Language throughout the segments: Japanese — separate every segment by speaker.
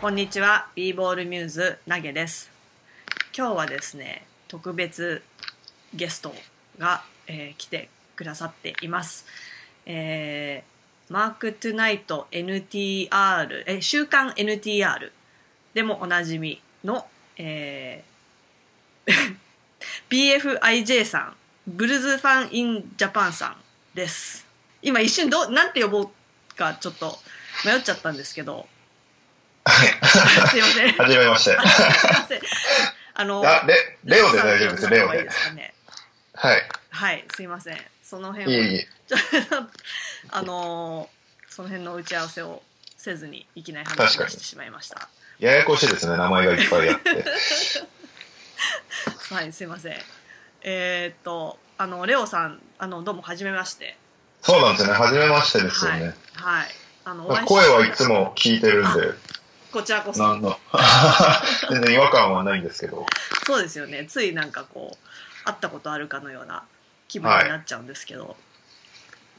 Speaker 1: こんにちは、b ボールミューズなげです。今日はですね、特別ゲストが、えー来てくださっています。えーマークトゥナイト NTR、えー週刊 NTR でもおなじみの、え ー BFIJ さん、ブルーズファンインジャパンさんです。今一瞬どう、なんて呼ぼうかちょっと迷っちゃったんですけど、
Speaker 2: は
Speaker 1: すいません
Speaker 2: い。。はじめまして。
Speaker 1: すいませんあの、
Speaker 2: あ、レ、レオで大丈夫です、レオ
Speaker 1: さんって呼んだ方がいい
Speaker 2: で
Speaker 1: で。すかね。
Speaker 2: はい。
Speaker 1: はい、すいません。その
Speaker 2: い
Speaker 1: 辺は、
Speaker 2: えいえ。
Speaker 1: ちょっと、 あのーその辺の打ち合わせをせずにいきなり話
Speaker 2: 確か
Speaker 1: を
Speaker 2: に
Speaker 1: してしまいました。
Speaker 2: ややこしいですね、名前がいっぱい あって。
Speaker 1: はい、すいません。えーっと、あの、レオさん、あの、どうも、はじめまして。
Speaker 2: そうなんですね、はじめましてですよ
Speaker 1: はい
Speaker 2: ね。。
Speaker 1: はい。あの、
Speaker 2: 声はいつも聞いてるんで、
Speaker 1: こちらこそ
Speaker 2: な。んの、全然違和感はないんですけど。
Speaker 1: そうですよね。ついなんかこう、会ったことあるかのような気分
Speaker 2: はい
Speaker 1: になっちゃうんですけど、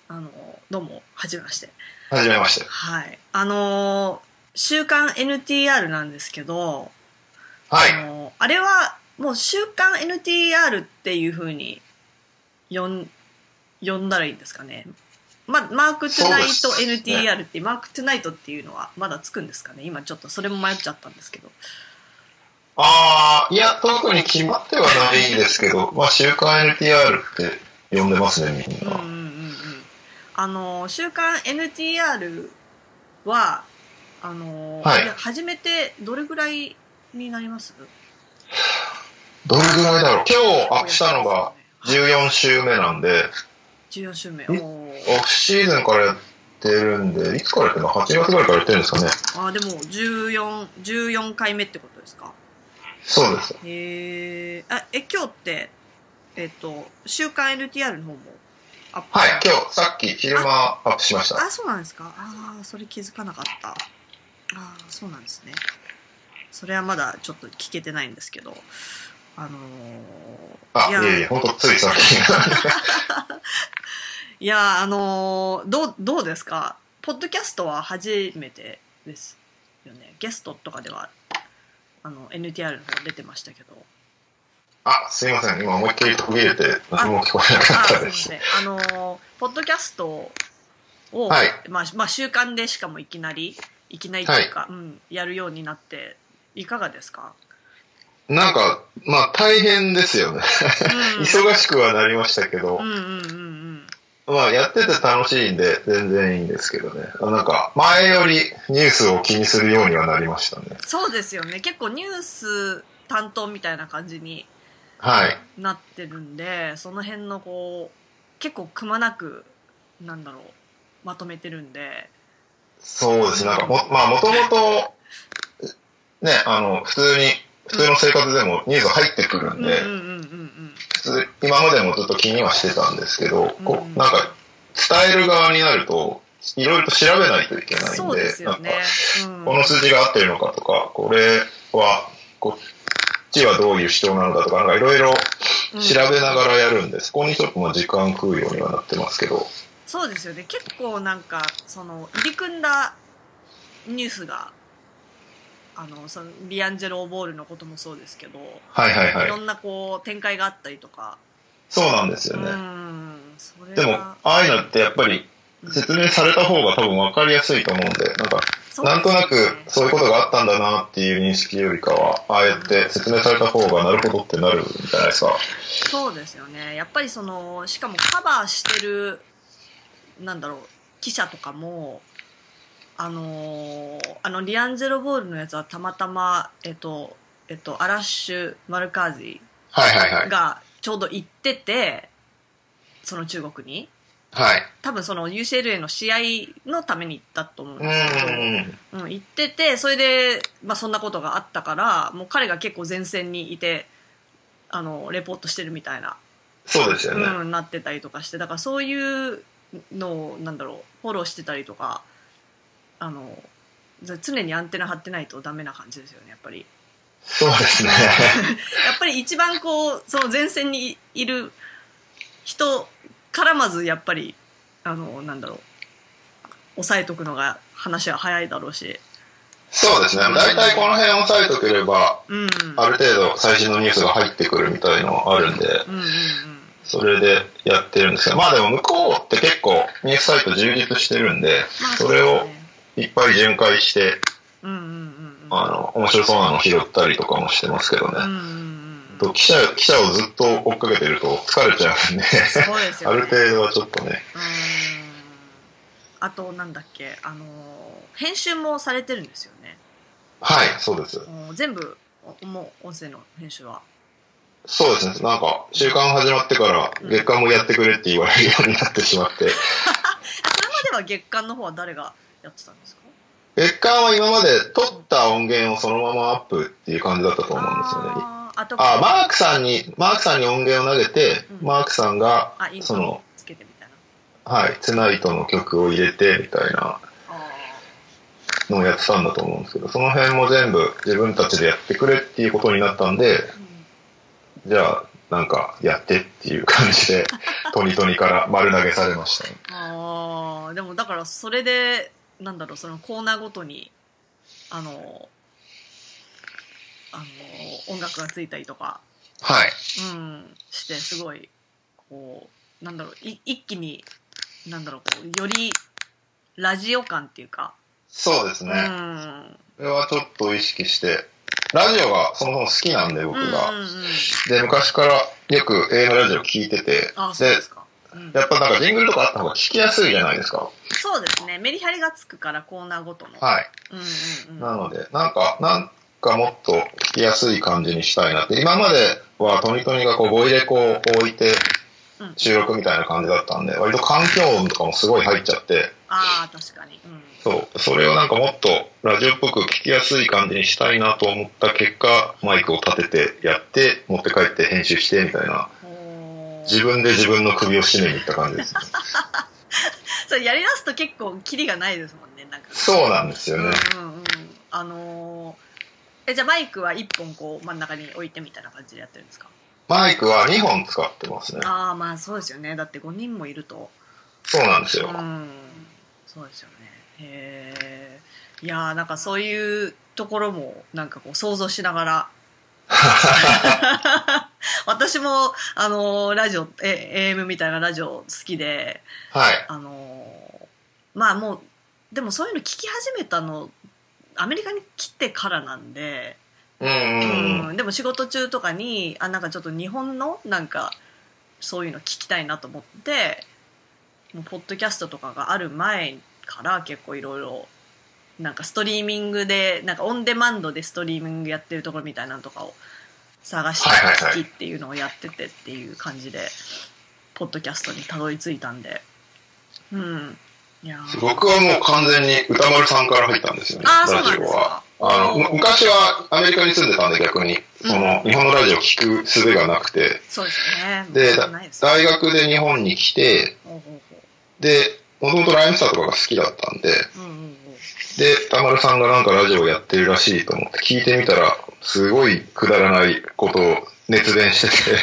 Speaker 1: あの、どうも、はじめまして。
Speaker 2: はじめまして。
Speaker 1: はい。あのー週刊 NTR なんですけど、
Speaker 2: は
Speaker 1: あ
Speaker 2: い。
Speaker 1: のーあれはもう週刊 NTR っていう風に呼ん、呼んだらいいんですかね。ま、マークトゥナイト
Speaker 2: そうですね
Speaker 1: NTR って、マークトゥナイトっていうのはまだつくんですかね。今ちょっとそれも迷っちゃったんですけど。
Speaker 2: あー、いや、特に決まってはないですけど、まあ、週刊 NTR って呼んでますね、みん
Speaker 1: うんうん
Speaker 2: な
Speaker 1: う。んうん。あのー週刊 NTR は、あのー
Speaker 2: はい
Speaker 1: いや初めてどれぐらいになります
Speaker 2: どれぐらいだろう。今日アップしたのが14週目なんで、
Speaker 1: 14週目。
Speaker 2: え
Speaker 1: おー
Speaker 2: オフシーズンからやってるんで、いつからやってるの ?8 月ぐらいからやってるんですかね。
Speaker 1: あーでも14 14回目ってことですか
Speaker 2: そうです。
Speaker 1: へえあえ今日ってえっ、と「週刊 NTR」の方もアップ
Speaker 2: はい、今日、さっき昼間アップしました。
Speaker 1: あそうなんですかああそれ気づかなかったああそうなんですねそれはまだちょっと聞けてないんですけどあのー
Speaker 2: あ、いえいえ、ほんとついさっ き。
Speaker 1: いやあのーどうどうですかポッドキャストは初めてですよねゲストとかではあの NTR の方出てましたけ ど
Speaker 2: あ、すいません。今思いっきり途切れて、何も聞こえな
Speaker 1: あ
Speaker 2: かった
Speaker 1: すい
Speaker 2: で。
Speaker 1: ますせん。あのーポッドキャストを、
Speaker 2: はい
Speaker 1: まあ、まあ、習慣でしかもいきなり、いきなりというか、うん、やるようになって、いかがです か、
Speaker 2: なんか、まあ大変ですよね。
Speaker 1: うん、
Speaker 2: 忙しくはなりましたけど
Speaker 1: う、んうんうんうん。
Speaker 2: まあやってて楽しいんで、全然いいんですけどね。あなんか、前よりニュースを気にするようにはなりましたね。
Speaker 1: そうですよね。結構ニュース担当みたいな感じに
Speaker 2: はい。
Speaker 1: なってるんで、その辺のこう、結構くまなく、なんだろう、まとめてるんで、
Speaker 2: そうですね。なんかも、まあもともと、ね、あの、普通に、普通の生活でもニュース入ってくる
Speaker 1: うんんうん
Speaker 2: で、
Speaker 1: うんうんうん。
Speaker 2: 普通今までもずっと気にはしてたんですけど、こ
Speaker 1: うん
Speaker 2: うなんか伝える側になるといろいろと調べないといけないんで
Speaker 1: そうですよね
Speaker 2: なんか。
Speaker 1: うん
Speaker 2: この数字が合ってるのかとかこれはこっちはどういう主張なのかとかなんかいろいろ調べながらやるんで、そこにちょっとまあ時間食うようにはなってますけど
Speaker 1: そうですよね結構なんかその入り組んだニュースがあのそのリアンジェロ・ボールのこともそうですけど、
Speaker 2: はいはい
Speaker 1: い、
Speaker 2: は
Speaker 1: ろ
Speaker 2: い
Speaker 1: んなこう展開があったりとか、
Speaker 2: そうなんです
Speaker 1: う
Speaker 2: よね、
Speaker 1: んそれは
Speaker 2: でもああいうのってやっぱり
Speaker 1: うん
Speaker 2: 説明された方が多分分かりやすいと思うんでなんか
Speaker 1: そうですよね
Speaker 2: なんとなくそういうことがあったんだなっていう認識よりかは、ああやって説明された方がなるほどってなるんじゃないですか。
Speaker 1: そうですよねやっぱりそのしかもカバーしてるなんだろう記者とかもあのーあのリアンジェロ・ボールのやつはたまたまえっとえっとアラッシュ・マルカージ
Speaker 2: はいはいはい。
Speaker 1: がちょうど行っててその中国に
Speaker 2: はい。
Speaker 1: 多分その UCLA の試合のために行ったと思うん
Speaker 2: う
Speaker 1: ですけ
Speaker 2: んうんうん。
Speaker 1: ど、うん、行っててそれで、まあ、そんなことがあったからもう彼が結構前線にいてあのレポートしてるみたいな、
Speaker 2: そうですよね。
Speaker 1: うん、なってたりとかしてだからそういうのをなんだろうフォローしてたりとかあの常にアンテナ張ってないとダメな感じですよねやっぱり。
Speaker 2: そうです ね。
Speaker 1: やっぱり一番こうその前線にいる人からまずやっぱりあのなんだろう抑えとくのが話は早いだろうし
Speaker 2: そうですね。大体この辺押さえとければ、
Speaker 1: うん。
Speaker 2: ある程度最新のニュースが入ってくるみたいのはあるんで、
Speaker 1: うんうんうん。
Speaker 2: それでやってるんですけど、まあでも向こうって結構ニュースサイト充実してるんで、
Speaker 1: まあ
Speaker 2: それ
Speaker 1: うです
Speaker 2: を
Speaker 1: ね
Speaker 2: いっぱい巡回して、
Speaker 1: うんうんうんうん。
Speaker 2: あの、面白そうなの拾ったりとかもしてますけど
Speaker 1: うん
Speaker 2: ね。
Speaker 1: うんうんうん。
Speaker 2: と記者、記者をずっと追っかけてると疲れちゃうんで、
Speaker 1: そうです
Speaker 2: あ
Speaker 1: よね。
Speaker 2: る程度はちょっとね、
Speaker 1: うーんあとなんだっけあのー編集もされてるんですよね
Speaker 2: はい、そうです。
Speaker 1: もう全部おもう音声の編集は
Speaker 2: そうですね。なんか、週間始まってから
Speaker 1: うん
Speaker 2: 月間もやってくれって言われるようになってしまって、
Speaker 1: あそれまでは月間の方は誰がやってたんですか
Speaker 2: 月間は今まで撮った音源をそのままアップっていう感じだったと思うんですよね。
Speaker 1: あーあと
Speaker 2: あ、マークさんに、マークさんに音源を投げて、
Speaker 1: うん
Speaker 2: マークさんが、
Speaker 1: あイン
Speaker 2: そ
Speaker 1: パ
Speaker 2: の
Speaker 1: ク、つけてみたいな
Speaker 2: はい、ツナイトの曲を入れてみたいな
Speaker 1: あ
Speaker 2: のをやってたんだと思うんですけど、その辺も全部自分たちでやってくれっていうことになったんで、
Speaker 1: ー、うん
Speaker 2: じゃあ、なんかやってっていう感じ で、トニトニから丸投げされましたね。
Speaker 1: あーでもだからそれでなんだろうそのコーナーごとにあのーあのー音楽がついたりとか
Speaker 2: はい。
Speaker 1: うん、してすごいこうなんだろうい一気になんだろうこうよりラジオ感っていうか、
Speaker 2: そうですね。
Speaker 1: うん
Speaker 2: これはちょっと意識して、ラジオがそもそも好きなんで、僕
Speaker 1: うんうんうん
Speaker 2: が。で、昔からよく AM ラジオ聞いてて
Speaker 1: あ、そう
Speaker 2: で
Speaker 1: で、すか、うん、
Speaker 2: やっぱなんかジングルとかあった方が聞きやすいじゃないですか。
Speaker 1: そうですねメリハリがつくからコーナーごとの、
Speaker 2: はい。
Speaker 1: うんうんうん、
Speaker 2: なので、なんか、なんかもっと聞きやすい感じにしたいなって、今まではトニトニがこうボイレコを置いて
Speaker 1: うん
Speaker 2: 収録みたいな感じだったんで、割と環境音とかもすごい入っちゃって、
Speaker 1: ああ確かに、うん、
Speaker 2: そう、それをなんかもっとラジオっぽく聞きやすい感じにしたいなと思った結果、マイクを立ててやって、持って帰って編集してみたいな、
Speaker 1: ほー
Speaker 2: 自分で自分の首を絞めに行った感じですね。
Speaker 1: それやりだすと結構キリがないですもんねなんか
Speaker 2: そうなんですよね。
Speaker 1: うんうんうんあのーえじゃあマイクは1本こう真ん中に置いてみたいな感じでやってるんですか
Speaker 2: マイクは2本使ってますね。
Speaker 1: ああまあそうですよねだって5人もいると
Speaker 2: そうなんですよ
Speaker 1: う。んそうですよねへえいやーなんかそういうところもなんかこう想像しながら私もあのーラジオえ AM みたいなラジオ好きで
Speaker 2: はい。
Speaker 1: あのーまあもうでもそういうの聞き始めたのアメリカに来てからなんで、
Speaker 2: うんうんうん。
Speaker 1: うんでも仕事中とかにあなんかちょっと日本のなんかそういうの聞きたいなと思ってもうポッドキャストとかがある前から結構いろいろなんかストリーミングでなんかオンデマンドでストリーミングやってるところみたいなのとかを探して
Speaker 2: はいはいはい
Speaker 1: 聞きっていうのをやっててっていう感じでポッドキャストにたどり着いたんでうんいやー
Speaker 2: 僕はもう完全に歌丸さんから入ったんですよね、
Speaker 1: あ
Speaker 2: ラ
Speaker 1: あそうなん
Speaker 2: ジオ
Speaker 1: です
Speaker 2: は。
Speaker 1: か
Speaker 2: あのむ昔はアメリカに住んでたんで逆に、その日本のラジオ聞く術がなくて、
Speaker 1: そうですね
Speaker 2: で
Speaker 1: もうないですね
Speaker 2: 大学で日本に来て、
Speaker 1: ほうほうほ
Speaker 2: で、もともとライムスターとかが好きだったんで、
Speaker 1: ううんうんうん
Speaker 2: で、歌丸さんがなんかラジオやってるらしいと思って聞いてみたら、すごいくだらないことを熱弁して て、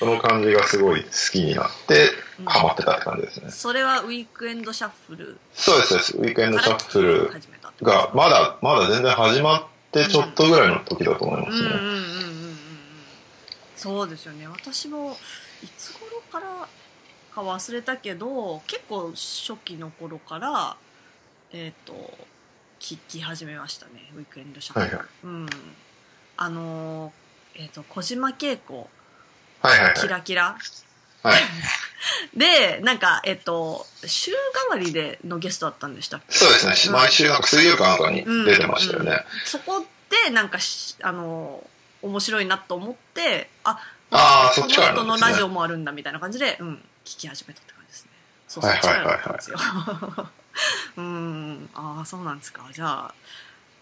Speaker 2: その感じがすごい好きになって、
Speaker 1: うん
Speaker 2: ハマってたって感じですね。
Speaker 1: それはウィークエンドシャッフル
Speaker 2: そうです、そうです。ウィークエンドシャッフル
Speaker 1: 始めたってことです
Speaker 2: が
Speaker 1: か、
Speaker 2: まだ、まだ全然始まってちょっとぐらいの時だと思いま
Speaker 1: うん
Speaker 2: す
Speaker 1: うんうんうんう
Speaker 2: ね。
Speaker 1: んうんそうですよね私もいつ頃からか忘れたけど結構初期の頃からえっ、と聞き始めましたねウィークエンドシャッフル、
Speaker 2: はいはい
Speaker 1: うんあのーえっ、と小島慶子
Speaker 2: はいはいはい。
Speaker 1: キラキラ
Speaker 2: はい。
Speaker 1: でなんかえっ、と週替わりでのゲストだったんでしたっけ
Speaker 2: そうですね。毎週なんか水曜かなんかに出てましたよ
Speaker 1: うんうん
Speaker 2: ね。
Speaker 1: そこでなんかしあの面白いなと思ってあ
Speaker 2: あ
Speaker 1: こ
Speaker 2: あ、そ
Speaker 1: の
Speaker 2: っちから
Speaker 1: 人
Speaker 2: なん
Speaker 1: の
Speaker 2: で
Speaker 1: ラジ
Speaker 2: す
Speaker 1: オ
Speaker 2: ね。
Speaker 1: もあるんだみたいな感じで、うん、聞き始めたって感じですね。そうそ
Speaker 2: は
Speaker 1: っ
Speaker 2: い
Speaker 1: ち
Speaker 2: は
Speaker 1: か
Speaker 2: いはい
Speaker 1: ら
Speaker 2: はい
Speaker 1: だったんですよ。うん ああそうなんですかじゃあ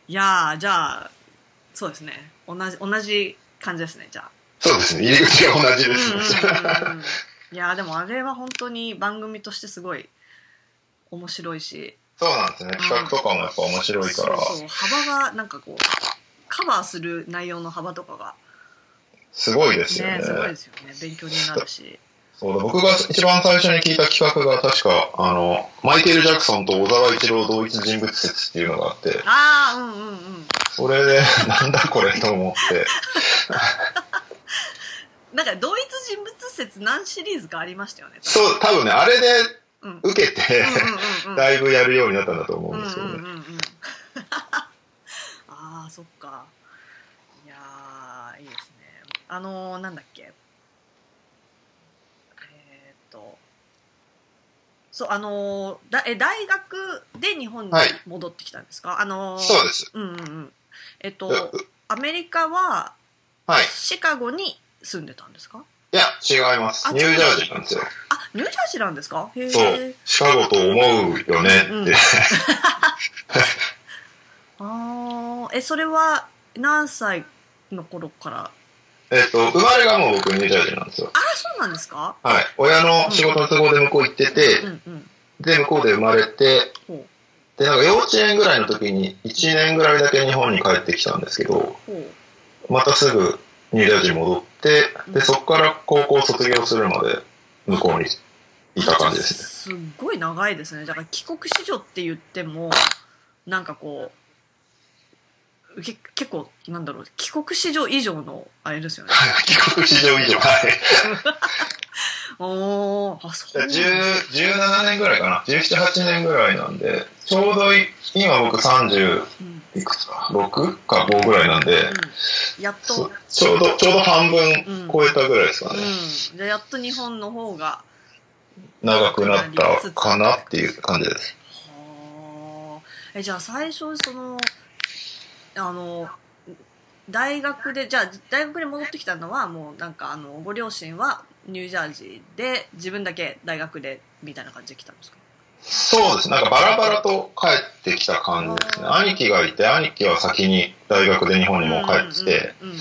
Speaker 1: いやーじゃあそうですね同じ同じ感じですねじゃあ。
Speaker 2: そうですね。入り口が同じ
Speaker 1: うん
Speaker 2: で
Speaker 1: うん
Speaker 2: すね。
Speaker 1: うんうんいやーでもあれは本当に番組としてすごい面白いし
Speaker 2: そうなんですね。企画とかもやっぱ面白いから。
Speaker 1: そうそう幅がなんかこうカバーする内容の幅とかが
Speaker 2: すごいですよね
Speaker 1: ねすごいですよね勉強になるし
Speaker 2: そうだ僕が一番最初に聞いた企画が確か、あの、マイケル・ジャクソンと小沢一郎同一人物説っていうのがあって、
Speaker 1: ああうんうんうん
Speaker 2: それで、なんだこれと思って、
Speaker 1: なんか同一人物説何シリーズかありましたよね
Speaker 2: そう、多分ね、あれで
Speaker 1: うんうん
Speaker 2: 受けて、
Speaker 1: うんうん
Speaker 2: だいぶやるようになったんだと思
Speaker 1: う
Speaker 2: うんん
Speaker 1: う
Speaker 2: ですよ
Speaker 1: んう
Speaker 2: ね。
Speaker 1: んうん ああそっかいやーいいですねあのー、なんだっけえーっとそうあのーだえ大学で日本に
Speaker 2: はい
Speaker 1: 戻ってきたんですか、あのー
Speaker 2: そうです。
Speaker 1: うんうんうんえっ
Speaker 2: う
Speaker 1: とアメリカは
Speaker 2: はい。
Speaker 1: シカゴに住んでたんですか
Speaker 2: いや、違います。
Speaker 1: あ
Speaker 2: ニュージャージーなんですよ。
Speaker 1: あニュージャージーなんですかへ
Speaker 2: そ
Speaker 1: え
Speaker 2: う。シカゴと思うよねって。
Speaker 1: うん あーえそれは何歳の頃から
Speaker 2: えっと、生まれがもう僕ニュージャージーなんですよ。
Speaker 1: あそうなんですか
Speaker 2: はい。親の仕事の都合で向こう行って
Speaker 1: う
Speaker 2: て、
Speaker 1: んうん
Speaker 2: で、向こうで生まれて、
Speaker 1: ほ
Speaker 2: で、なんか幼稚園ぐらいの時に、1年ぐらいだけ日本に帰ってきたんですけ
Speaker 1: う
Speaker 2: ど、
Speaker 1: ほう
Speaker 2: またすぐニュージャージーに戻って、で、そこから高校を卒業するまで向こうにいた感じ です
Speaker 1: す
Speaker 2: ね。
Speaker 1: っごい長いですねだから帰国子女って言ってもなんかこうけ結構なんだろう帰国子女以上のあれですよね
Speaker 2: 帰国史上以上。はい。
Speaker 1: おーあそうなんですね
Speaker 2: 10 17年ぐらいかな。17、8年ぐらいなんで、ちょうどい今僕30
Speaker 1: うんうん
Speaker 2: いくつか、6か5ぐらいなんで、
Speaker 1: やっと
Speaker 2: そうちょうど、ちょうど半分超えたぐらいですかね。
Speaker 1: うん、じゃあやっと日本の方が
Speaker 2: 長くなったかなっていう感じです。
Speaker 1: はあえじゃあ最初そのあの大学でじゃあ大学に戻ってきたのはもうなんかあのご両親はニュージャージーで自分だけ大学でみたいな感じで来たんですか
Speaker 2: そうですね。なんかバラバラと帰ってきた感じですね。
Speaker 1: あー
Speaker 2: 兄貴がいて、兄貴は先に大学で日本にもう帰ってきて、
Speaker 1: うんうん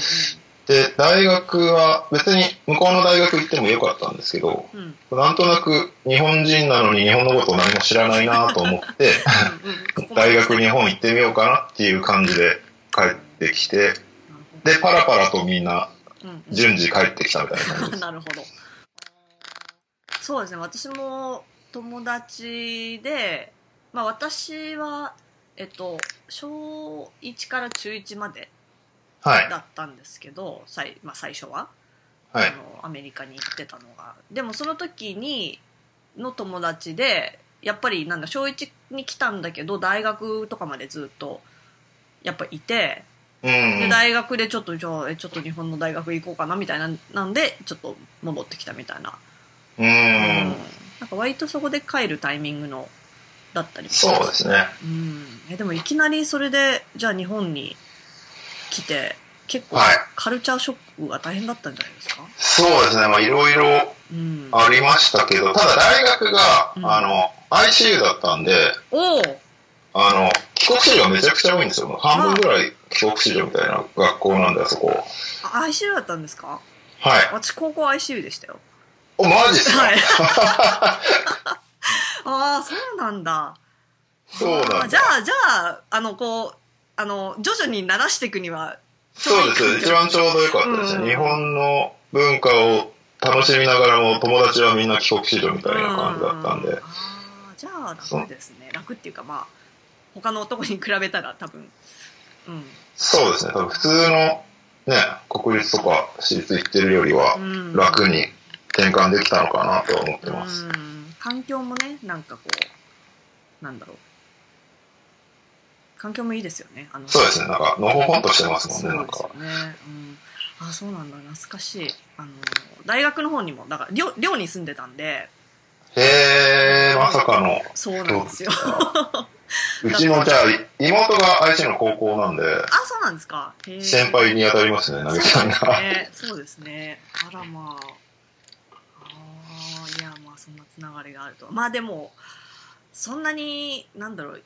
Speaker 2: で、大学は別に向こうの大学行ってもよかったんですけど、
Speaker 1: うんうん うん
Speaker 2: なんとなく日本人なのに日本のことを何も知らないなと思って、
Speaker 1: うんうんここまで
Speaker 2: 大学日本行ってみようかなっていう感じで帰ってきて、で、パラパラとみんな
Speaker 1: なるほど
Speaker 2: 順次帰ってきたみたいな感じです。
Speaker 1: なるほど。そうですね、私も友達で、まあ私は、えっと、小1から中1まで
Speaker 2: はい。
Speaker 1: だったんですけど、最まあ、最初は、
Speaker 2: は
Speaker 1: あ
Speaker 2: い。
Speaker 1: のアメリカに行ってたのが。でもその時にの友達で、やっぱりなんだ、小1に来たんだけど、大学とかまでずっと、やっぱいて、
Speaker 2: うん
Speaker 1: で。大学でちょっとじゃあえちょっと日本の大学行こうかなみたいななんでちょっと戻ってきたみたいな、
Speaker 2: う
Speaker 1: うん
Speaker 2: ん。
Speaker 1: なんか割とそこで帰るタイミングのだったりも
Speaker 2: そうですね。
Speaker 1: うん、えでもいきなりそれでじゃあ日本に来て結構
Speaker 2: はい
Speaker 1: カルチャーショックが大変だったんじゃないですか、
Speaker 2: そうですね。まあ、いろいろ
Speaker 1: うん、
Speaker 2: ありましたけど、ただ大学が、
Speaker 1: うん
Speaker 2: あの、ICU だったんで、
Speaker 1: おお
Speaker 2: あの、帰国子女がめちゃくちゃ多いんですよ。もう半分ぐらい帰国子女みたいな学校なんだよ、そこ。
Speaker 1: あ ICU だったんですか
Speaker 2: はい。
Speaker 1: 私高校 ICU でしたよ
Speaker 2: お、マジっすか
Speaker 1: はいああそうなんだ
Speaker 2: そうなんだ
Speaker 1: あーじゃあじゃああのこうあの徐々に慣らしていくには
Speaker 2: そうですよ。一番ちょうどよかったです
Speaker 1: うん
Speaker 2: ね。日本の文化を楽しみながらも、友達はみんな帰国子女みたいな感じだった
Speaker 1: うあ
Speaker 2: んで。
Speaker 1: ーじゃあ楽ですね楽っていうかまあ他のとこに比べたら多分うん
Speaker 2: そうですね。多分普通のね、国立とか私立行ってるよりは
Speaker 1: うん
Speaker 2: 楽に転換できたのかなとは思ってます。
Speaker 1: うん環境もねなんかこうなんだろう環境もいいですよねあの
Speaker 2: そうですね。なんか、のほほんとしてますもん
Speaker 1: そ
Speaker 2: ね、なん
Speaker 1: うです
Speaker 2: か
Speaker 1: よ。ね、うん、あそうなんだ懐かしいあの大学の方にもだから寮寮に住んでたんで
Speaker 2: へー、まさかの。
Speaker 1: そうなんですよあ
Speaker 2: うちの、じゃあ、妹が愛知の高校なんで、
Speaker 1: そうなんですかへー
Speaker 2: 先輩に当たりますね、な
Speaker 1: そう
Speaker 2: ぎ
Speaker 1: で
Speaker 2: さ
Speaker 1: す
Speaker 2: んが。
Speaker 1: ね。そうですね。あらまあ。あーいやまあそんなつながりがあるとはまあでもそんなになんだろう、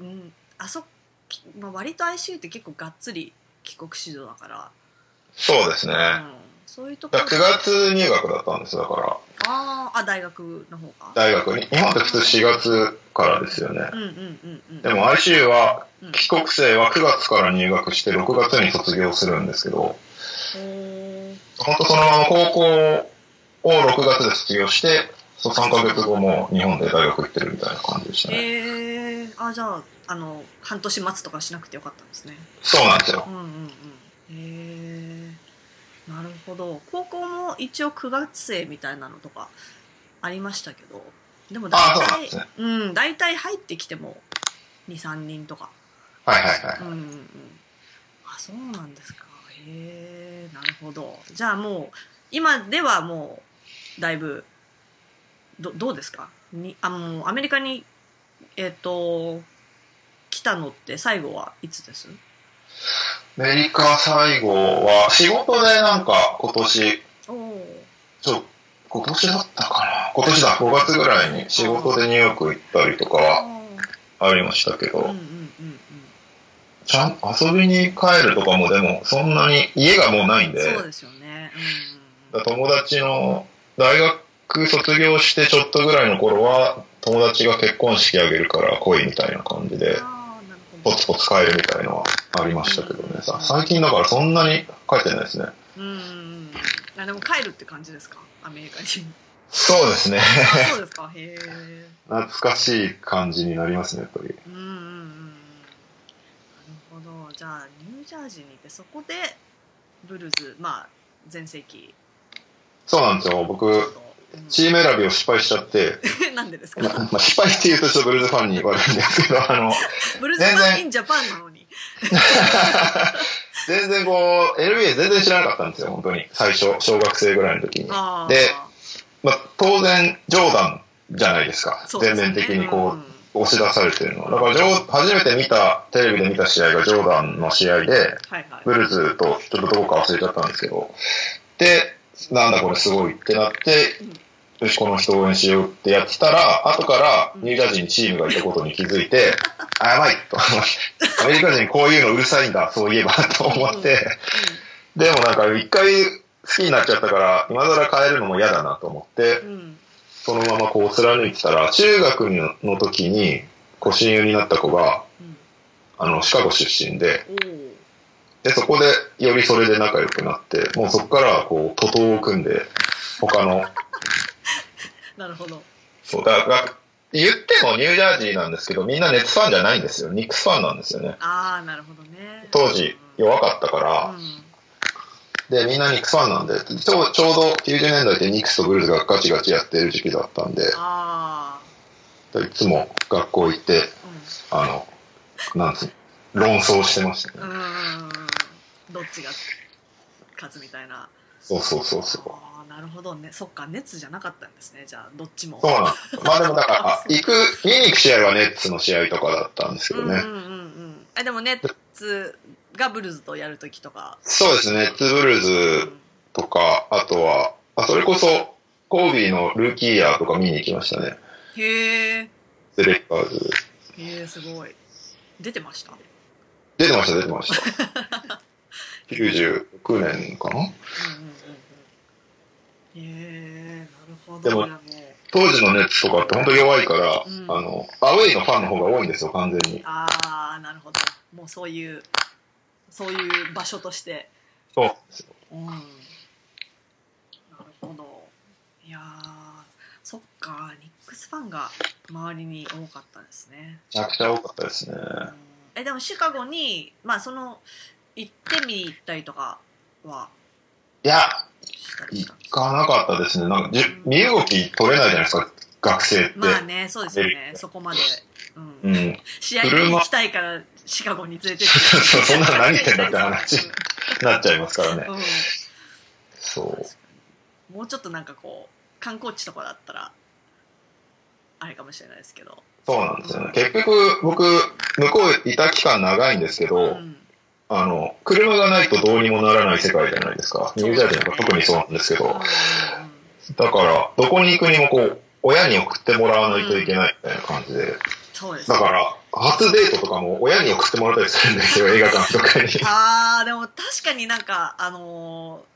Speaker 1: うん、あそ、まあ、割と ICU って結構がっつり帰国子女だか
Speaker 2: そうですね。
Speaker 1: ら、うん、そういうとこ
Speaker 2: だ
Speaker 1: ろ
Speaker 2: 9月入学だったんですよだから、
Speaker 1: あーあ大学の方が
Speaker 2: 大学に。日本って普通4月からですよね
Speaker 1: う。んうんうんうん
Speaker 2: でも ICU は、
Speaker 1: うん
Speaker 2: 帰国生は9月から入学して6月に卒業するんですけど、
Speaker 1: ほー
Speaker 2: 本当そのまま高校を6月で卒業して、そう3ヶ月後も日本で大学行ってるみたいな感じでしたね。
Speaker 1: えー、あじゃああの半年待つとかしなくてよかったんですね
Speaker 2: そうなんですよ
Speaker 1: う。んうんうんえー、なるほど高校も一応9月生みたいなのとかありましたけどでも大
Speaker 2: あそうなん
Speaker 1: 体
Speaker 2: ですね
Speaker 1: うん大体入ってきても23人とか
Speaker 2: はいはいはい。
Speaker 1: うんうんうんあそうなんですかへえなるほどじゃあもう今ではもうだいぶどどうですかにあもうアメリカにえっ、と来たのって最後はいつです
Speaker 2: アメリカ最後は、仕事でなんか今年、
Speaker 1: おお
Speaker 2: ちょ、今年だったかな今年だ、5月ぐらいに仕事でニューヨーク行ったりとかはありましたけ
Speaker 1: うんうんう
Speaker 2: ど
Speaker 1: ん、うん
Speaker 2: ちゃん、遊びに帰るとかもでも、そんなに家がもうないんで、
Speaker 1: そうですよね。
Speaker 2: だから友達の、大学卒業してちょっとぐらいの頃は、友達が結婚式あげるから来いみたいな感じ
Speaker 1: うん、
Speaker 2: で、
Speaker 1: ああ、なるほ
Speaker 2: ポ
Speaker 1: ど。
Speaker 2: ツポツ帰るみたいのはありましたけどね。さ最近だからそんなに帰ってないですね。
Speaker 1: うんうんうん。あ、でも帰るって感じですか、アメリカに。
Speaker 2: そうですね。
Speaker 1: あ、そうですか。へえ。
Speaker 2: 懐かしい感じになりますね、やっぱり。
Speaker 1: うんうんうん。なるほど。じゃあニュージャージーにいてそこでブルーズ、まあ全盛期。
Speaker 2: そうなんですよ。僕、
Speaker 1: うん
Speaker 2: チーム選びを失敗しちゃって、
Speaker 1: なんでです
Speaker 2: ま
Speaker 1: か。
Speaker 2: まあ、失敗って言うとちょっとブルーズファンに言われるんですけど、あの、
Speaker 1: ブルーズファンインジャパンなのに。
Speaker 2: 全然こう、LBA 全然知らなかったんですよ、本当に。最初、小学生ぐらいの時に。
Speaker 1: ああ。
Speaker 2: でまあ、当然、ジョーダンじゃないですか。
Speaker 1: そうで
Speaker 2: 全
Speaker 1: すね
Speaker 2: 面的にこ
Speaker 1: ん
Speaker 2: う、押し出されてるの。だからジョー、初めて見た、テレビで見た試合がジョーダンの試合で、
Speaker 1: はいはい。
Speaker 2: ブルーズとちょっとどこか忘れちゃったんですけど、で、なんだこれすごいってなって、よし、この人応援しようってやってたら、後からニュージャージーにチームがいたことに気づいて、あ、やばいと、アメリカ人こういうのうるさいんだ、そういえば、と思って、でもなんか一回好きになっちゃったから、今更変えるのも嫌だなと思って
Speaker 1: う、んうん。
Speaker 2: そのままこう貫いてたら、中学の時に、こう親友になった子が、
Speaker 1: うん。
Speaker 2: あの、シカゴ出身で、
Speaker 1: おお。
Speaker 2: で、そこで、よりそれで仲良くなって、もうそこからはこう、徒党を組んで、他の、
Speaker 1: なるほど。
Speaker 2: そう、だから、言ってもニュージャージーなんですけど、みんなネッツファンじゃないんですよ。ニックスファンなんですよね。
Speaker 1: ああ、なるほどね。
Speaker 2: 当時、弱かったか
Speaker 1: うん
Speaker 2: ら、で、みんなニックスファンなんで、ちょうちょうど90年代でニックスとブルーズがガチガチやってる時期だったんで、
Speaker 1: あ
Speaker 2: いつも学校行って、
Speaker 1: あ、う
Speaker 2: あの、なんつうの、論争してました
Speaker 1: ん、う
Speaker 2: ね。
Speaker 1: ーん、どっちが勝つみたいな。
Speaker 2: そうそうそうそう。
Speaker 1: ああ、なるほどね。そっか、熱じゃなかったんですね。じゃあ、どっちも。
Speaker 2: そうなんです。まあでもだから、行く、見に行く試合はネッツの試合とかだったんですけど
Speaker 1: うんう
Speaker 2: ね。
Speaker 1: んうんうん。あ、でもネッツがブルーズとやるときとか。
Speaker 2: そうですね、ツブルー
Speaker 1: う
Speaker 2: ズ
Speaker 1: ん
Speaker 2: とか、あとは、あ、それこそ、コービーのルーキーイヤーとか見に行きましたね。
Speaker 1: へえ、
Speaker 2: スレッカーズ。
Speaker 1: へえ、すごい。出てました。
Speaker 2: 出てました、出てました。96年かな
Speaker 1: うんうんうんうん。へえ、なるほど。
Speaker 2: でも
Speaker 1: いやう
Speaker 2: 当時のネッツとかって本当弱いから、
Speaker 1: うん
Speaker 2: あの、アウェイのファンの方が多いんですよ、完全に。
Speaker 1: ああ、なるほど。もうそういう、そういう場所として。
Speaker 2: そう。
Speaker 1: うんなるほどいやーそっかニックスファンが周りに多かったですね、
Speaker 2: めちゃくちゃ多かったですね。
Speaker 1: うんえでもシカゴにまあその行ってみ行ったりとかはい
Speaker 2: や、
Speaker 1: したりし
Speaker 2: 行
Speaker 1: たんですか
Speaker 2: かなかったですね。なんか、じ身動き取れないじゃないですか、学生って。
Speaker 1: まあねそうですよねそこまで、う、
Speaker 2: うんん。
Speaker 1: 試合に行きたいからシカゴに連れてって
Speaker 2: そうそんなの何言ってんだって話
Speaker 1: うん
Speaker 2: なっちゃいますからね。
Speaker 1: うん
Speaker 2: そう。
Speaker 1: もうちょっとなんかこう観光地とかだったらあれかもしれないですけど、
Speaker 2: そうなんですよね。結局、僕、向こういた期間長いんですけ
Speaker 1: う
Speaker 2: ど、
Speaker 1: ん、
Speaker 2: あの、車がないとどうにもならない世界じゃないですか。ニュージャージーなんか特にそうなんですけ
Speaker 1: うんうん
Speaker 2: ど、だから、どこに行くにもこう、親に送ってもらわないといけないみたいな感じで、
Speaker 1: そうですね
Speaker 2: だから、初デートとかも親に送ってもらったりするんですよ、映画館とかに。
Speaker 1: あーでも確かになんかあのー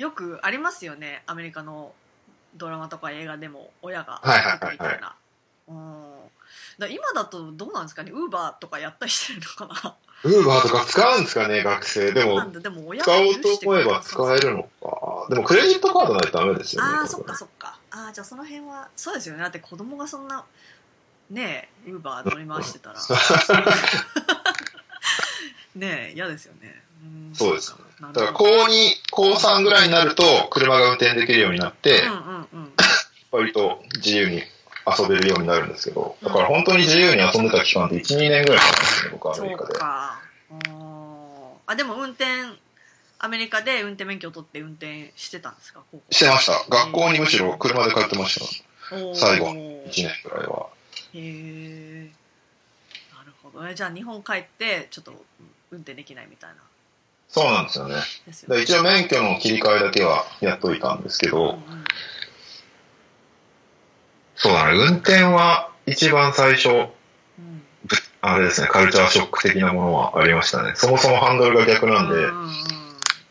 Speaker 1: よくありますよねアメリカのドラマとか映画でも親が
Speaker 2: はいはいはいはい
Speaker 1: みたいなうんだから今だとどうなんですかねウーバーとかやったりしてるのか
Speaker 2: ウーバーとか使うんですかね、学生。で
Speaker 1: な
Speaker 2: も
Speaker 1: な、んででも親
Speaker 2: 使
Speaker 1: が
Speaker 2: お
Speaker 1: 許
Speaker 2: うと
Speaker 1: してく
Speaker 2: 思え
Speaker 1: れ
Speaker 2: ば
Speaker 1: なさそう
Speaker 2: 使えるのか。でもクレジットカードないとダメですよね。
Speaker 1: ああそっかそっかああじゃあその辺はそうですよねだって子供がそんなねえウーバー乗り回してたら ねえ嫌ですよねん
Speaker 2: そうです
Speaker 1: なる
Speaker 2: だから
Speaker 1: ほど
Speaker 2: 高2、高3ぐらいになると車が運転できるようになって、
Speaker 1: うんうんうん
Speaker 2: 割と自由に遊べるようになるんですけど、だから本当に自由に遊んでた期間って1、2年ぐらいだったんですね、僕はア
Speaker 1: そ
Speaker 2: メリカ
Speaker 1: う
Speaker 2: で。
Speaker 1: かうーんあでも運転アメリカで運転免許を取って運転してたんですか高校
Speaker 2: してました。学校にむしろ車で通ってました。
Speaker 1: おー
Speaker 2: 最後
Speaker 1: へ
Speaker 2: 1年くらいは。
Speaker 1: えなるほどねじゃあ日本帰ってちょっと運転できないみたいな
Speaker 2: そうなんですよね。
Speaker 1: です
Speaker 2: だか
Speaker 1: よ
Speaker 2: ら
Speaker 1: ね
Speaker 2: 一応免許の切り替えだけはやっといたんですけ
Speaker 1: う
Speaker 2: ど、
Speaker 1: んうん
Speaker 2: そうだね、運転は一番最初、
Speaker 1: うん
Speaker 2: あれですね、カルチャーショック的なものはありましたね。そもそもハンドルが逆なん
Speaker 1: う
Speaker 2: で
Speaker 1: ん、うんうん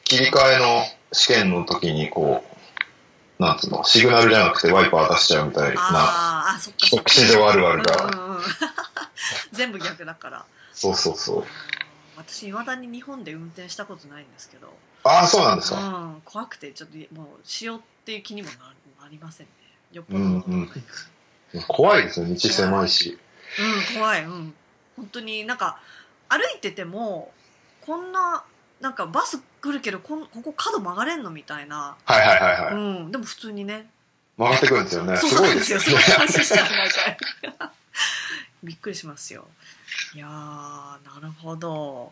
Speaker 2: 切り替えの試験の時にこう、なんつうの、シグナルじゃなくてワイパー出しちゃうみたいな、
Speaker 1: あーあそっか
Speaker 2: 帰
Speaker 1: そっ
Speaker 2: 国
Speaker 1: か
Speaker 2: 史上あるある
Speaker 1: う
Speaker 2: が、
Speaker 1: んうんうん 全部逆だから
Speaker 2: そうそうそう。
Speaker 1: 私いまだに日本で運転したことないんですけど、
Speaker 2: ああ、そうなんです
Speaker 1: う
Speaker 2: か。
Speaker 1: ん、怖くてちょっともうしようっていう気にもななりませんねよっぽ
Speaker 2: う
Speaker 1: ど
Speaker 2: ん
Speaker 1: の
Speaker 2: うん
Speaker 1: ことないから、
Speaker 2: 怖いですね、道狭いし。
Speaker 1: うん、怖い、うん、本当になんか歩いててもこんななんかバス来るけどこんここ角曲がれんのみたいな、
Speaker 2: はいはいはいはい。
Speaker 1: うん、でも普通にね
Speaker 2: 曲がってくるんですよね。す
Speaker 1: そう
Speaker 2: ご
Speaker 1: ないん
Speaker 2: で
Speaker 1: です
Speaker 2: す
Speaker 1: よ
Speaker 2: よね
Speaker 1: そう。いう話しちゃう毎回 びっくりしますよいやーなるほど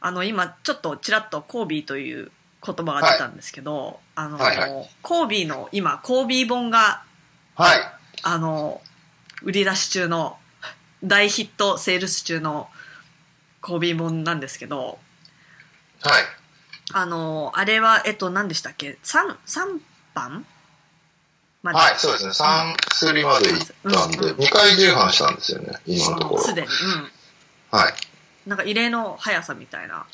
Speaker 1: あの今ちょっとちらっとコービーという言葉が出たんですけど、あの、
Speaker 2: はいは
Speaker 1: コービーの今コービー本が
Speaker 2: はい。
Speaker 1: あの、売り出し中の、大ヒットセールス中のコービー本なんですけど、
Speaker 2: はい。
Speaker 1: あの、あれは、えっと、何でしたっけ ?3、三版まで。
Speaker 2: はい、そうですね。3、3まで行ったんで、
Speaker 1: うん
Speaker 2: 2回重犯したんですよね、今のと
Speaker 1: も
Speaker 2: こ
Speaker 1: う
Speaker 2: ろ
Speaker 1: す。でに。う
Speaker 2: はい。
Speaker 1: ん。なんか異例の速さみたいな。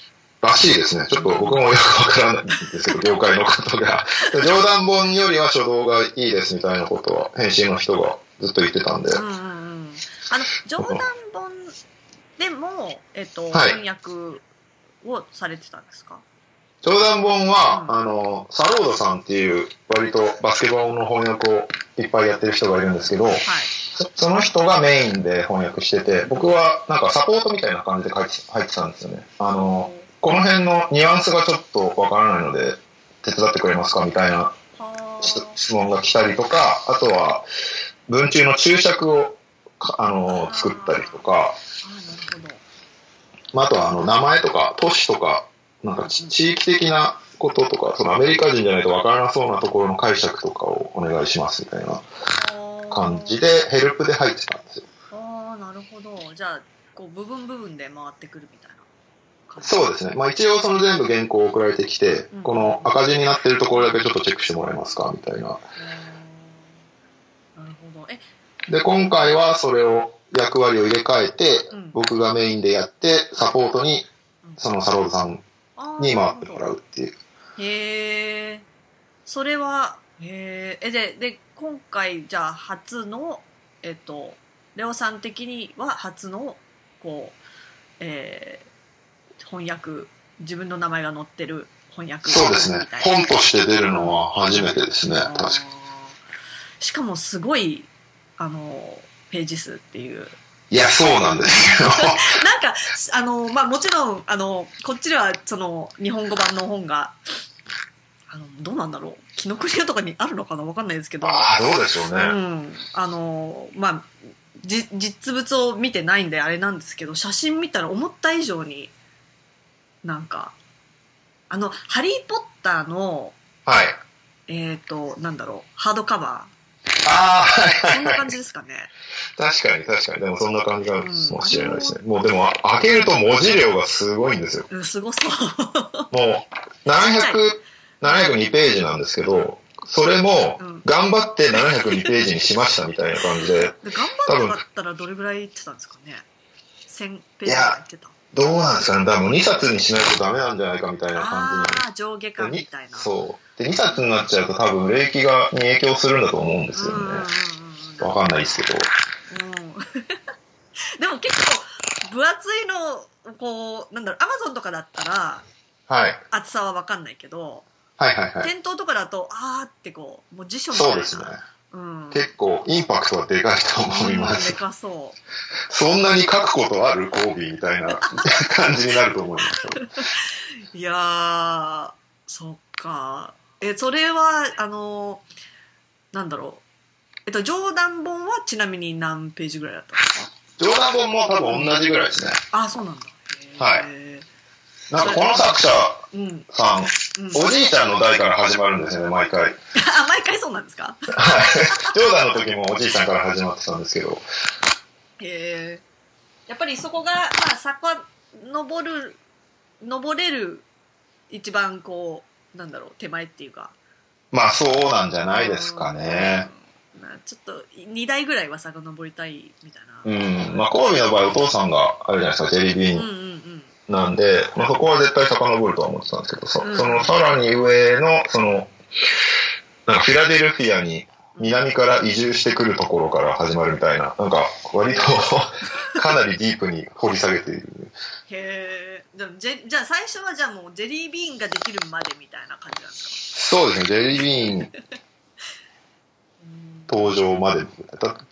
Speaker 2: らしいですね。ちょっと僕もよくわからないんですけど、業界のこと が。冗談本よりは初動がいいですみたいなことは、編集の人がずっと言ってたんで。
Speaker 1: うんうんうん。あの、冗談本でも、えっと、
Speaker 2: はい
Speaker 1: 翻訳をされてたんですか
Speaker 2: 冗談本は、
Speaker 1: うん
Speaker 2: あの、サロードさんっていう、割とバスケボールの翻訳をいっぱいやってる人がいるんですけど、
Speaker 1: はい。
Speaker 2: そその人がメインで翻訳してて、僕はなんかサポートみたいな感じで入って入ってたんですよね。あの、この辺のニュアンスがちょっとわからないので、手伝ってくれますかみたいな
Speaker 1: は
Speaker 2: 質
Speaker 1: ー
Speaker 2: 質問が来たりとか、あとは文中の注釈をかあの
Speaker 1: あー
Speaker 2: 作ったりとか、
Speaker 1: あー、なるほど。
Speaker 2: まあ、あとはあの名前とか都市とか、なんかち地域的なこととか、そのアメリカ人じゃないとわからなそうなところの解釈とかをお願いしますみたいな
Speaker 1: あー
Speaker 2: 感じで、ヘルプで入ってたんですよ。
Speaker 1: ああなるほどじゃあこう部分部分で回ってくるみたいな感じ
Speaker 2: そうですね。まあ一応その全部原稿を送られてきて
Speaker 1: うん、
Speaker 2: この赤字になってるところだけちょっとチェックしてもらえますかみたいな。
Speaker 1: あーなるほどえ
Speaker 2: で、今回はそれを役割を入れ替えて、
Speaker 1: うん
Speaker 2: 僕がメインでやって、サポートに、そのサロードさん
Speaker 1: あー
Speaker 2: に回っても
Speaker 1: な
Speaker 2: ら
Speaker 1: るほ
Speaker 2: うっていう。
Speaker 1: どへえそれはへーえでで今回じゃあ初のえっとレオさん的には初のこうえー翻訳自分の名前が載ってる翻訳
Speaker 2: そうですね
Speaker 1: みたい。な
Speaker 2: 本として出るのは初めてですね。確
Speaker 1: あ
Speaker 2: か
Speaker 1: ーしかもすごいあのページ数っていう
Speaker 2: いや、そうなんで すけど。
Speaker 1: なんかあの、まあ、もちろんあのこっちではその日本語版の本があのどうなんだろう紀ノ国屋とかにあるのかなわかんないですけど、
Speaker 2: ああ、どうでしょう
Speaker 1: う
Speaker 2: ね。
Speaker 1: ん、あのまあじ実物を見てないんであれなんですけど写真見たら思った以上になんかあの「ハリー・ポッターの」
Speaker 2: はい。
Speaker 1: えっ、となんだろうハードカバ
Speaker 2: ああ、
Speaker 1: ー
Speaker 2: は
Speaker 1: そ
Speaker 2: い
Speaker 1: ん
Speaker 2: は
Speaker 1: ない
Speaker 2: は
Speaker 1: 感
Speaker 2: い。
Speaker 1: じですかね。
Speaker 2: 確かに確かに。でもそんな感じかもしれないですね。もうでも、開けると文字量がすごいんですよ。
Speaker 1: うん、すごそう。
Speaker 2: もう、700、702ページなんですけど、それも
Speaker 1: うん、
Speaker 2: 頑張って702ページにしましたみたいな感じで、
Speaker 1: で頑張んなかったらどれぐらいいってたんですかね。1000ページぐらいいってた。
Speaker 2: どうなんですかね多分2冊にしないとダメなんじゃないかみたいな
Speaker 1: あ
Speaker 2: 感
Speaker 1: あー、上下
Speaker 2: じ
Speaker 1: 感
Speaker 2: に。
Speaker 1: みたいな。う。
Speaker 2: そう。で、2冊になっちゃうと多分、霊気が、に影響するんだと思うんですよ
Speaker 1: んうんうん
Speaker 2: ね。
Speaker 1: うん。
Speaker 2: わかんないですけど。
Speaker 1: うんでも結構分厚いのをこうなんだろうアマゾンとかだったら
Speaker 2: はい。
Speaker 1: 厚さは分かんないけど
Speaker 2: はいはいはい。
Speaker 1: 店頭とかだとあーってこうもう辞書みたいな
Speaker 2: そうですね。
Speaker 1: うん、
Speaker 2: 結構インパクトはでかいと思いま
Speaker 1: うん
Speaker 2: す
Speaker 1: で。かそう
Speaker 2: そんなに書くことあるコービーみたいな感じになると思いますよ。
Speaker 1: いやーそっかえそれはあのなんだろうえっと冗談本はちなみに何ページぐらいだったんです
Speaker 2: 冗談本も多分同じぐらいですね。
Speaker 1: かあそうなんだ
Speaker 2: はい
Speaker 1: へ
Speaker 2: なんかこの作者
Speaker 1: ーうん
Speaker 2: さん、
Speaker 1: うん
Speaker 2: おじいちゃんの代から始まるんですよね、毎回。
Speaker 1: あ毎回そうなんですか
Speaker 2: 冗談の時もおじいちゃんから始まってたんですけど。
Speaker 1: へえやっぱりそこがまあ坂登る登れる一番こうなんだろう手前っていうか
Speaker 2: まあそうなんじゃないですかね。
Speaker 1: うん、まあ、ちょっと2台ぐらいは坂登りたいみたいな
Speaker 2: うん。まあコービーの場合お父さんがあるじゃないですか、ジェリービーン
Speaker 1: うんうん
Speaker 2: なんで、まあ、そこは絶対遡るとは思ってたんですけど、そ
Speaker 1: うん
Speaker 2: そのさらに上の、その、なんかフィラデルフィアに南から移住してくるところから始まるみたいな、なんか割と かなりディープに掘り下げている。
Speaker 1: へえじゃあジェじゃあ最初はじゃあもうジェリービーンができるまでみたいな感じなんですか
Speaker 2: そうですね、ジェリービーン
Speaker 1: うん
Speaker 2: 登場まで。だ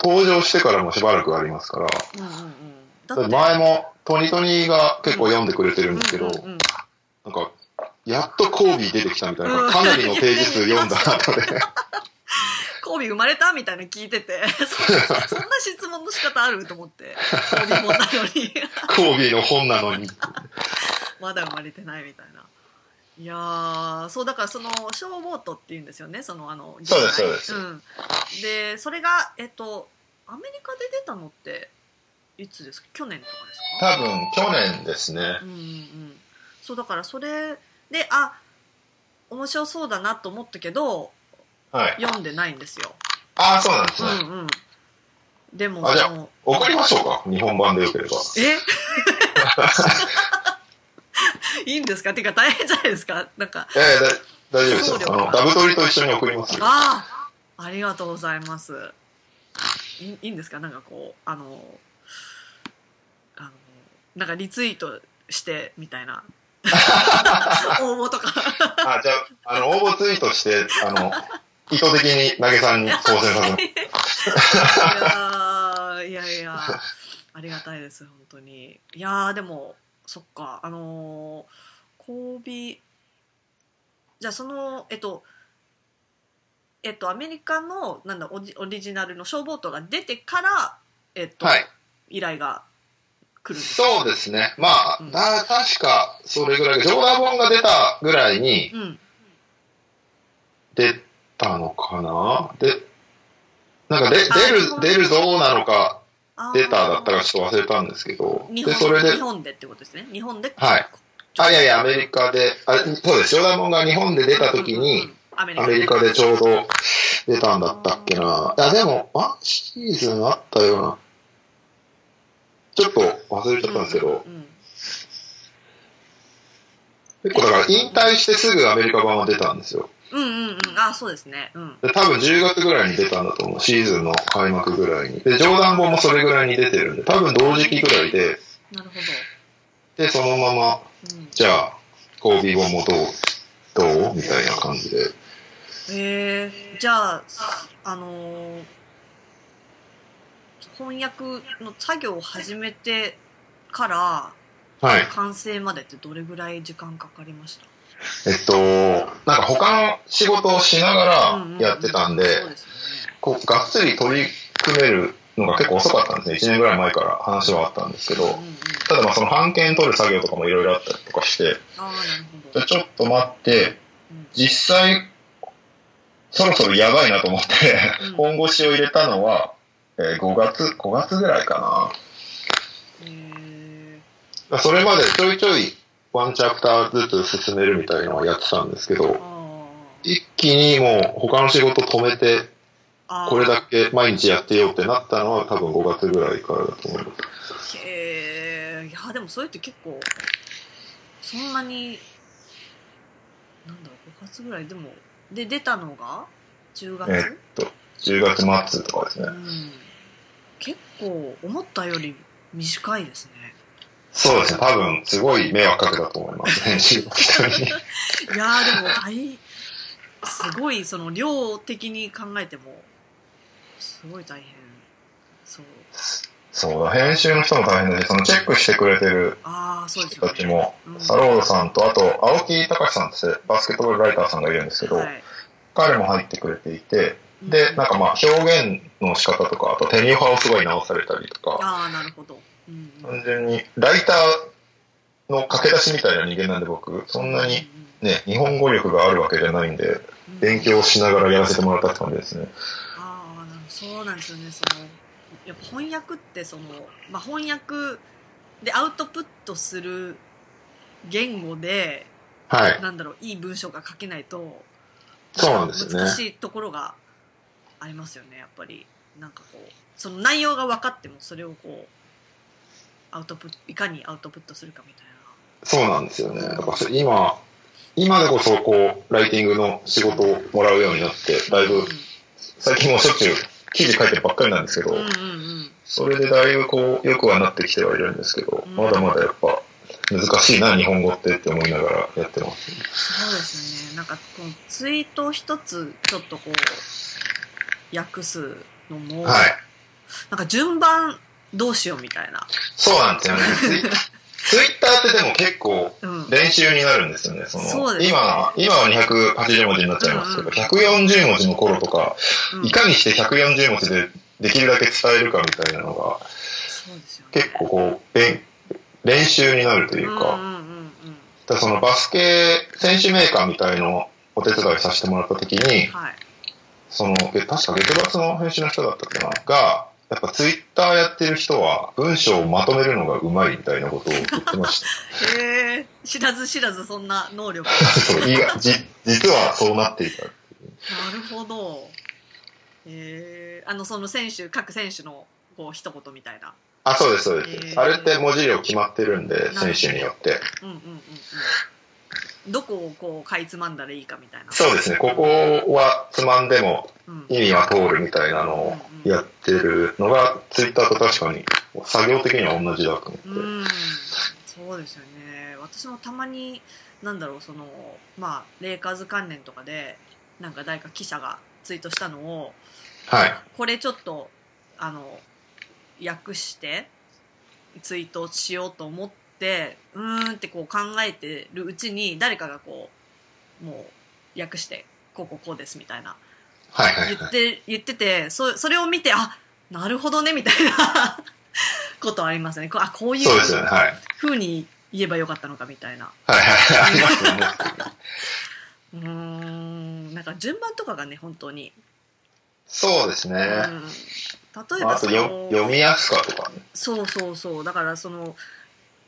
Speaker 2: 登場してからもしばらくありますから、
Speaker 1: うんうんうんだ
Speaker 2: だって前もトニトニが結構読んでくれてるんですけど、
Speaker 1: うんうんうん
Speaker 2: なんか、やっとコービー出てきたみたいな、かなりのページ数読ん だ後で。
Speaker 1: コービー生まれたみたいなの聞いてて そんなそんな質問の仕方あると思ってコービーもなのに
Speaker 2: コービーの本なのに。
Speaker 1: まだ生まれてないみたいないやーそうだからそのショーボートっていうんですよねそのあの
Speaker 2: そうですそうです
Speaker 1: ん、でそれがえっとアメリカで出たのっていつですか去年とかですか
Speaker 2: 多分去年ですね。
Speaker 1: うんうんうんそうだからそれであ面白そうだなと思ったけど
Speaker 2: はい。
Speaker 1: 読んでないんですよ、
Speaker 2: ああ、そうなんですね。
Speaker 1: うんうんでも
Speaker 2: あじゃあ
Speaker 1: その
Speaker 2: 送りましょうか。日本版でよければ。
Speaker 1: え いいんですかてか大変じゃないですかなんか
Speaker 2: ええだ大丈夫です
Speaker 1: 送料
Speaker 2: よ。あの、ダブトリと一緒に送りますよ。
Speaker 1: ああありがとうございますいいいんですかなんかこうあのあのなんかリツイートしてみたい な応募とか
Speaker 2: あ、じゃあ、あの、応募ツイートして、あの、意図的に投げさんに当選させます。
Speaker 1: いやーいやいやありがたいです本当にいやーでもそっかあのー、コービーじゃあそのえっとえっとアメリカのなんだオリオリジナルの消防トが出てからえっと、
Speaker 2: はい。
Speaker 1: 依頼が来るんですか
Speaker 2: そうですね。まあ、
Speaker 1: うん
Speaker 2: だ確か、それぐらい、ジョーダー本が出たぐらいに
Speaker 1: うん
Speaker 2: 出たのかなで、なんかで、
Speaker 1: あ
Speaker 2: 出
Speaker 1: 日本
Speaker 2: る、出るぞなのか、
Speaker 1: あー
Speaker 2: 出ただったかちょっと忘れたんですけど、
Speaker 1: 日
Speaker 2: で、
Speaker 1: 本
Speaker 2: それで
Speaker 1: 日、本でってことですね日本で
Speaker 2: はいあ、いやいや、アメリカで、あそうです、ジョーダンモンが日本で出た時
Speaker 1: うん
Speaker 2: に
Speaker 1: うん、アメリ
Speaker 2: ア
Speaker 1: カ
Speaker 2: メリカでちょうど出たんだったっけな。いや、でも、ワンシーズンあったような。ちょっと忘れちゃったんですけど
Speaker 1: う、んうん
Speaker 2: 結構だから引退してすぐアメリカ版は出たんですよ。
Speaker 1: うんうんうんあそうですねうん
Speaker 2: で多分10月ぐらいに出たんだと思う。シーズンの開幕ぐらいに。で、ジョーダン本もそれぐらいに出てるんで、多分同時期ぐらいで、
Speaker 1: なるほ
Speaker 2: で、そのまま、
Speaker 1: ど、うん、
Speaker 2: じゃあ、コービー本もどう、どうみたいな感じで。
Speaker 1: えー、じゃあ、あのー翻訳の作業を始めてか
Speaker 2: はい
Speaker 1: ら。完成までってどれぐらい時間かかりました
Speaker 2: えっと、なんか他の仕事をしなが
Speaker 1: うんうんうん
Speaker 2: らやってたんで、
Speaker 1: そうですよね
Speaker 2: こうがっつり取り組めるのが結構遅かったんですね。1年ぐらい前から話はあったんですけど
Speaker 1: うん、うん、
Speaker 2: ただまあその判件取る作業とかもいろいろあったりとかして、
Speaker 1: ああなるほど
Speaker 2: じゃあちょっと待って、実際、そろそろやばいなと思って、
Speaker 1: うん
Speaker 2: 本腰を入れたのは、え5月、5月ぐらいか
Speaker 1: え
Speaker 2: な。それまでちょいちょいワンチャプターずつ進めるみたいなのをやってたんですけ
Speaker 1: ー
Speaker 2: ど、
Speaker 1: あー
Speaker 2: 一気にもう他の仕事止めて、
Speaker 1: あー
Speaker 2: これだけ毎日やってようってなったのは多分5月ぐらいからだと思います。
Speaker 1: へえいやでもそれって結構そんなになんだろう5月ぐらいでもで出たのが10月、
Speaker 2: え10月末とかですね
Speaker 1: う。ん結構思ったより短いですね
Speaker 2: そうですね。多分すごい迷惑かけたと思います。編集の人に。
Speaker 1: いやーでも大すごいその量的に考えてもすごい大変そう
Speaker 2: そうだ、編集の人も大変だし、そのチェックしてくれてる
Speaker 1: ああそうです
Speaker 2: 人
Speaker 1: よ
Speaker 2: た
Speaker 1: ね
Speaker 2: ちも
Speaker 1: う、ん
Speaker 2: サロードさんと、あと、青木隆さんってバスケットボールライターさんがいるんですけど、
Speaker 1: はい
Speaker 2: 彼も入ってくれていて、
Speaker 1: うん
Speaker 2: で、なんかまあ、表現の仕方とか、あと手に派をすごい直されたりとか、
Speaker 1: ああなるほど、うんうん
Speaker 2: 単純に、ライターの駆け出しみたいな人間なんで僕、そんなにね、日本語力があるわけじゃないんで、
Speaker 1: うんうん
Speaker 2: 勉強しながらやらせてもらったって感じですね。
Speaker 1: ああなるそうなんですよねそのやっぱ翻訳ってその、まあ、翻訳でアウトプットする言語で
Speaker 2: はい。
Speaker 1: なんだろういい文章が書けないと
Speaker 2: そうなんですよね
Speaker 1: 難しいところがありますよねやっぱりなんかこうその内容が分かってもそれをこうアウトプットいかにアウトプットするかみたい
Speaker 2: そうなんですよね。だから今、今でこそこう、ライティングの仕事をもらうようになって、だい
Speaker 1: な、
Speaker 2: ぶ、最近もうしょっちゅう記事書いてるばっかりなんですけど、
Speaker 1: うん、うんうんうん
Speaker 2: それでだいぶこう、よくはなってきてはいるんですけど、
Speaker 1: うん
Speaker 2: まだまだやっぱ、難しいな、日本語ってって思いながらやってま
Speaker 1: そ
Speaker 2: す。
Speaker 1: うですよねなんかこのツイート一つちょっとこう訳すのも、
Speaker 2: はい。
Speaker 1: なんか順番どうしようみたいな、
Speaker 2: そうなんですよね。ツ イツイッターってでも結構、
Speaker 1: うん、
Speaker 2: 練習になるんですよね。その
Speaker 1: そうですね
Speaker 2: 今、今は280文字になっちゃいますけど、
Speaker 1: うん
Speaker 2: 140文字の頃とか、
Speaker 1: うん
Speaker 2: いかにして140文字でできるだけ伝えるかみたいなのが、
Speaker 1: そうですよね
Speaker 2: 結構こう、練練習になるというか、
Speaker 1: うんうんうんうん
Speaker 2: だからそのバスケ選手メーカーみたいのをお手伝いさせてもらった時に、
Speaker 1: はい
Speaker 2: その、え確か月末の編集の人だったかな、が、やっぱツイッターやってる人は文章をまとめるのがうまいみたいなことを言ってました。
Speaker 1: へえ知らず知らずそんな能力
Speaker 2: そういやじ実はそうなっていた。
Speaker 1: なるほどへえあのその選手各選手のこう一言みたいな
Speaker 2: あ、そうです、そうです。
Speaker 1: へー
Speaker 2: あれって文字量決まってるんで、
Speaker 1: なるほど
Speaker 2: 選手によって。
Speaker 1: うんうんうんうんどこをこうかいつまんだらいいかみたいな
Speaker 2: そうですね、ここはつまんでも
Speaker 1: うん
Speaker 2: 意味は通るみたいなのをやってるのが、ツイッターと確かに作業的には同じだと思って。
Speaker 1: うん、そうですよね私もたまになんだろうそのまあレイカーズ関連とかでなんか誰か記者がツイートしたのを
Speaker 2: はい。
Speaker 1: これちょっとあの訳してツイートしようと思ってうーんってこう考えてるうちに誰かがこうもう訳してこうこうこうですみたいな
Speaker 2: はいはい
Speaker 1: 言
Speaker 2: は
Speaker 1: っ
Speaker 2: い。
Speaker 1: て言っててそそれを見てあなるほどねみたいな ことはありますねこうあこういう
Speaker 2: そうですよね、はい。
Speaker 1: ふうに言えばよかったのかみたいな
Speaker 2: はいはいはい。ありますよね。
Speaker 1: うーんなんか順番とかがね本当に、
Speaker 2: そうですね。
Speaker 1: うん、例えば
Speaker 2: あ
Speaker 1: そ
Speaker 2: と
Speaker 1: の
Speaker 2: よ読みやすかとかね。
Speaker 1: そうそうそうだからその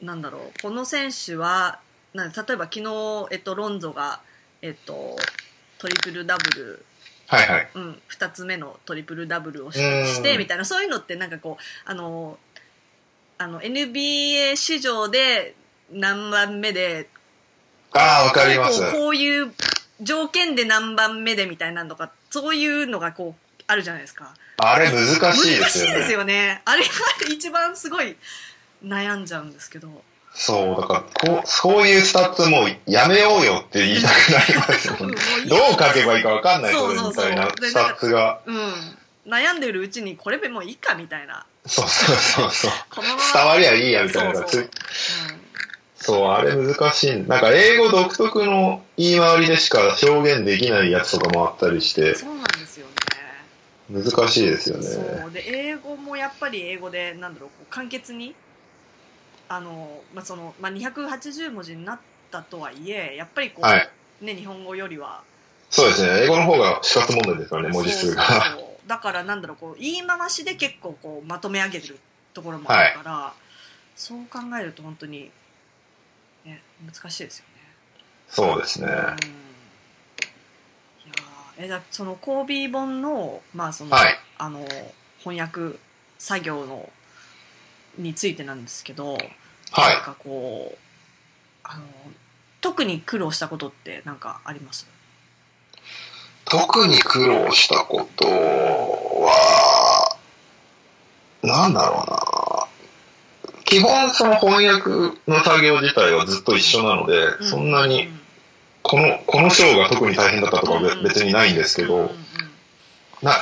Speaker 1: なんだろうこの選手はなん例えば昨日、えっと、ロンゾが、えっと、トリプルダブル、
Speaker 2: はいはい。
Speaker 1: うん、2つ目のトリプルダブルをし
Speaker 2: うん
Speaker 1: してみたいなそういうのってなんかこうあのあの NBA 史上で何番目で
Speaker 2: ああ、わかります。
Speaker 1: こうこういう条件で何番目でみたいなのとかそういうのがこうあるじゃないですか
Speaker 2: あれ難
Speaker 1: 難
Speaker 2: し
Speaker 1: しい
Speaker 2: いで
Speaker 1: ですす
Speaker 2: よ
Speaker 1: よね
Speaker 2: ね。
Speaker 1: あれが一番すごい悩んじゃうんですけど
Speaker 2: そう、だからこう、そういうスタッツもうやめようよって言いたくなりますよ
Speaker 1: うん
Speaker 2: ね
Speaker 1: も。いい
Speaker 2: どう書けばいいかわかんない、
Speaker 1: そ
Speaker 2: そうれ
Speaker 1: そう
Speaker 2: み
Speaker 1: そう
Speaker 2: たいな
Speaker 1: で
Speaker 2: スタッツが。
Speaker 1: うん、悩んでるうちにこれでもういいかみたいな
Speaker 2: そうそうそうそう。
Speaker 1: このま
Speaker 2: 伝
Speaker 1: ま、
Speaker 2: わりゃいいやみたいなのが
Speaker 1: そう
Speaker 2: つ
Speaker 1: そう
Speaker 2: そう、あれ難しい。なんか英語独特の言い回りでしか表現できないやつとかもあったりし
Speaker 1: う
Speaker 2: て
Speaker 1: ん、、そうなんですよね
Speaker 2: 難しいですよね。
Speaker 1: そうで英語もやっぱり英語でなんだろうこう簡潔にあの、まあそのまあ、280文字になったとはいえやっぱりこう、
Speaker 2: はい。
Speaker 1: ね、日本語よりは
Speaker 2: そうですね。英語の方が死活問題ですからね、文字数
Speaker 1: そう
Speaker 2: が。
Speaker 1: そうそうだからなんだろうこう言い回しで結構こうまとめ上げてるところもあるから、そう考えると本当に、ね、難しいですよね。
Speaker 2: そうですね。
Speaker 1: うんいやーえだそのコービー本の,、まあその
Speaker 2: はい
Speaker 1: あの翻訳作業のについてなんですけど、
Speaker 2: はい
Speaker 1: なん。かこうあの特に苦労したことってなんかあります
Speaker 2: 特に苦労したことは、なんだろうな。基本その翻訳の作業自体はずっと一緒なので、そんなに
Speaker 1: う
Speaker 2: ここの、この章が特に大変だったとかべ別にないんですけ
Speaker 1: うんうんう、
Speaker 2: ど
Speaker 1: ん
Speaker 2: な、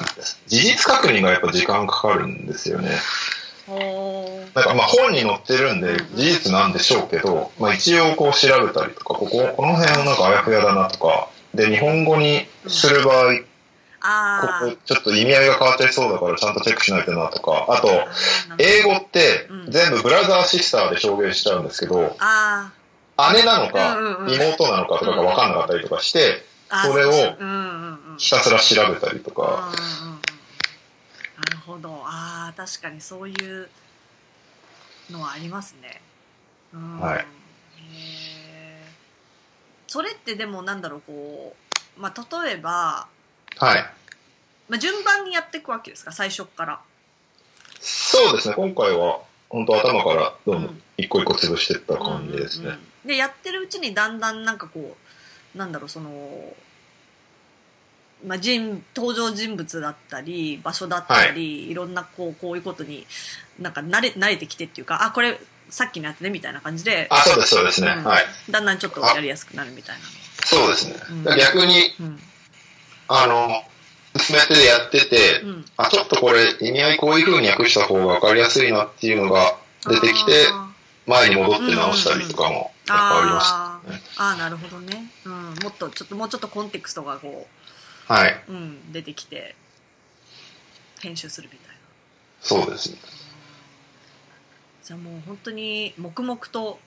Speaker 2: 事実確認がやっぱ時間かかるんですよね。
Speaker 1: ほー
Speaker 2: なんかまあ本に載ってるんで
Speaker 1: うん
Speaker 2: 事実なんでしょうけど、まあ一応こう調べたりとか、ここ、この辺はなんかあやふやだなとか、で、日本語にする場合、
Speaker 1: あー
Speaker 2: ここちょっと意味合いが変わってそうだからちゃんとチェックしないとなとか、あと、
Speaker 1: あーなるほど
Speaker 2: 英語って
Speaker 1: うん
Speaker 2: 全部ブラザーシスターで表現しちゃうんですけど、
Speaker 1: あー
Speaker 2: 姉な
Speaker 1: う
Speaker 2: の
Speaker 1: んう
Speaker 2: か
Speaker 1: んうん
Speaker 2: 妹なのかとかが分かんなかったりとかして、
Speaker 1: あー
Speaker 2: それを
Speaker 1: うんうんうん
Speaker 2: ひたすら調べたりとか、
Speaker 1: うんうんうんうんなるほどああ確かにそういうのはありますね。うん
Speaker 2: はい
Speaker 1: へえそれってでもなんだろうこう、まあ、例えば、
Speaker 2: はい。
Speaker 1: まあ、順番にやっていくわけですか最初っから。
Speaker 2: そうですね、今回は本当頭からどんどん一個一個潰していった感じですね。
Speaker 1: うんうんうんでやってるうちにだんだんなんかこうなんだろうその、まあ、人登場人物だったり場所だったり、い、ろんなこうこういうことになんか慣れ慣れてきてっていうかあこれさっきのやつねみたいな感じで
Speaker 2: あ、そうです、そうですね。
Speaker 1: うん
Speaker 2: はい。
Speaker 1: だんだんちょっとやりやすくなるみたい
Speaker 2: そうですね。
Speaker 1: うん
Speaker 2: 逆に、
Speaker 1: な。うん
Speaker 2: あの、進めてやってて、
Speaker 1: うん、
Speaker 2: あ、ちょっとこれ意味合いこういう風に訳した方が分かりやすいなっていうのが出てきて、
Speaker 1: あ
Speaker 2: 前に戻って直したりとかも
Speaker 1: ー
Speaker 2: やっぱありまし
Speaker 1: あーあーなるほどね、うん、もっとちょっともうちょっとコンテクストがこ
Speaker 2: た。はい。
Speaker 1: う、うん、出てきて編集するみたいな。
Speaker 2: そうですね。
Speaker 1: じゃあもう本当に黙々と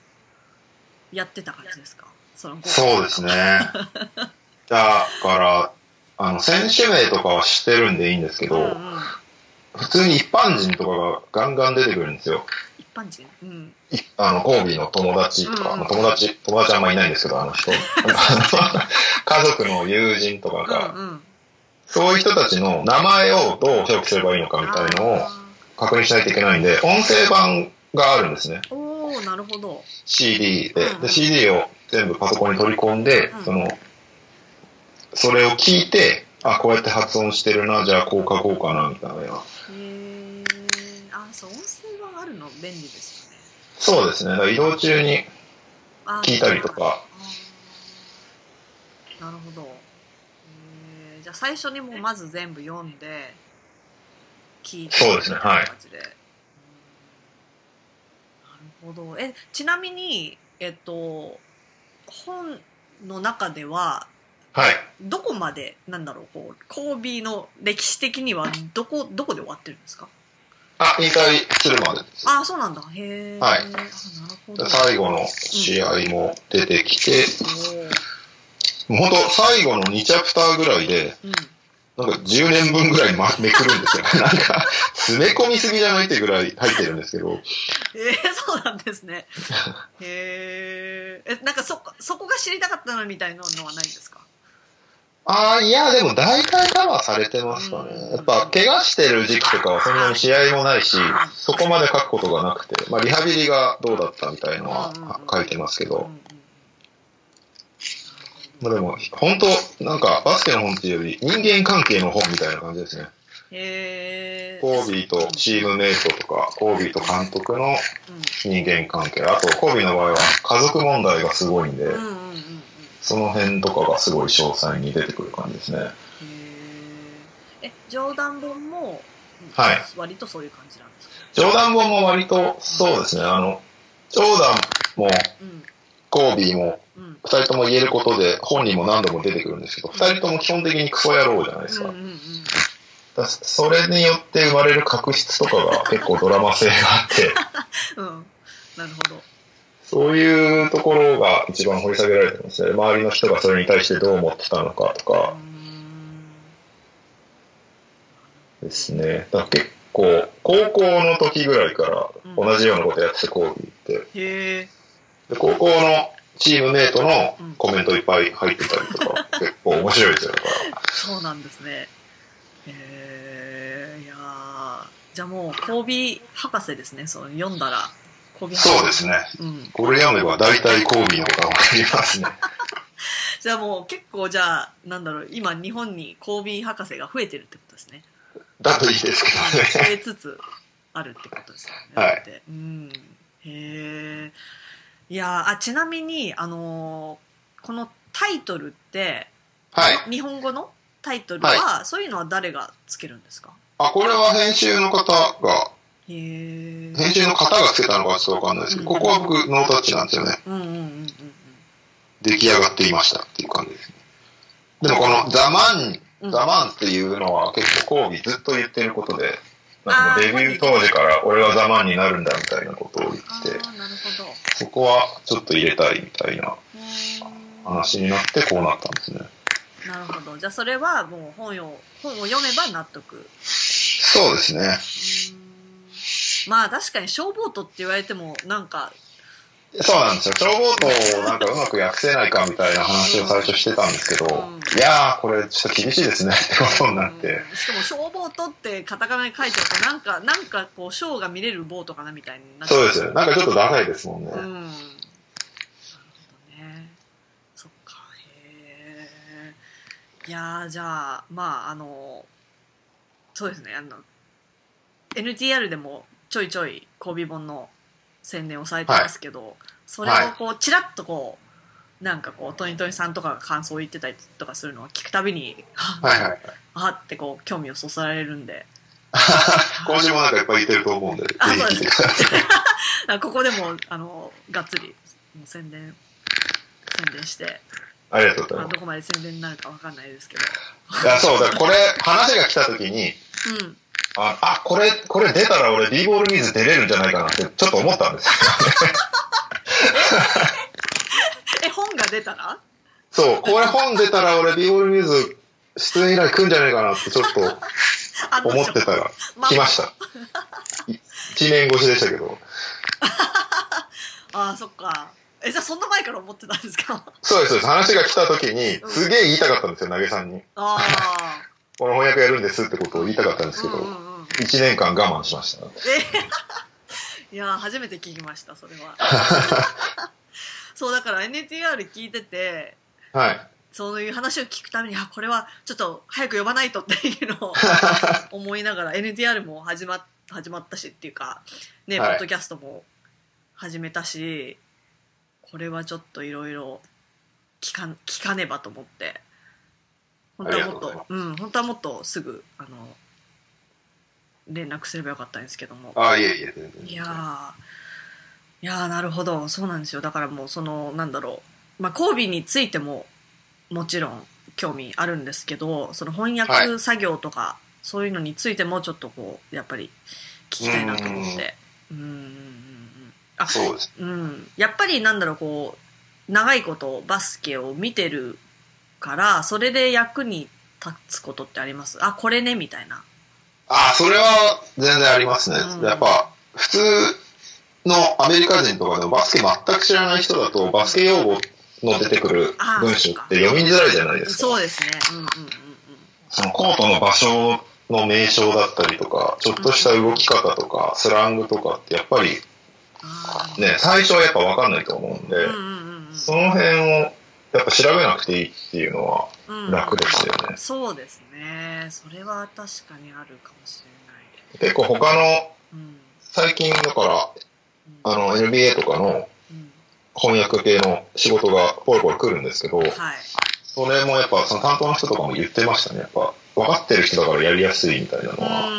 Speaker 1: やってた感じですかその後
Speaker 2: そうで すね。だから、あの、選手名とかは知ってるんでいいんですけど、
Speaker 1: うんうん、
Speaker 2: 普通に一般人とかがガンガン出てくるんですよ。
Speaker 1: 一般人、うん、
Speaker 2: いあの、コービーの友達とか、
Speaker 1: うん
Speaker 2: まあ友達、友達あんまいないんですけど、あの 人。家族の友人とかが、
Speaker 1: うんうん
Speaker 2: そういう人たちの名前をどう表記すればいいのかみたいのを
Speaker 1: あ
Speaker 2: 確認しないといけないんで、音声版があるんですね。
Speaker 1: ーおおなるほど
Speaker 2: CD で。
Speaker 1: うんう
Speaker 2: で、
Speaker 1: ん
Speaker 2: CD を全部パソコンに取り込んで
Speaker 1: う、ん
Speaker 2: その、それを聞いて、あ、こうやって発音してるな、じゃあこう書こうかな、みたいな。
Speaker 1: へえあそう音声版あるの便利ですよね
Speaker 2: そうですね。だから移動中に
Speaker 1: あー
Speaker 2: 聞いたりと
Speaker 1: あ
Speaker 2: か
Speaker 1: ーなるほどへーじゃあ最初にもうまず全部読んで聞いて
Speaker 2: そうですねはい
Speaker 1: みたな感じでうんなるほどえちなみにえっと本の中では
Speaker 2: はい。
Speaker 1: どこまでなんだろうこうコービーの歴史的にはどこどこで終わってるんですか
Speaker 2: あ、引退するまでです。
Speaker 1: ああそうなんだへえ、
Speaker 2: はい
Speaker 1: あなるほど
Speaker 2: 最後の試合も出てきて、
Speaker 1: おー
Speaker 2: もうほんと最後の2チャプターぐらいで、
Speaker 1: うん
Speaker 2: なんか10年分ぐらいまめくるんですよ。 なんか、詰め込みすぎじゃないってぐらい入ってるんですけど、
Speaker 1: えー、 そうなんですね。へーえ、なんかそこ、そこが知りたかったのみたいなのはないんですか
Speaker 2: ああ、いや、でも大体カバーされてますか
Speaker 1: うん
Speaker 2: ね。やっぱ、怪我してる時期とかはそんなに試合もないし、そこまで書くことがなくて、まあ、リハビリがどうだったみたいのは書いてますけ
Speaker 1: うんうんう、
Speaker 2: ど
Speaker 1: ん
Speaker 2: まあでも、本当なんか、バスケの本っていうより、人間関係の本みたいな感じですね。
Speaker 1: へー
Speaker 2: コービーとチームメイトとか、コービーと監督の
Speaker 1: う
Speaker 2: 人間関係、あとコービーの場合は家族問題がすごいんで、
Speaker 1: んうんうんうんうん。へ
Speaker 2: その辺とかがすごい詳細に出てくる感じですね。
Speaker 1: ーえ、冗談本も、
Speaker 2: はい
Speaker 1: 割とそういう感じなんですか
Speaker 2: 冗談本も割とそうですね、あの、冗談も
Speaker 1: うん。
Speaker 2: コービーも
Speaker 1: うん。
Speaker 2: 二人とも言えることで本人も何度も出てくるんですけど、二人とも基本的にクソ野郎じゃないです
Speaker 1: うん
Speaker 2: か。
Speaker 1: うんうん。
Speaker 2: だそれによって生まれる確執とかが結構ドラマ性が あって、
Speaker 1: うん。なるほど。
Speaker 2: そういうところが一番掘り下げられてますね。周りの人がそれに対してどう思ってたのかと
Speaker 1: うー
Speaker 2: か
Speaker 1: ん
Speaker 2: ですね。だから結構、高校の時ぐらいから同じようなことやってて、コービーって。
Speaker 1: へえ。
Speaker 2: で高校のチームメイトのコメントいっぱい入ってたりとか、結構面白いですよ。だから
Speaker 1: そうなんですね。えー、いやーじゃあもう、コービー博士ですね。そう読んだら、コービー博士。
Speaker 2: そうですね。
Speaker 1: うん。
Speaker 2: これ読めば大体コービーのことがわかりますね。
Speaker 1: じゃあもう結構、じゃあ、なんだろう、今日本にコービー博士が増えてるってことですね。
Speaker 2: だといいですけどね。
Speaker 1: 増えつつあるってことですよね。
Speaker 2: はい
Speaker 1: だってうん。へえ。いやーあ、ちなみに、あのーこのタイトルって、
Speaker 2: はい。
Speaker 1: 日本語のタイトルは、そういうのは誰がつけるんですか
Speaker 2: あ、これは編集の方が、
Speaker 1: へえ
Speaker 2: 編集の方がつけたのかちょっとわかんないですけど、ここは僕ノータッチなんですよね。
Speaker 1: うんうんうんうん
Speaker 2: 出来上がっていましたっていう感じですね。でもこのザマン、
Speaker 1: うん
Speaker 2: ザマンっていうのは結構講義ずっと言ってることで、なんかもうデビュー当時から俺はザマンになるんだみたいなことを言っ
Speaker 1: あ
Speaker 2: て、
Speaker 1: あなるほど
Speaker 2: そこはちょっと入れたいみたいな
Speaker 1: うーん
Speaker 2: 話になってこうなったんですね。
Speaker 1: なるほどじゃあそれはもう本を本を読めば納得う
Speaker 2: そうですね。
Speaker 1: ーんまあ確かに消防とって言われてもなんか
Speaker 2: そうなんですよ。消防となんかうまく訳せないかみたいな話を最初してたんですけど、
Speaker 1: うん
Speaker 2: いやー、これちょっと厳しいですね ってことにな
Speaker 1: う
Speaker 2: って。
Speaker 1: んしかも消防とってカタカナに書いてあるとなんかなんかこうショーが見れるボートかなみたいになっちゃ
Speaker 2: そうですよね。なんかちょっとダサいですもん
Speaker 1: うん。
Speaker 2: ね。
Speaker 1: なるほどね。そっか、へえ。いやー、じゃあ、まあ、あの、そうですね、あの、NTR でもちょいちょい交尾本の宣伝をされてますけど、それをこう、ちらっとこう、なんかこう、トニトニさんとかが感想を言ってたりとかするのを聞くたびに、
Speaker 2: はいはい。
Speaker 1: あってこう、興味をそそられるんで、
Speaker 2: 今週もなんかいっぱいいてると思うんで、ぜ
Speaker 1: あ
Speaker 2: ひ
Speaker 1: そう
Speaker 2: 聞
Speaker 1: で
Speaker 2: い
Speaker 1: す
Speaker 2: てください。
Speaker 1: あここでも、あの、がっつり宣伝、宣伝して、
Speaker 2: ありがとうござ
Speaker 1: ま
Speaker 2: い
Speaker 1: あ、
Speaker 2: ま
Speaker 1: どこまで宣伝になるかわかんないですけど。
Speaker 2: す。いや、そう、だからこれ、話が来た時に、
Speaker 1: うん。
Speaker 2: あ、あこれ、これ出たら俺 D ボールミーズ出れるんじゃないかなって、ちょっと思ったんですよ。
Speaker 1: え、本が出たら
Speaker 2: そう、これ本出たら俺 D ボールミーズ出演依頼来るんじゃないかなって、ちょっと。
Speaker 1: あ
Speaker 2: 思って たら来ました。1年越しでしたけど。
Speaker 1: ああ、そっか。え、じゃあそんな前から思ってたんです か
Speaker 2: そうです、そうです。話が来た時に、すげえ言いたかったんですよ、投げさんに。
Speaker 1: ああ。
Speaker 2: この翻訳やるんですってことを言いたかったんですけど、
Speaker 1: うんうんうん。
Speaker 2: 1年間我慢しました。
Speaker 1: え いやー、初めて聞きました、それ は。そう、だから NTR 聞いてて、
Speaker 2: はい。
Speaker 1: そういう話を聞くために、あ、これはちょっと早く呼ばないとっていう のを思いながら、NTR も始ま始まったしっていうか、ね、
Speaker 2: はい
Speaker 1: ポッドキャストも始めたし、これはちょっといろいろ聞か聞かねばと思って、本当はもっ
Speaker 2: ありが
Speaker 1: と、うん、本当はもっとすぐ、あの、連絡すればよかったんですけども。
Speaker 2: ああ、いえいえ、全然。
Speaker 1: いやーいやーなるほどそうなんですよだからもうそのなんだろうまあ交尾についてももちろん興味あるんですけどその翻
Speaker 2: は
Speaker 1: 訳作業とか、そういうのについてもちょっとこうやっぱり聞きたいなと思ってうんうんうんうんあ
Speaker 2: そうです。
Speaker 1: うん、やっぱりなんだろうこう長いことバスケを見てるからそれで役に立つことってありますあこれねみたいな
Speaker 2: ああ、それは全然ありますね。
Speaker 1: うん
Speaker 2: やっぱ、普通のアメリカ人とかのバスケ全く知らない人だと、バスケ用語の出てくる文章って読みづらいじゃないですか。
Speaker 1: そうですねうんうんうんうん
Speaker 2: そのコートの場所の名称だったりとか、ちょっとした動き方とか、スラングとかってやっぱり
Speaker 1: あー
Speaker 2: ね、最初はやっぱ分かんないと思うんで、
Speaker 1: うんうんうんうん
Speaker 2: その辺をやっぱ調べなくていいっていうのは
Speaker 1: うん
Speaker 2: 楽でしたよね。
Speaker 1: そうですねそれは確かにあるかもしれ
Speaker 2: 結構他の、
Speaker 1: ないうん
Speaker 2: 最近だから、
Speaker 1: うん
Speaker 2: あの NBA とかの
Speaker 1: うん
Speaker 2: 翻訳系の仕事がポロポロ来るんですけど、
Speaker 1: はい
Speaker 2: それもやっぱその担当の人とかも言ってましたね。やっぱ分かってる人だからやりやすいみたいなのは、
Speaker 1: うん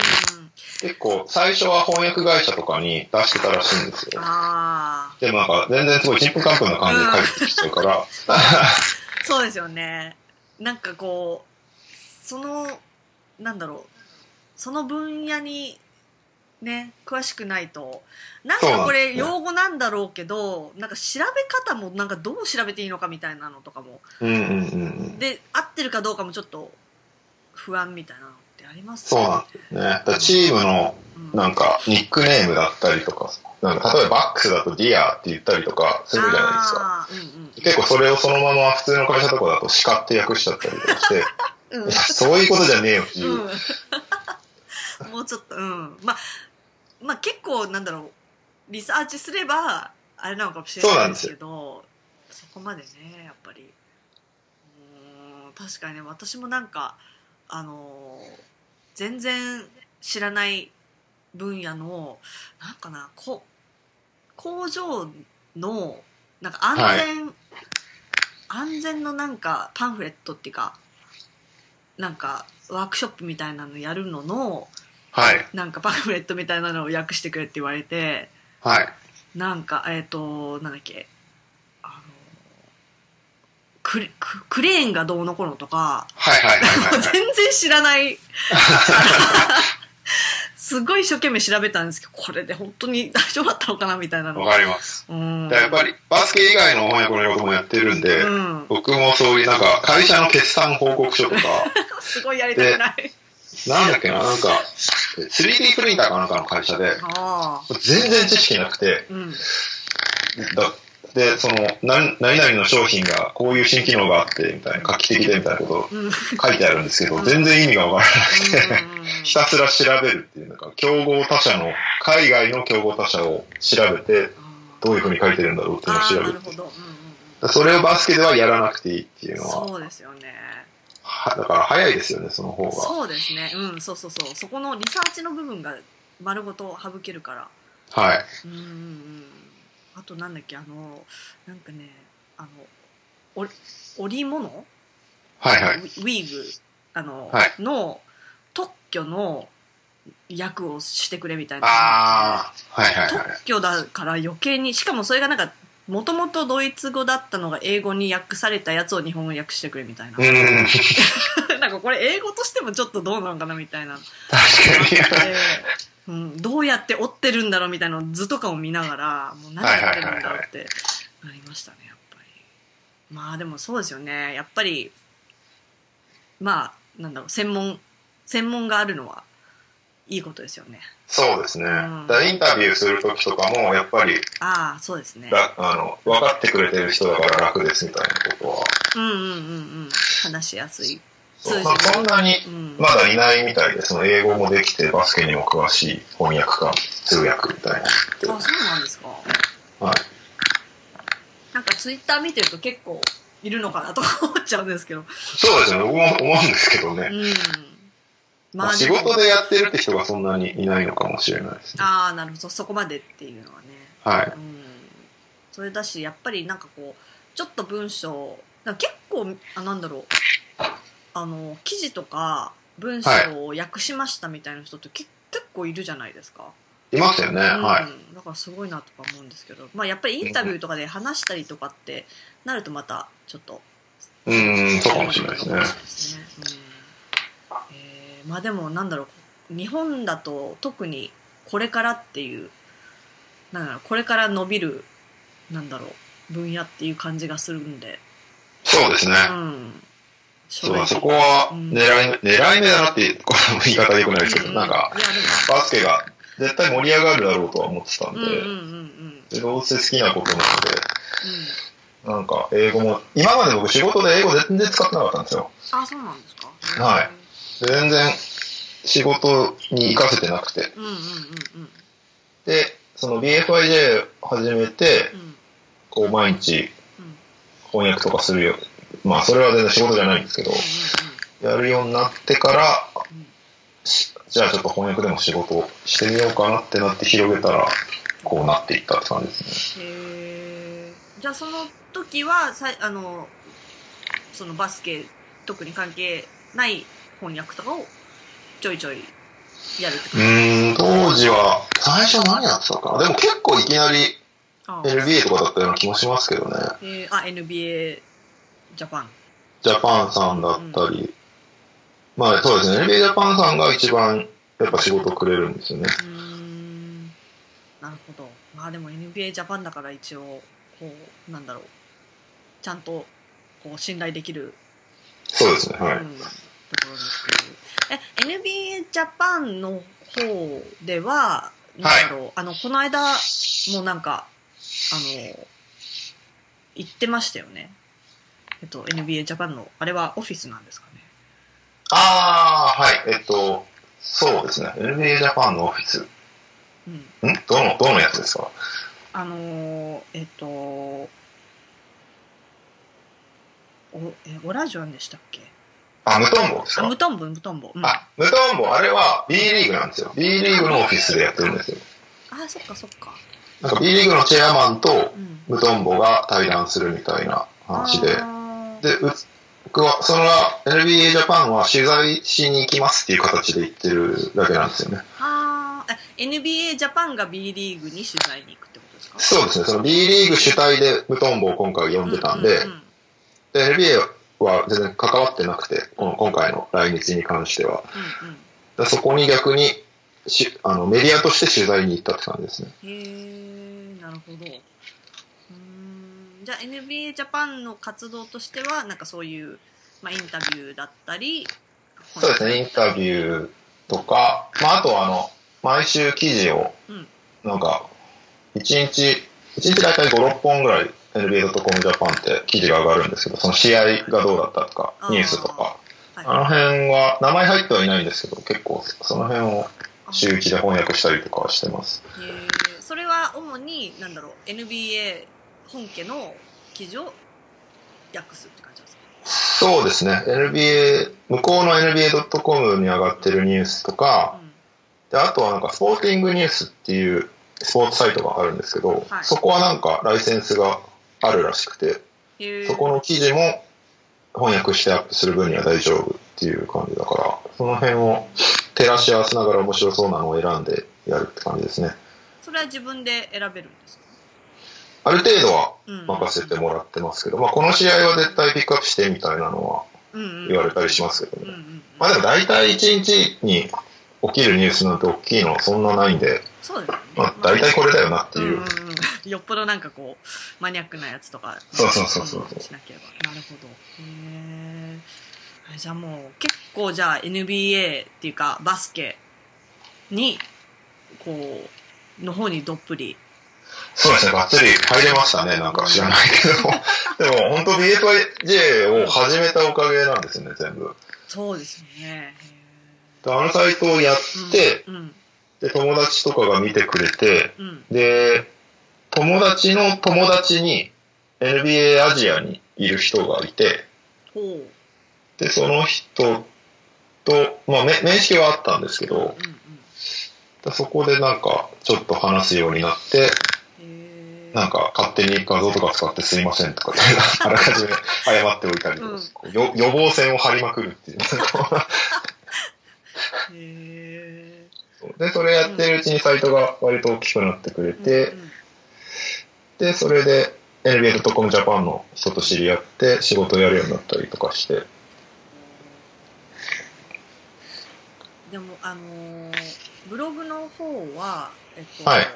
Speaker 2: 結構最初は翻訳会社とかに出してたらしいんですよ。
Speaker 1: あ
Speaker 2: でもなんか全然すごいちんぷんかんぷんな感じで帰ってきちゃうから、
Speaker 1: ーそうですよねなんかこうそのなんだろうその分野にね詳しくないとなん
Speaker 2: そうなん
Speaker 1: か
Speaker 2: です
Speaker 1: これ
Speaker 2: ね
Speaker 1: 用語なんだろうけどなんか調べ方もなんかどう調べていいのかみたいなのとかも
Speaker 2: うんうんうんうん。
Speaker 1: で合ってるかどうかもちょっと不安みたいなのってあります
Speaker 2: そうなんですね。だからチームの
Speaker 1: うん
Speaker 2: なんかニックネームだったりとか、なんか例えばバックスだとディアって言ったりとかするじゃないですか。
Speaker 1: あーうん
Speaker 2: 結構それをそのまま普通の会社とかだと叱って訳しちゃったりとかして、い
Speaker 1: うん
Speaker 2: やそういうことじゃねえよっていう。
Speaker 1: うん、もうちょっとうんまあまあ結構なんだろうリサーチすればあれなのかもしれないですけどそこまでねやっぱりうーん確かにね私もなんかあのー全然知らない分野のなんかなこ工場のなんか安全、安全のなんかパンフレットっていうかなんかワークショップみたいなのやるのの
Speaker 2: はい。
Speaker 1: なんかパンフレットみたいなのを訳してくれって言われて
Speaker 2: はい。
Speaker 1: なんかえっ、となんだっけあのクレククレーンがどうのこうのとか
Speaker 2: はいはいはい
Speaker 1: 全
Speaker 2: はい。
Speaker 1: 然知らないすごい一生懸命調べたんですけどこれで本当に大丈夫だったのかなみたい なの
Speaker 2: わかります。
Speaker 1: うん
Speaker 2: やっぱりバスケ以外の翻訳の仕事もやってるんで、
Speaker 1: うん、
Speaker 2: 僕もそういうなんか会社の決算報告書とか、
Speaker 1: すごいやりたくない
Speaker 2: なんだっけな、なんか 3D プリンターかなんかの会社で、
Speaker 1: ああ
Speaker 2: 全然知識なくて、
Speaker 1: うん
Speaker 2: だで、その、何何々の商品がこういう新機能があって、みたいな、画期的でみたいなこと
Speaker 1: うん
Speaker 2: 書いてあるんですけど
Speaker 1: う、ん
Speaker 2: 全然意味がわからなくて、ひ
Speaker 1: う
Speaker 2: たすら調べるっていう、なんか競合他社の、海外の競合他社を調べて、
Speaker 1: ん
Speaker 2: どういうふうに書いてるんだろうっていうのを
Speaker 1: ああ
Speaker 2: 調
Speaker 1: な
Speaker 2: べ
Speaker 1: る
Speaker 2: る。
Speaker 1: ほど、うんうん
Speaker 2: それをバスケではやらなくていいってい
Speaker 1: う
Speaker 2: う
Speaker 1: ん、
Speaker 2: のは、
Speaker 1: そうですよね
Speaker 2: はだから早いですよね、その方が。
Speaker 1: そうですねうんそうそうそうそこのリサーチの部分が丸ごと省けるから
Speaker 2: はい。
Speaker 1: うんうんうんあとなんだっけあのなんかねあのお織物、
Speaker 2: はいはい
Speaker 1: ウ。ィウィーグあの、
Speaker 2: はい
Speaker 1: の特許の役をしてくれみたいな
Speaker 2: ああ、はいはいはい。
Speaker 1: 特許だから余計にしかもそれがなんかもともとドイツ語だったのが英語に訳されたやつを日本語訳してくれみたいな
Speaker 2: う、ーん、
Speaker 1: なんかこれ英語としてもちょっとどうなんかなみたいな、
Speaker 2: 確かに。
Speaker 1: えーうん、どうやって折ってるんだろうみたいな図とかを見ながらもう何やってるんだろうってなりましたねやっぱりまあでもそうですよねやっぱりまあなんだろう専門専門があるのはいいことですよね
Speaker 2: そうですね。だ
Speaker 1: ん
Speaker 2: からインタビューするときとかも、やっぱり
Speaker 1: ああそうですね
Speaker 2: らあの、分かってくれてる人だから楽ですみたいなことは。
Speaker 1: うんうんうんうん話しやすい
Speaker 2: そう
Speaker 1: 通
Speaker 2: まあ、
Speaker 1: じる
Speaker 2: そんなに
Speaker 1: うん
Speaker 2: まだいないみたいで、その英語もできて、バスケにも詳しい翻訳家、通訳みたいな人
Speaker 1: あそうなんですか
Speaker 2: はい。
Speaker 1: なんかツイッター見てると結構いるのかなと思っちゃうんですけど
Speaker 2: そうですよね。僕も思うんですけどね。
Speaker 1: うん
Speaker 2: まあ、仕
Speaker 1: も
Speaker 2: 事でやってるって人がそんなにいないのかもしれないですね。
Speaker 1: ああなるほどそこまでっていうのはね
Speaker 2: はい。
Speaker 1: うんそれだしやっぱりなんかこうちょっと文章なんか結構あなんだろうあの記事とか文章を訳しましたみたいな人ってけ、結構いるじゃないですか、
Speaker 2: いますよね。
Speaker 1: うん
Speaker 2: はい。
Speaker 1: だからすごいなとか思うんですけど、まあ、やっぱりインタビューとかで話したりとかってなるとまたちょっと
Speaker 2: うーん、そうかもしれないですね。
Speaker 1: うんえーまあでもなんだろう日本だと特にこれからっていうなんだろうこれから伸びるなんだろう分野っていう感じがするんで、
Speaker 2: そうですね。
Speaker 1: うん、
Speaker 2: そ、
Speaker 1: そう
Speaker 2: そこは狙い、狙い目だなっていう、この言い方でよくないですけど、なんか、
Speaker 1: いや
Speaker 2: バスケが絶対盛り上がるだろうとは思ってたん
Speaker 1: で
Speaker 2: で
Speaker 1: も、うんうんうんうん
Speaker 2: でどうせ好きなことなので、なんか英語も、今まで僕仕事で英語全然使ってなかったんですよ。
Speaker 1: あそうなんですか
Speaker 2: はい全然仕事に活かせてなくて。
Speaker 1: うんうんうんうん
Speaker 2: で、その BFIJ 始めて、
Speaker 1: うん
Speaker 2: こう毎日
Speaker 1: うん
Speaker 2: 翻訳とかするよ。まあそれは全然仕事じゃないんですけど、やるようになってから、
Speaker 1: うんうん
Speaker 2: しじゃあちょっと翻訳でも仕事をしてみようかなってなって広げたら、こうなっていったって感じですね。
Speaker 1: へーじゃあその時はさあのそのバスケ特に関係ない翻訳とかをちょいちょいやるって
Speaker 2: う
Speaker 1: 感じ
Speaker 2: ーん、当時は、最初何やってたかな。でも結構いきなり
Speaker 1: あー
Speaker 2: NBA とかだったような気もしますけどね。
Speaker 1: えーあ NBA ジャパン
Speaker 2: ジャパンさんだったり、まあそうですね、NBA ジャパンさんが一番やっぱ仕事くれるんですよね。
Speaker 1: うーんなるほどまあでも NBA ジャパンだから一応こうなんだろうちゃんとこう信頼できる
Speaker 2: そうですね、
Speaker 1: う
Speaker 2: はい。
Speaker 1: んところですけどえ NBA ジャパンの方では、なんだろう、あのこの間もなんかあの行ってましたよね。えっと NBA ジャパンのあれはオフィスなんですかね。
Speaker 2: ああ、はい、えっと、そうですね、NBA ジャパンのオフィス。ん
Speaker 1: うん。
Speaker 2: どの、どのやつですか
Speaker 1: あのえっとおえオラジオンでしたっけ？
Speaker 2: あ、無トンボです
Speaker 1: あ
Speaker 2: か
Speaker 1: 無トンボ無トンボ。うん、あ
Speaker 2: あ、無トンボ、あれは B リーグなんですよ。B リーグのオフィスでやってるんですよ。
Speaker 1: そっかそっか。
Speaker 2: なんか B リーグのチェアマンと
Speaker 1: うん。
Speaker 2: 無トンボが対談するみたいな話で、
Speaker 1: あ
Speaker 2: で、う僕は、それは NBA ジャパンは取材しに行きますっていう形で行ってるだけなんですよね。
Speaker 1: はあえ NBA ジャパンが B リーグに取材に行くってことですか
Speaker 2: そうですね、その B リーグ主体でムトンボを今回呼んでたんで、
Speaker 1: うんうんうん
Speaker 2: で NBA は全然関わってなくて、この今回の来日に関しては。
Speaker 1: うん
Speaker 2: でそこに逆にしあのメディアとして取材に行ったって感じですね。
Speaker 1: へえなるほどうーんじゃあ NBA ジャパンの活動としてはなんかそういう、まあ、インタビューだったり
Speaker 2: そうですね、インタビ
Speaker 1: ー
Speaker 2: ューとか、まあ、あとはあの、毎週記事を
Speaker 1: うん、
Speaker 2: なんか、1日、一日大体5、6本ぐらい NBA.com ジャパンって記事が上がるんですけど、その試合がどうだったとか
Speaker 1: あ、ー
Speaker 2: ニュースとか、あ
Speaker 1: は
Speaker 2: の辺は、名前入ってはいないんですけど、結構その辺を
Speaker 1: い、
Speaker 2: 週1で翻訳したりとかはしてます。
Speaker 1: あへーそれは主になんだろう NBA 本家の記事を訳すって感じなんですか
Speaker 2: そうですね、NBA、向こうの NBA.com に上がってるニュースとか、で、あとはなんか、スポーティングニュースっていうスポーツサイトがあるんですけど、
Speaker 1: はい
Speaker 2: そこはなんかライセンスがあるらしくて、
Speaker 1: うん、へー
Speaker 2: そこの記事も翻訳してアップする分には大丈夫っていう感じだから、その辺を照らし合わせながら面白そうなのを選んでやるって感じですね。
Speaker 1: それは自分で選べるんですか、
Speaker 2: ある程度は
Speaker 1: うん、
Speaker 2: 任せてもらってますけど、まあこの試合は絶対ピックアップしてみたいなのは言われたりし
Speaker 1: ま
Speaker 2: ますけど
Speaker 1: うんう
Speaker 2: ね。
Speaker 1: んうん、
Speaker 2: まあでも大体1日に起きるニュースなんて大きいのはそんなないんで、
Speaker 1: そうですよね、
Speaker 2: まあ大体これだよなっていう。
Speaker 1: んうんうん、よっぽどなんかこうマニアックなやつとか
Speaker 2: そうそうそうそうん
Speaker 1: しなければなるほどへえじゃあもう結構じゃあ NBA っていうかバスケにこうの方にどっぷり
Speaker 2: そうですね、がっつり入れましたね、なんか知らないけど。でも本当 BFJ を始めたおかげなんですよね、全部。
Speaker 1: そうですよね
Speaker 2: であのサイトをやっ
Speaker 1: へえ
Speaker 2: て、
Speaker 1: うん
Speaker 2: で、友達とかが見てくれて、
Speaker 1: うん
Speaker 2: で、友達の友達に NBA アジアにいる人がいて、
Speaker 1: ほう
Speaker 2: で、その人と、まあ、め面識はあったんですけ
Speaker 1: うんうん
Speaker 2: ど、でそこでなんか、ちょっと話すようになって、
Speaker 1: うんへえ
Speaker 2: なんか勝手に画像とか使ってすいませんとか って、あらかじめ謝っておいたりと
Speaker 1: うん
Speaker 2: か、こうよ予防線を張りまくるっていう。
Speaker 1: へえ
Speaker 2: で、それやってるうちにサイトが割と大きくなってくれて
Speaker 1: うん、うん
Speaker 2: で、それで NBA.com ジャパンの人と知り合って仕事をやるようになったりとかして、
Speaker 1: でもあのーブログの方は、えっと
Speaker 2: はい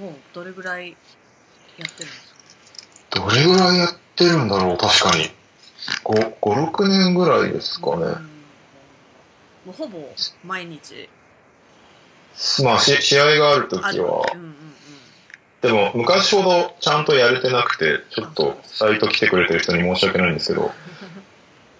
Speaker 1: もうどれぐらいやってるんですか
Speaker 2: どれぐらいやってるんだろう、確かに。5、5 6年ぐらいですか
Speaker 1: うんも
Speaker 2: ね。
Speaker 1: うほぼ毎日
Speaker 2: まあ、し試合があると
Speaker 1: あ
Speaker 2: き
Speaker 1: る
Speaker 2: は
Speaker 1: う、んうんうん、
Speaker 2: でも昔ほどちゃんとやれてなくて、ちょっとサイト来てくれてる人に申し訳ないんですけど、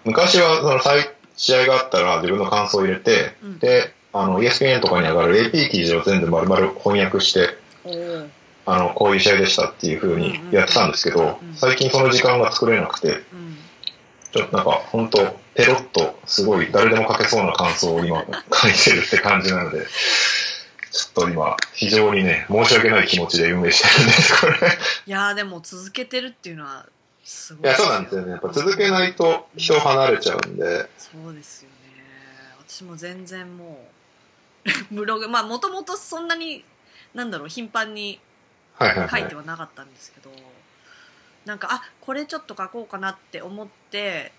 Speaker 2: 昔はそのサイ試合があったら自分の感想を入れて、
Speaker 1: うん
Speaker 2: で、あの ESPN とかに上がる AP 記事を全部丸々翻訳して、
Speaker 1: おー
Speaker 2: あの、こういう試合でしたっていう風にやってたんですけど
Speaker 1: うんうん、
Speaker 2: 最近その時間が作れなくて、
Speaker 1: うん
Speaker 2: ちょっとなんか本当ペロッとすごい誰でも書けそうな感想を今 書いてるって感じなので、ちょっと今非常にね、申し訳ない気持ちで運営してるんです、これ。
Speaker 1: いやーでも続けてるっていうのはすごい
Speaker 2: いや、そうなんですよね。やっぱ続けないと人離れちゃうんで。
Speaker 1: そうですよね私も全然もう ブログまあもともとそんなになんだろう頻繁に
Speaker 2: はいはいは
Speaker 1: 書い
Speaker 2: い
Speaker 1: て。はなかったんですけどなんかあこれちょっと書こうかなって思って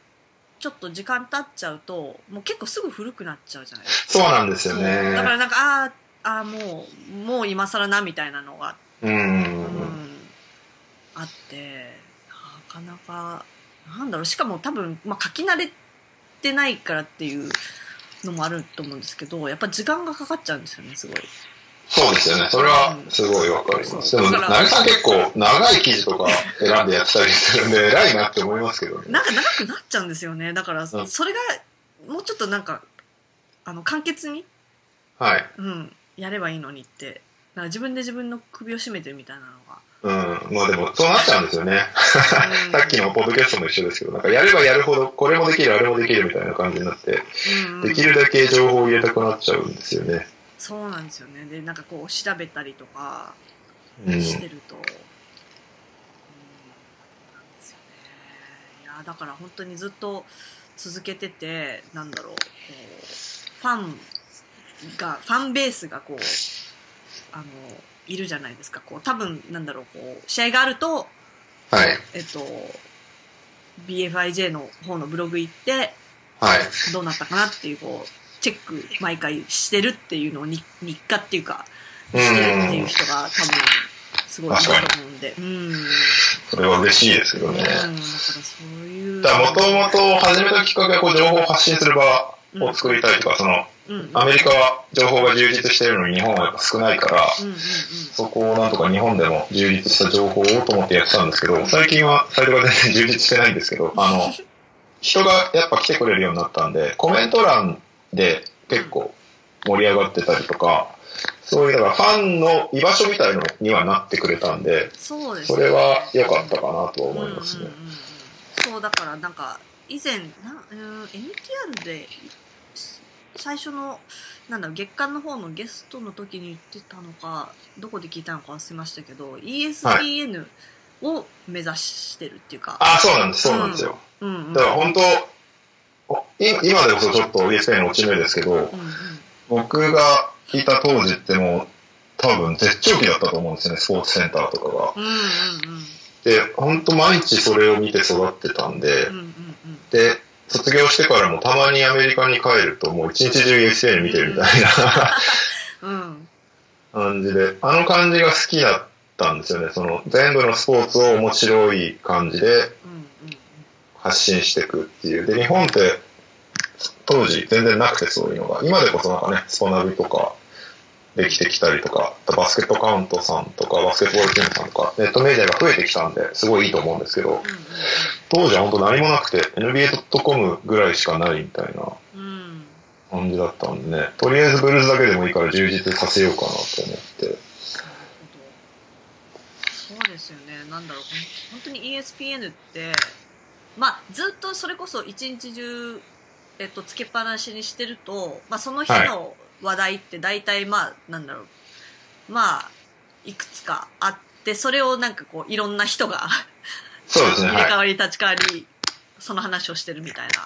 Speaker 1: ちょっと時間経っちゃうともう結構すぐ古くなっちゃうじゃないです
Speaker 2: そうなんです
Speaker 1: か
Speaker 2: よ
Speaker 1: そうだか
Speaker 2: ね。
Speaker 1: らなんかあーあーもうもう今更なみたいなのが、
Speaker 2: うん
Speaker 1: うん。あってなかなかなんだろうしかも多分、まあ、書き慣れてないからっていうのもあると思うんですけどやっぱ時間がかかっちゃうんですよねすごい。
Speaker 2: そうですよね。それはすごいわかります。
Speaker 1: そう
Speaker 2: でも、
Speaker 1: だから
Speaker 2: なぎさん結構長い記事とか選んでやってたりするんで、 偉いなって思いますけどね
Speaker 1: な。んか長くなっちゃうんですよねだからそ
Speaker 2: うん
Speaker 1: それがもうちょっとなんかあの簡潔に、
Speaker 2: はい。
Speaker 1: うん、やればいいのにってなんか自分で自分の首を絞めてるみたいなのが
Speaker 2: うん。まあでも、そうなっちゃうんですよね。
Speaker 1: うん
Speaker 2: さっきのポッドキャストも一緒ですけど、なんかやればやるほど、これもできる、あれもできるみたいな感じになって、
Speaker 1: うんうん
Speaker 2: できるだけ情報を入れたくなっちゃうんですよね。
Speaker 1: そうなんですよねでなんかこう調べたりとか
Speaker 2: うん。
Speaker 1: してると、うんなんですよねいややだから本当にずっと続けててなんだろうこうファンがファンベースがこうあのいるじゃないですかこう多分なんだろうこう試合があると
Speaker 2: はい。
Speaker 1: えっと BFIJ の方のブログ行って
Speaker 2: はい。
Speaker 1: どうなったかなっていうこうチェック毎回してるっていうのを日日課っていうか
Speaker 2: う
Speaker 1: してるってい
Speaker 2: ー。
Speaker 1: うん人が多分すごいいると思うんでうん
Speaker 2: それは嬉しいですよ
Speaker 1: うん
Speaker 2: ね
Speaker 1: だ。からそういう
Speaker 2: だから、もともと始めたきっかけは、こう、情報を発信する場を作りたいとか、その、
Speaker 1: うんうん
Speaker 2: アメリカは情報が充実しているのに日本はやっぱ少ないから、
Speaker 1: うんうんうん
Speaker 2: そこをなんとか日本でも充実した情報をと思ってやってたんですけど、最近はサイトが全然充実してないんですけど、あの、人がやっぱ来てくれるようになったんで、コメント欄で結構盛り上がってたりとか、そういうのがファンの居場所みたいのにはなってくれたんで、
Speaker 1: そうですね
Speaker 2: それは良かったかなとは思います
Speaker 1: う
Speaker 2: ね
Speaker 1: ん。うんうんうん、そうだからなんか以前なん、うん、NTR で最初のなんだろう月間の方のゲストの時に言ってたのかどこで聞いたのか忘れましたけど ESPN を目指してるっていうか、
Speaker 2: あ、そうなんです、そうなんですよ。
Speaker 1: うんうんうん
Speaker 2: だから本当、い今でこそちょっと ESPN 落ち目ですけど、
Speaker 1: うん
Speaker 2: 僕がいた当時ってもう多分絶頂期だったと思うんですよね、スポーツセンターとかが。
Speaker 1: うんうん
Speaker 2: で、ほんと毎日それを見て育ってたんで
Speaker 1: うんうんう、んうん
Speaker 2: で、卒業してからもたまにアメリカに帰るともう一日中 USN 見てるみたいな
Speaker 1: うんうん
Speaker 2: 感じで、あの感じが好きだったんですよね。その全部のスポーツを面白い感じで発信していくっていう。で、日本って当時全然なくてそういうのが。今でこそなんかね、スポナビとかできてきたりとか、あとバスケットカウントさんとか、バスケットボールチームさんとか、ネットメディアが増えてきたんで、すごいいいと思うんですけど、当時は本当何もなくて、NBA.com ぐらいしかないみたいな
Speaker 1: うんうんうん
Speaker 2: 感じだったんでね、とりあえずブルーズだけでもいいから充実させようかなと思って。
Speaker 1: なるほどそうですよね、なんだろう、ほん本当に ESPN って、まあ、ずっとそれこそ一日中、えっと、つけっぱなしにしてると、まあ、その日の話題って大体、まあ、なんだろう、まあ、いくつかあって、それをなんかこう、いろんな人が
Speaker 2: そうですね、
Speaker 1: 入れ
Speaker 2: はい
Speaker 1: 替。わり立ち替わり、その話をしてるみたいな。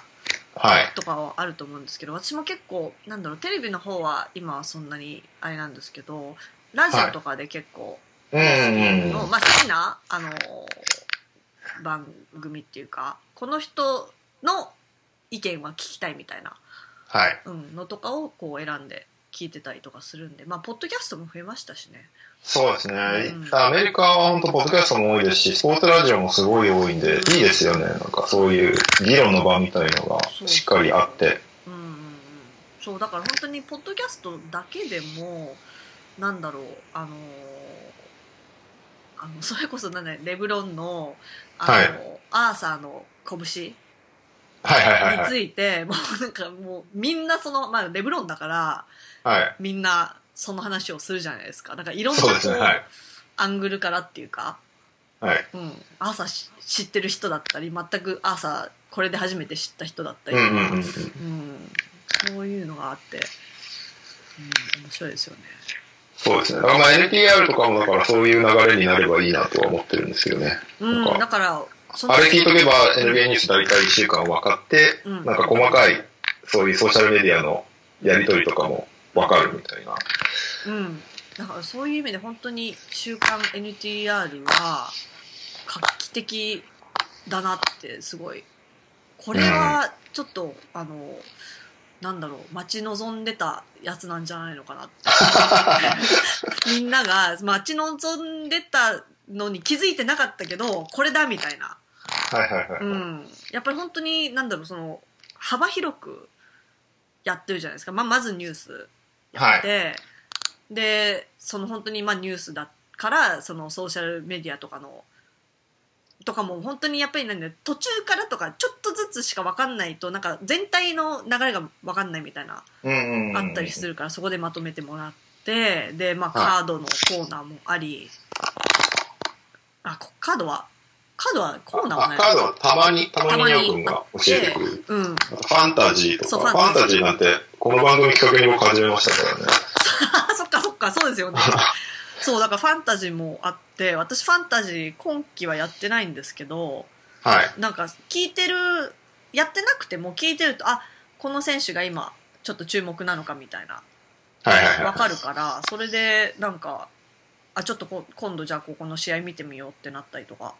Speaker 2: はい。
Speaker 1: とかはあると思うんですけど私も結構なんだろうテレビの方は今はそんなにあれなんですけどラジオとかで結構、
Speaker 2: うんうん
Speaker 1: の
Speaker 2: うん。
Speaker 1: まあ、好きな、あのー番組っていうかこの人の意見は聞きたいみたいな、
Speaker 2: はい。
Speaker 1: うん、のとかをこう選んで聞いてたりとかするんでまあポッドキャストも増えましたしね。
Speaker 2: そうですね。
Speaker 1: うん
Speaker 2: アメリカは本当、ポッドキャストも多いですし、スポーツラジオもすごい多いんで、いいですよね。なんかそういう議論の場みたいのがしっかりあって。
Speaker 1: うんうんうん、そうだから本当にポッドキャストだけでもなんだろうあのーあの それこそなんだよレブロンのあの、
Speaker 2: はい
Speaker 1: アーサーの拳
Speaker 2: はいはいはい
Speaker 1: に
Speaker 2: はい。
Speaker 1: ついて、もうなんかもうみんなその、まあ、レブロンだから
Speaker 2: はい。
Speaker 1: みんなその話をするじゃないですかだからいろんなこ
Speaker 2: そう
Speaker 1: う
Speaker 2: ですね。はい。
Speaker 1: アングルからっていうか、
Speaker 2: はい。
Speaker 1: うん、アーサーし知ってる人だったり全くアーサーこれで初めて知った人だった
Speaker 2: う
Speaker 1: り
Speaker 2: ん
Speaker 1: と
Speaker 2: う
Speaker 1: か、
Speaker 2: んうんうん。
Speaker 1: うん、そういうのがあって、うん、面白いですよね。
Speaker 2: そうですね。だからまあ NTR とかもだからそういう流れになればいいなとは思ってるんですけどね。なん
Speaker 1: う
Speaker 2: か
Speaker 1: ん、だから、そ
Speaker 2: あれ聞いとけば NBA ニュース大体1週間分かって、
Speaker 1: うん
Speaker 2: なんか細かいそういうソーシャルメディアのやりとりとかも分かるみたいな。
Speaker 1: うん、だからそういう意味で本当に週刊 NTR は画期的だなってすごい。これはちょっと、あの、なんだろう、待ち望んでたやつなんじゃないのか なって。みんなが待ち望んでたのに気づいてなかったけど、これだみたいな。
Speaker 2: はいはいはい。
Speaker 1: うん、やっぱり本当になんだろうその幅広くやってるじゃないですか、まあ、まずニュース
Speaker 2: はい。
Speaker 1: ででその本当にまあニュースだからそのソーシャルメディアとかのとかも本当にやっぱりなんだよ途中からとかちょっとずつしか分かんないとなんか全体の流れが分かんないみたいな
Speaker 2: うんうんうん。
Speaker 1: あったりするからそこでまとめてもらってでまあカ
Speaker 2: は
Speaker 1: ードのコーナーもあり、あこカードはカードはコーナーは
Speaker 2: あ
Speaker 1: ない
Speaker 2: カードはたまに、たま
Speaker 1: た
Speaker 2: に
Speaker 1: ま
Speaker 2: ニ
Speaker 1: に
Speaker 2: ャ君が教えてくれる。
Speaker 1: うん
Speaker 2: あとファンタジーと
Speaker 1: そう
Speaker 2: か、
Speaker 1: フ
Speaker 2: フ
Speaker 1: ァ
Speaker 2: ァ
Speaker 1: ン
Speaker 2: ン
Speaker 1: タ
Speaker 2: タ
Speaker 1: ジー
Speaker 2: ジーなんて、この番組企画に僕始めましたからね。
Speaker 1: あそっかそっかそうですよねそうだからファンタジーもあって私ファンタジー今期はやってないんですけど
Speaker 2: はい。
Speaker 1: なんか聞いてるやってなくても聞いてるとあこの選手が今ちょっと注目なのかみたいな
Speaker 2: はいはい
Speaker 1: わ
Speaker 2: は
Speaker 1: かるからそれでなんかあちょっとこ今度じゃあここの試合見てみようってなったりとか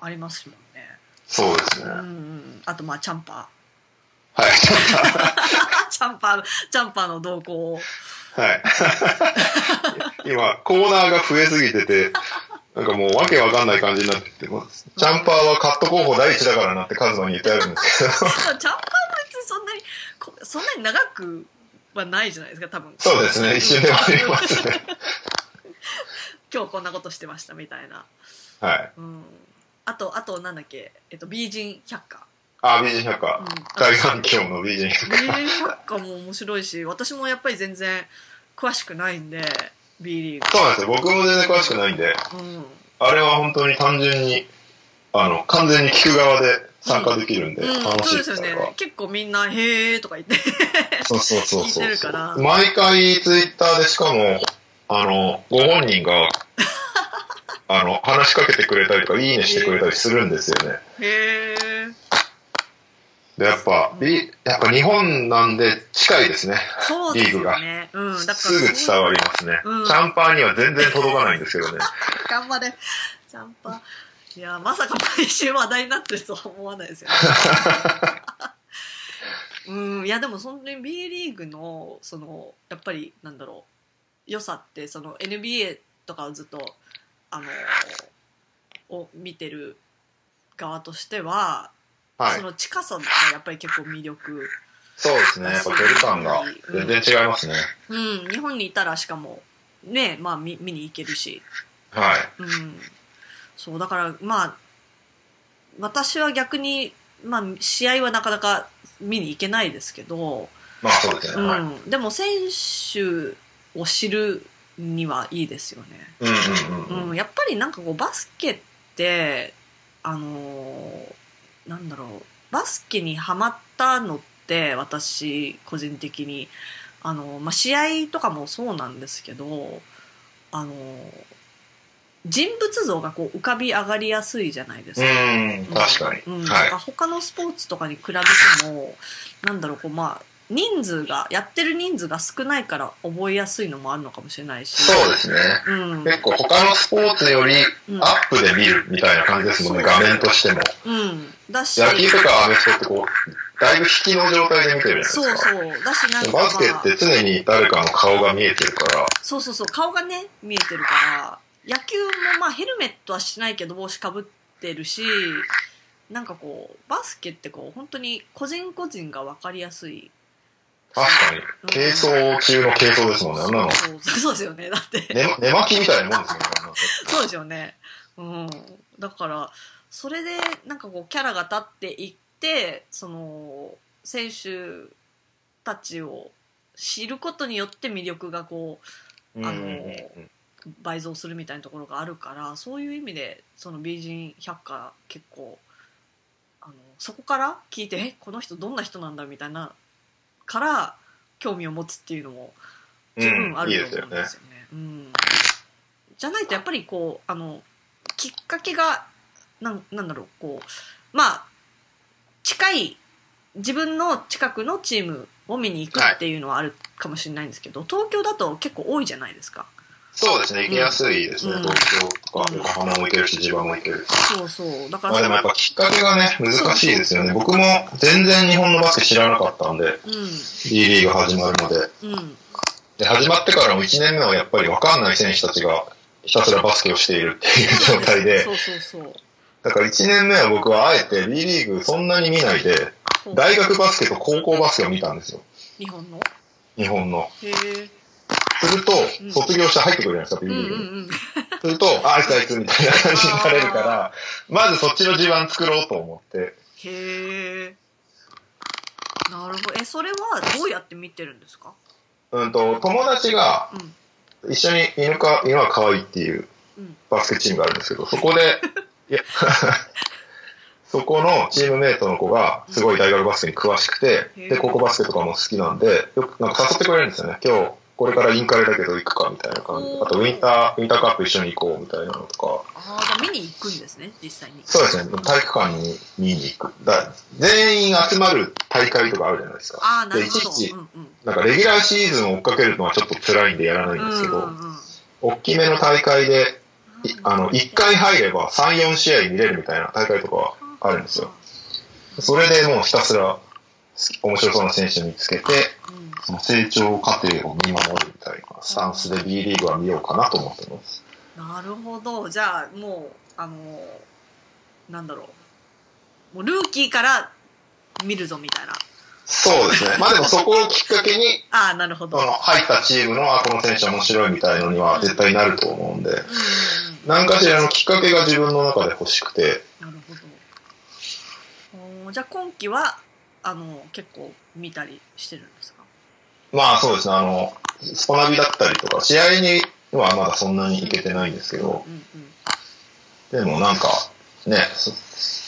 Speaker 1: ありますもんね。
Speaker 2: い。そうですね。
Speaker 1: うんう
Speaker 2: は
Speaker 1: ん、あとまあチャンパ
Speaker 2: い。
Speaker 1: ーチャンパーチャンパーの動向を
Speaker 2: はい。今、コーナーが増えすぎてて、なんかもうわけわかんない感じになってきてます。チャンパーはカット候補第一だからなってカズマに言ってあるんですけど。
Speaker 1: チャンパーも別にそんなにこそんなに長くはないじゃないですか多分
Speaker 2: そうですね。一瞬で終わりますね。
Speaker 1: 今日こんなことしてましたみたいな、
Speaker 2: はい。
Speaker 1: うん、あとあとなんだっけ、えっと、美人百科、
Speaker 2: あ、美人百
Speaker 1: う
Speaker 2: 科
Speaker 1: ん。、
Speaker 2: 大反響の美人百科。
Speaker 1: 名言百科も面白いし私もやっぱり全然詳しくないんで B リー
Speaker 2: そうなんですよ。僕も全然詳しくないんで、
Speaker 1: グ、うん、
Speaker 2: あれは本当に単純に、あの、完全に聞く側で参加できるんで、
Speaker 1: うん、
Speaker 2: 楽し
Speaker 1: そうで
Speaker 2: いです
Speaker 1: よ
Speaker 2: すね。
Speaker 1: ね結構みんな「へえ」とか言って
Speaker 2: そうそうそうそ
Speaker 1: 聞いて
Speaker 2: う
Speaker 1: るから
Speaker 2: そう。毎回ツイッターでしかも、あの、ご本人 が、あの、話しかけてくれたりとか、いいねしてくれたりするんですよね。
Speaker 1: 「へえ
Speaker 2: で、やっぱ、いやっぱ日本なんで近いですね。」
Speaker 1: そうですよね、うん、だから
Speaker 2: すぐ伝わりますね。
Speaker 1: うん
Speaker 2: チャンパーには全然届かないんですけ どね。
Speaker 1: 頑張れジャンパーいやまさか毎週話題になってるとは思わないですよねうんいやでも本当に B リーグのそのやっぱりなんだろう良さってその NBA とかをずっとあのを見てる側としては、
Speaker 2: はい
Speaker 1: そ。の近さがやっぱり結構魅力、
Speaker 2: そうですね。やっぱ距離感が全然違いますね。
Speaker 1: うん、日本にいたらしかもねまあ見見に行けるし
Speaker 2: はい。
Speaker 1: うん、そうだからまあ私は逆に、まあ、試合はなかなか見に行けないですけど、
Speaker 2: まあそうです
Speaker 1: う
Speaker 2: ね。はい。うん
Speaker 1: ん、でも選手を知るにはいいですよね。
Speaker 2: うんうんうん。
Speaker 1: うん、やっぱりなんかこうバスケってあのーなんだろうバスケにハマったのって私個人的にあのー、まあ、試合とかもそうなんですけどあのー人物像がこう浮かび上がりやすいじゃないですか。
Speaker 2: うん、確かに。
Speaker 1: うん
Speaker 2: は
Speaker 1: なん
Speaker 2: い
Speaker 1: か。他のスポーツとかに比べてもなんだろうこうまあ人数がやってる人数が少ないから覚えやすいのもあるのかもしれないし
Speaker 2: そうですね。
Speaker 1: うん、
Speaker 2: 結構他のスポーツより
Speaker 1: うん
Speaker 2: アップで見るみたいな感じですもんね、画面としても。
Speaker 1: うん、だし
Speaker 2: 野球とかアメフトってこう、だいぶ引きの状態で見てるじゃ
Speaker 1: そ
Speaker 2: ないうですか。
Speaker 1: そうだしなんか、まあ
Speaker 2: バスケって常に誰かの顔が見えてるから、
Speaker 1: そうそうそう顔がね見えてるから野球もまあヘルメットはしないけど帽子かぶってるしなんかこうバスケってこう本当に個人個人が分かりやすい
Speaker 2: 確かに、軽装中の軽装ですもんね、あんなの。
Speaker 1: そうそうそうですよねだって
Speaker 2: 寝ま寝巻きみたいなもんですよね、あんなの
Speaker 1: そうですよね。うん、だからそれでなんかこうキャラが立っていってその選手たちを知ることによって魅力がこ
Speaker 2: うん
Speaker 1: あの
Speaker 2: うん
Speaker 1: う倍増するみたいなところがあるからそういう意味でその美人百科結構あのそこから聞いてえこの人どんな人なんだみたいなから興味を持つっていうのも
Speaker 2: う
Speaker 1: 十分あ
Speaker 2: ん。いい
Speaker 1: る
Speaker 2: です
Speaker 1: と思うん
Speaker 2: よ
Speaker 1: で
Speaker 2: ね。
Speaker 1: すよね。うんじゃないとやっぱりこうあのきっかけがなんなんだろうこうまあ近い自分の近くのチームを見に行くっていうのはあるかもしれないんですけど、東京だと結構多いじゃないですか。
Speaker 2: そうですね、行きやすいですね
Speaker 1: う。ん
Speaker 2: 東京とか横浜も行けるし、地場も行けるし。
Speaker 1: そうそうだからそ
Speaker 2: まあで
Speaker 1: れ
Speaker 2: もやっぱきっかけがね、難しいですよね。僕も全然日本のバスケ知らなかったんで、
Speaker 1: う
Speaker 2: B リーグ始まるまで。
Speaker 1: んうん
Speaker 2: で、始まってからも1年目はやっぱりわかんない選手たちがひたすらバスケをしているっていう状態で、
Speaker 1: そうそうそう
Speaker 2: だから1年目は僕はあえて B リーグそんなに見ないで、
Speaker 1: そう
Speaker 2: 大学バスケと高校バスケを見たんですよ。
Speaker 1: 日本の
Speaker 2: 日本の。
Speaker 1: へえ
Speaker 2: すると
Speaker 1: う、ん
Speaker 2: 卒業して入ってくるじゃないですか、B
Speaker 1: うんうん
Speaker 2: リーグに。
Speaker 1: うん
Speaker 2: すると、あ、あいつあいつみたいな感じになれるから、まずそっちの地盤作ろうと思って。
Speaker 1: へえなるほどえそれはどうやって見てるんですか
Speaker 2: うんと、友達が
Speaker 1: うん
Speaker 2: 一緒に犬か、犬は可愛いっていう
Speaker 1: うん
Speaker 2: バスケチームがあるんですけど、そ こで、いや、 そこのチームメイトの子がすごい大学バスケに詳しくて、
Speaker 1: うん
Speaker 2: で、高校バスケとかも好きなんで、よくなんか誘ってくれるんですよね。今日、これからインカレだけど行くかみたいな感じで
Speaker 1: おー
Speaker 2: あとウィンター、ウィンターカップ一緒に行こうみたいなのとか、
Speaker 1: ああ、じゃあ見に行くんですね、実際に。
Speaker 2: そうですね、体育館に見に行く。だ全員集まる大会とかあるじゃないですか。
Speaker 1: ああ、なるほ
Speaker 2: でいちいち
Speaker 1: ど。うんうん。
Speaker 2: なんかレギュラーシーズンを追っかけるのはちょっと辛いんでやらないんですけど、
Speaker 1: うんうんうん
Speaker 2: 大きめの大会で、いあの、1回入れば3、4試合見れるみたいな大会とかあるんですよ。それでもうひたすら面白そうな選手見つけて、
Speaker 1: うん
Speaker 2: その成長過程を見守るみたいなスタンスで B リーグは見ようかなと思ってます。
Speaker 1: なるほど。じゃあ、もう、あのーなんだろう。もうルーキーから見るぞみたいな。
Speaker 2: そうですね。まあでもそこをきっかけに、
Speaker 1: ああ、なるほ
Speaker 2: そ
Speaker 1: ど。うん
Speaker 2: の入ったチームの、あ、この選手面白いみたいのには絶対なると思うんで、何かしらのきっかけが自分の中で欲しくて、
Speaker 1: うんうん。なるほど。おーじゃあ、今季は、あのー結構見たりしてるんですか
Speaker 2: まあそうですね、あの、スポナビだったりとか、試合にはまだそんなに行けてないんですけど、
Speaker 1: うんうん。
Speaker 2: でもなんか、ね、そ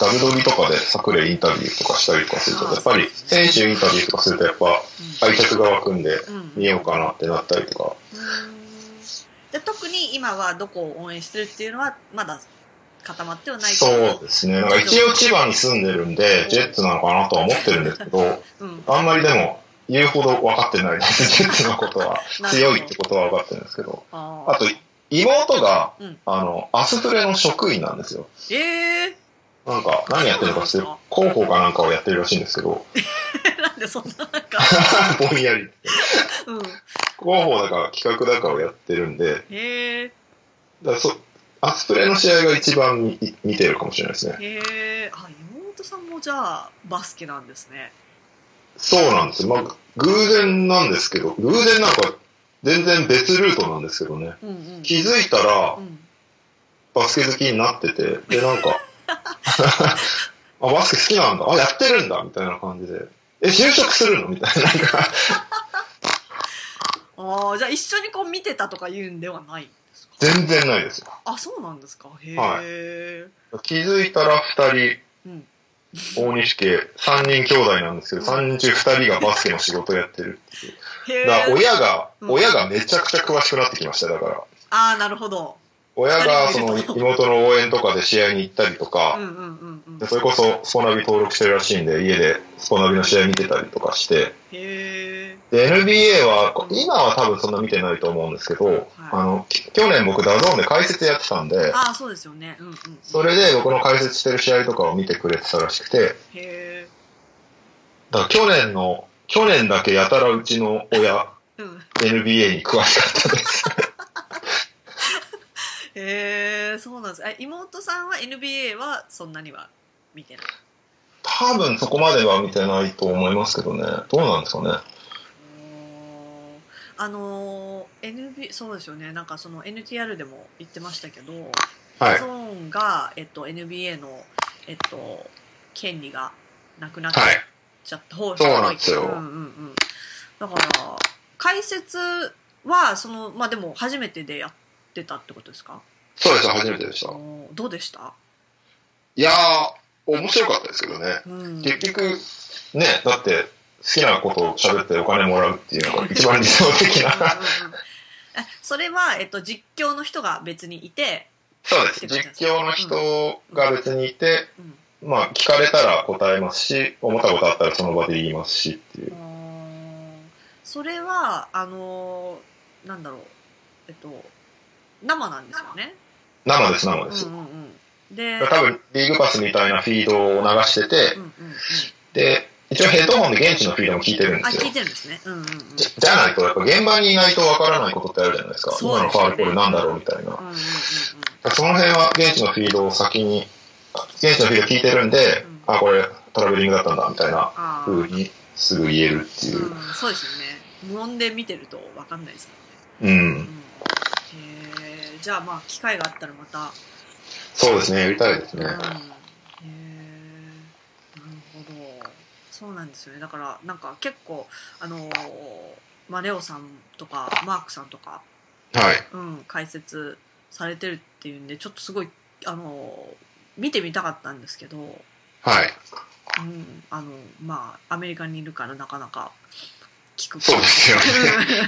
Speaker 2: ダブドギとかで桜井インタビューとかしたりとかすると、やっぱり選手インタビューとかすると、やっぱ愛着が湧くんで、
Speaker 1: うんうん
Speaker 2: 見ようかなってなったりとか、
Speaker 1: うーんじゃあ特に今はどこを応援してるっていうのはまだ固まってはないけど
Speaker 2: そうですね、なんか一応千葉に住んでるんで、ジェッツなのかなとは思ってるんですけど、
Speaker 1: うん、
Speaker 2: あんまりでも言うほど分かってないです、 ジェッツのことは。強いってことは分かってるんですけど、
Speaker 1: あー
Speaker 2: あと妹が
Speaker 1: うん、
Speaker 2: あの、アスプレの職員なんですよ。
Speaker 1: ええ
Speaker 2: なんか、何やってるのか知ってる広報かなんかをやってるらしいんですけど、
Speaker 1: ー、 なんでそんななんか、
Speaker 2: ぼんやり。
Speaker 1: うん、
Speaker 2: 広報だか企画だかをやってるんで、
Speaker 1: ええ
Speaker 2: だからそアスプレの試合が一番み見てるかもしれないですね。
Speaker 1: ー、ええー、あ妹さんもじゃあバスケなんですね
Speaker 2: そうなんですよ。まあ、偶然なんですけど、偶然なんか全然別ルートなんですけどね。
Speaker 1: うんうん
Speaker 2: 気づいたら
Speaker 1: う、ん
Speaker 2: バスケ好きになってて、で、なんか、 あ、バスケ好きなんだ。あ、やってるんだみたいな感じで。え、就職するのみたいな。なんか、
Speaker 1: ああじゃあ一緒にこう見てたとか言うんではないんですか
Speaker 2: 全然ないですよ。
Speaker 1: あそうなんですかへえ、
Speaker 2: は気づいたら2
Speaker 1: うん
Speaker 2: 人、大西家、3人兄弟なんですけど、3人中2人がバスケの仕事をやってるっていう。
Speaker 1: へ
Speaker 2: だから
Speaker 1: え
Speaker 2: 親が、
Speaker 1: うん
Speaker 2: 親がめちゃくちゃ詳しくなってきました、だから。
Speaker 1: ああなるほど
Speaker 2: 親がその
Speaker 1: 二人もいると
Speaker 2: 妹の応援とかで試合に行ったりと
Speaker 1: う
Speaker 2: か、
Speaker 1: んうんうんうん
Speaker 2: でそれこそスポナビ登録してるらしいんで、家でスポナビの試合見てたりとかして、
Speaker 1: へえ
Speaker 2: で、NBA は、今は多分そんな見てないと思うんですけど、あの、き去年僕ダゾーンで解説やってたんで、
Speaker 1: ああそうですよねうんうん
Speaker 2: それで僕の解説してる試合とかを見てくれてたらしくて、
Speaker 1: へ
Speaker 2: だから去年の、去年だけやたらうちの親、
Speaker 1: え、うん、
Speaker 2: NBA に詳しかったです。
Speaker 1: へえそうなんですえ妹さんは NBA はそんなには見てない
Speaker 2: 多分そこまでは見てないと思いますけどね。どうなんですかね。
Speaker 1: あのー NB そうですよねなんかその NTR でも言ってましたけど、
Speaker 2: はい
Speaker 1: ゾ。ーンが、えっと、NBA の、えっと、権利がなくなっ
Speaker 2: はい。
Speaker 1: ちゃった方
Speaker 2: そうなんですよ
Speaker 1: うんうんうん、だから解説はそのまあでも初めてでやってたってことですか
Speaker 2: そうです、初めてでした。
Speaker 1: おーどうでした、
Speaker 2: いやー、面白かったですけどね。
Speaker 1: うん、
Speaker 2: 結局、ね、だって、好きなことを喋ってお金もらうっていうのが一番理想的な。
Speaker 1: えそれは、えっと、実況の人が別にいて、
Speaker 2: そうです。実況の人が別にいて、
Speaker 1: うん
Speaker 2: まあ、聞かれたら答えますし、思ったことあったらその場で言いますしっていう。
Speaker 1: それはあのーなんだろう、えっと、生なんですよね。
Speaker 2: 生です、生
Speaker 1: う
Speaker 2: です。
Speaker 1: んうんうん、で、
Speaker 2: 多分、リーグパスみたいなフィードを流してて
Speaker 1: うん、うんうん、
Speaker 2: で、一応ヘッドホンで現地のフィードも聞いてるん
Speaker 1: あ
Speaker 2: ですよ
Speaker 1: 聞い。てるんですね。うんうんうん、
Speaker 2: じゃじゃないと、やっぱ現場にいないとわからないことってあるじゃないですか。
Speaker 1: そう
Speaker 2: 今
Speaker 1: ですね
Speaker 2: のファウルこれなんだろうみたいな
Speaker 1: う。んうんうんうん
Speaker 2: その辺は現地のフィードを先に、あ現地のフィード聞いてるんで、
Speaker 1: うん
Speaker 2: あ、これトラベリングだったんだみたいな
Speaker 1: あー
Speaker 2: 風にすぐ言えるっていう
Speaker 1: う。ん、そうですよね。無音で見てると分かんないです
Speaker 2: う
Speaker 1: もん
Speaker 2: ん。
Speaker 1: ね。うん、へーじゃあまあ機会があったらまた
Speaker 2: そうですね、やりたいです
Speaker 1: うん
Speaker 2: ね
Speaker 1: へ。えなるほどそうなんですよねだからなんか結構あのーまあ、レオさんとかマークさんとか、
Speaker 2: はい。
Speaker 1: うん、解説されてるっていうんでちょっとすごいあのー見てみたかったんですけど、う
Speaker 2: はい。
Speaker 1: んあのまあ、アメリカにいるからなかなか聞く
Speaker 2: そうですよ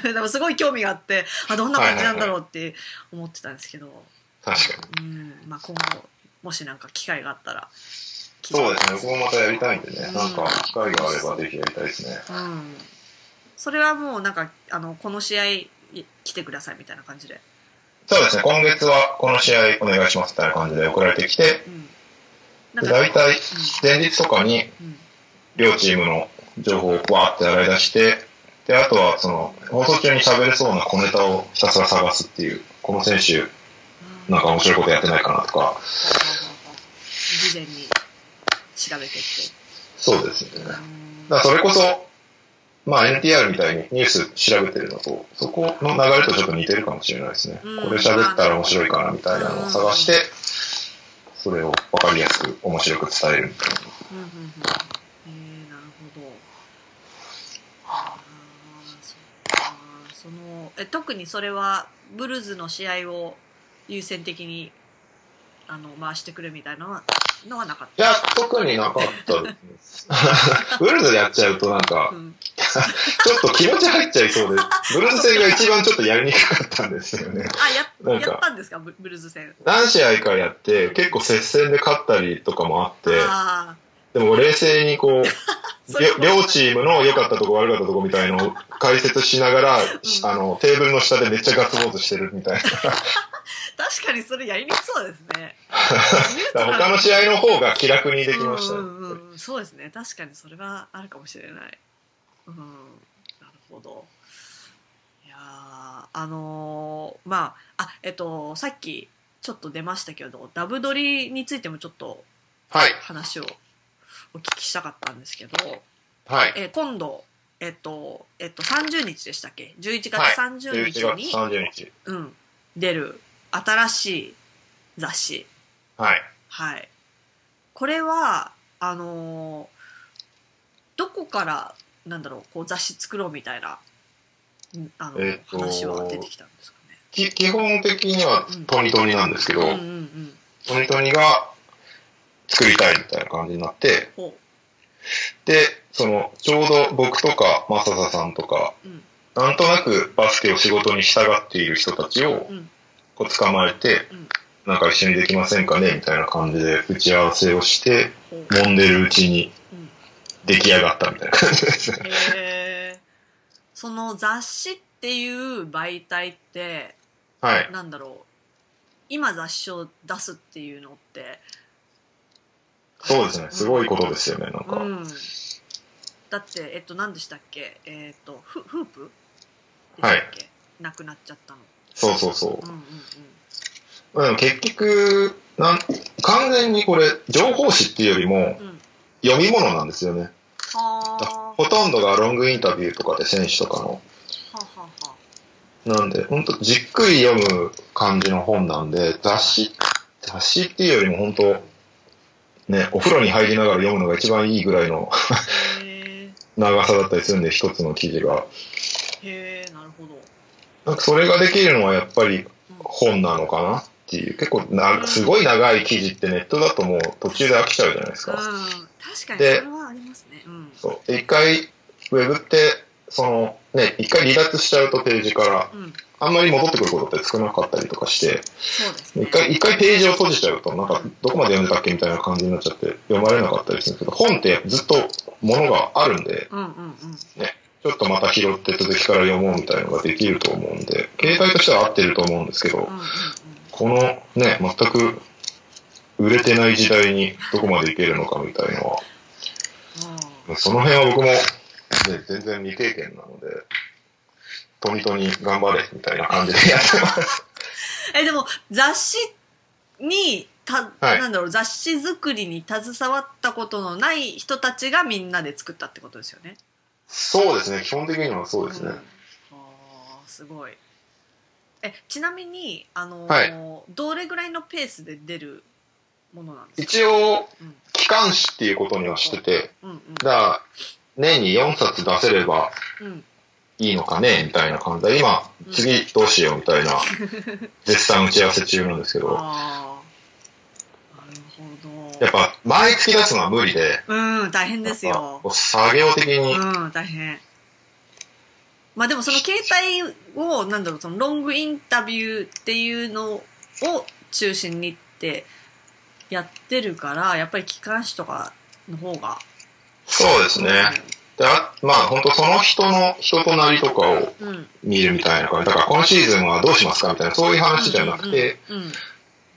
Speaker 2: ね
Speaker 1: でもすごい興味があってあどんな感じなんだろうって思ってたんですけど、
Speaker 2: 確かに。
Speaker 1: うんまあ、今後もしなんか機会があったら聞いて
Speaker 2: そうですね、僕もまたやりたいんでね、
Speaker 1: うん
Speaker 2: なんか、機会があればぜひやりたいですね。
Speaker 1: うん、それはもうなんかあのこの試合来てくださいみたいな感じで、
Speaker 2: そうですね、今月はこの試合お願いしますみたいな感じで送られてきて、
Speaker 1: うん、なん
Speaker 2: で
Speaker 1: か、
Speaker 2: 大体、前日とかに
Speaker 1: うん、
Speaker 2: 両チームの情報をわーって洗い出して、で、あとは、その、放送中に喋れそうな小ネタをひたすら探すっていう、この選手、なんか面白いことやってないかなとか、
Speaker 1: 事前に調べてって、
Speaker 2: そうですね。だか
Speaker 1: うん
Speaker 2: らそれこそ、まあ NTR みたいにニュース調べてるのと、そこの流れとちょっと似てるかもしれないですね。
Speaker 1: うん
Speaker 2: これ喋ったら面白いかなみたいなのを探して、それをわかりやすく面白く伝えるみたいな。
Speaker 1: うんうんうんえー、なるほどあーそっかそのえ特にそれはブルーズの試合を優先的にあの回してくるみたいなのはのはなかっ
Speaker 2: いや、特になかった ですね。ブルーズでやっちゃうとなん
Speaker 1: た、
Speaker 2: か
Speaker 1: う、ん、
Speaker 2: ちょっと気持ち入っちゃいそ うで、ブルーズ戦が一番ちょっとやりにくかったんですよね。
Speaker 1: あ
Speaker 2: な
Speaker 1: や
Speaker 2: んか
Speaker 1: やったんですかブブルーズ戦
Speaker 2: 何試合かやって、結構接戦で勝ったりとかもあって、
Speaker 1: あ
Speaker 2: でも冷静にこう、
Speaker 1: ーそれ
Speaker 2: りょ両チームの良かったとこ悪かったとこみたいのを解説しながら、しあの、テーブルの下でめっちゃガッツポーズしてるみたい
Speaker 1: 確かにそれやりにくそうです ね
Speaker 2: な。だから他の試合の方が気楽にできましたね。
Speaker 1: うんうんうん、そうですね確かにそれはあるかもしれない、うん、なるほどいやーあのーまああえっとさっきちょっと出ましたけどダブドリについてもちょっと
Speaker 2: はい。
Speaker 1: 話をお聞きしたかったんですけど、
Speaker 2: はい。
Speaker 1: えー今度えっとえっと30日でしたっけ11月
Speaker 2: はい
Speaker 1: 30
Speaker 2: 11
Speaker 1: 日
Speaker 2: 月
Speaker 1: に、
Speaker 2: 30日。
Speaker 1: うん、出る新しい雑誌
Speaker 2: はい。
Speaker 1: はい。これは、あのーどこから、なんだろう、こう雑誌作ろうみたいな、んあの、
Speaker 2: えーと
Speaker 1: 話は出てきたんですかね。
Speaker 2: き基本的には
Speaker 1: うん
Speaker 2: トニトニなんですけど、
Speaker 1: うんうんうん。
Speaker 2: トニトニが作りたいみたいな感じになって、
Speaker 1: ほ
Speaker 2: で、その、ちょうど僕とか、マササさんとか、
Speaker 1: う。うん
Speaker 2: なんとなくバスケを仕事に従っている人たちを
Speaker 1: うん
Speaker 2: こう捕まえて、
Speaker 1: うん。
Speaker 2: なんか一緒にできませんかねみたいな感じで打ち合わせをして、
Speaker 1: ほう。
Speaker 2: 揉んでるうちに
Speaker 1: うん。
Speaker 2: 出来上がったみたいな感じ ですね。
Speaker 1: へーその雑誌っていう媒体って、
Speaker 2: はい。
Speaker 1: なんだろう、今雑誌を出すっていうのって、
Speaker 2: そうですね。すごいことですよね、なん
Speaker 1: う
Speaker 2: か。
Speaker 1: ん。だって、えっと、何でしたっけえっと、フフープで
Speaker 2: はい
Speaker 1: したっけなくなっちゃったの。
Speaker 2: そうそうそうう。
Speaker 1: んうんうん。
Speaker 2: まあでも結局、なん完全にこれ、情報誌っていうよりも
Speaker 1: うん、
Speaker 2: 読み物なんですよね。
Speaker 1: はあ。は
Speaker 2: ほとんどがロングインタビューとかで選手とかの。
Speaker 1: あはあは
Speaker 2: なんで、ほんとじっくり読む感じの本なんで、雑誌、雑誌っていうよりも本当ね、お風呂に入りながら読むのが一番いいぐらいの
Speaker 1: あ。へ
Speaker 2: 長さだったりするんで、一つの記事が。
Speaker 1: え。へえ、なるほど。
Speaker 2: なんかそれができるのはやっぱり
Speaker 1: うん
Speaker 2: 本なのかなっていう、結構な、すごい長い記事ってネットだともう途中で飽きちゃうじゃないです
Speaker 1: うん
Speaker 2: か。。
Speaker 1: 確かにそれ
Speaker 2: で
Speaker 1: はありますね。うん。
Speaker 2: そう。で一回、ウェブって、その、ね、一回離脱しちゃうとページから、
Speaker 1: うん。
Speaker 2: あんまり戻ってくることって少なかったりとかして、
Speaker 1: そうですね。
Speaker 2: 一回、一回ページを閉じちゃうと、なんか、どこまで読んでたっけみたいな感じになっちゃって、読まれなかったりするんですけど、本ってずっとものがあるんで、
Speaker 1: うんうんうん。
Speaker 2: ちょっとまた拾って続きから読もうみたいなのができると思うんで、携帯としては合ってると思うんですけ
Speaker 1: う
Speaker 2: ど
Speaker 1: ん、うんうん。
Speaker 2: このね、全く売れてない時代にどこまでいけるのかみたいの
Speaker 1: あ
Speaker 2: は、その辺は僕も、ね、全然未経験なので、とにとに頑張れみたいな感じでやって ます。
Speaker 1: あえ、でも、雑誌に、た、
Speaker 2: はい
Speaker 1: なんだろう、雑誌作りに携わったことのない人たちがみんなで作ったってことですよね。
Speaker 2: そうですね、基本的にはそうですね
Speaker 1: ん。あーすごいえちなみにあのーどれぐらいのペースで出るものなんですか
Speaker 2: 一応
Speaker 1: うん、
Speaker 2: 機関誌っていうことにはしてて、
Speaker 1: うんうん
Speaker 2: だから年に4冊出せれば
Speaker 1: うん
Speaker 2: いいのかねみたいな感じで、今、次どうしようみたいな、絶賛打ち合わせ中なんですけど、
Speaker 1: ああなるほど
Speaker 2: やっぱ毎月出すのは無理で、
Speaker 1: うん大変です
Speaker 2: やっぱ
Speaker 1: よ
Speaker 2: こう作業的に
Speaker 1: うん大変まあでもその携帯をなんだろうそのロングインタビューっていうのを中心にってやってるからやっぱり機関誌とかの方が
Speaker 2: そうですね。であまあ本当その人の人となりとかを
Speaker 1: うん、うん、
Speaker 2: 見るみたいな感じ。だから今シーズンはどうしますかみたいな、そういう話じゃなくて、
Speaker 1: うんうん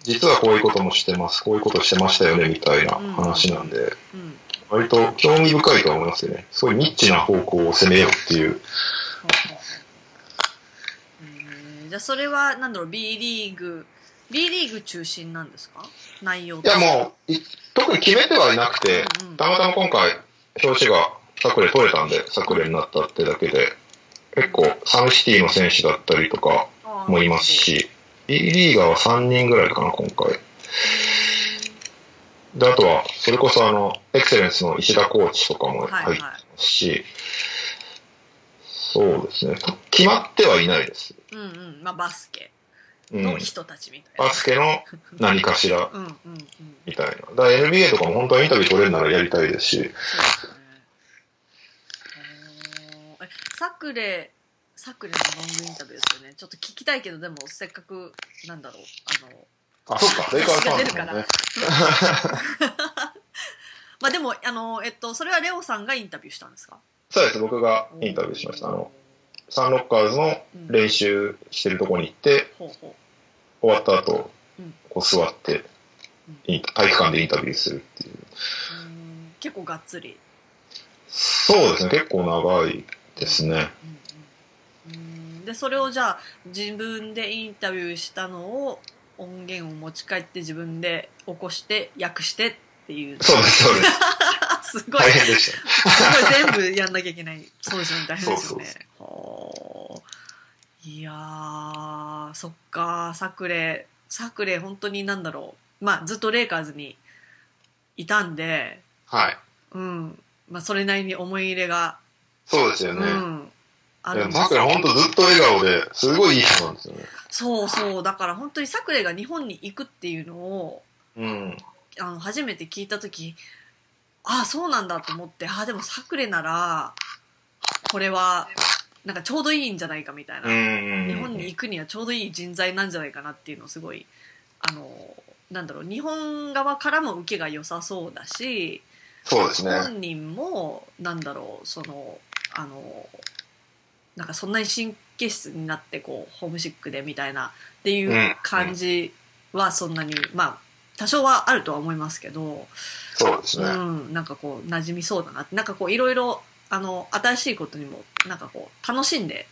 Speaker 2: 実はこういうこともしてます、こういうことしてましたよねみたいな話なんで、
Speaker 1: うん
Speaker 2: 割と興味深いとは思いますよね。すごいニッチな方向を攻めようっていう。
Speaker 1: えーじゃあそれはなんだろう B リーグ B リーグ中心なんですか内容
Speaker 2: いやもう、い特に決めてはいなくて、
Speaker 1: うんうん
Speaker 2: たまたま今回、表紙が作例取れたんで、作例になったってだけで、結構サンシティの選手だったりとか
Speaker 1: う
Speaker 2: もいますし、B リーガーは3人ぐらいかな、今回。で、あとは、それこそあの、エクセレンスの石田コーチとかも
Speaker 1: はいは
Speaker 2: 入っ
Speaker 1: い
Speaker 2: てますし、そうですね、決まってはいないです。
Speaker 1: うんうんまあバスケ
Speaker 2: うん、
Speaker 1: の人たちみたい
Speaker 2: バスケの
Speaker 1: な、
Speaker 2: 何かしら
Speaker 1: うん、うんうんうん
Speaker 2: みたいな。だから NBA とかも本当はインタビュー取れるならやりたいですし、
Speaker 1: そうですねおーえサクレサクレのロングインタビューですよねちょっと聞きたいけどでもせっかくなんだろうあの
Speaker 2: あ、そっか、レイカーズファンですもん
Speaker 1: 私が出
Speaker 2: ね
Speaker 1: る。まあでもあのえっとそれはレオさんがインタビューしたんですか
Speaker 2: そうです、僕がインタビューしました。あの、サンロッカーズの
Speaker 1: うん
Speaker 2: 練習してるとこに行って、
Speaker 1: ほうほう
Speaker 2: 終わった後
Speaker 1: うん、
Speaker 2: こう座って、インタ体育館でインタビューするっていう。
Speaker 1: うん結構がっつり
Speaker 2: そうですね、結構長いですね。
Speaker 1: うんうんでそれをじゃあ自分でインタビューしたのを音源を持ち帰って自分で起こして訳してっていう
Speaker 2: そうです、そうです。
Speaker 1: あ すごい
Speaker 2: 大変でした。
Speaker 1: すごい全部やんなきゃいけないそうですよね大変ですよね
Speaker 2: そう
Speaker 1: ほういやーそっかサクレサクレ本当になんだろうまあずっとレイカーズにいたんで
Speaker 2: はい。
Speaker 1: うんまあそれなりに思い入れが、
Speaker 2: そうですよ
Speaker 1: う
Speaker 2: ね。
Speaker 1: んあ
Speaker 2: い
Speaker 1: るん
Speaker 2: や
Speaker 1: です
Speaker 2: さくら本当ずっと笑顔で、すごいいい人なんですよね。
Speaker 1: そうそうだから本当にサクレが日本に行くっていうのを
Speaker 2: うん。
Speaker 1: あの初めて聞いた時ああそうなんだと思ってああでもサクレならこれはなんかちょうどいいんじゃないかみたいな、
Speaker 2: うん。
Speaker 1: 日本に行くにはちょうどいい人材なんじゃないかなっていうのをすごいあのなんだろう日本側からも受けが良さそうだし
Speaker 2: そうですね。
Speaker 1: 本人もなんだろうそのあのなんかそんなに神経質になってこうホームシックでみたいなってい
Speaker 2: んう
Speaker 1: うん感じはそんなに、まあ多少はあるとは思いますけど、
Speaker 2: そうですね。
Speaker 1: うん、なんかこう馴染みそうだなってなんかこういろいろあの新しいことにもなんかこう楽しんで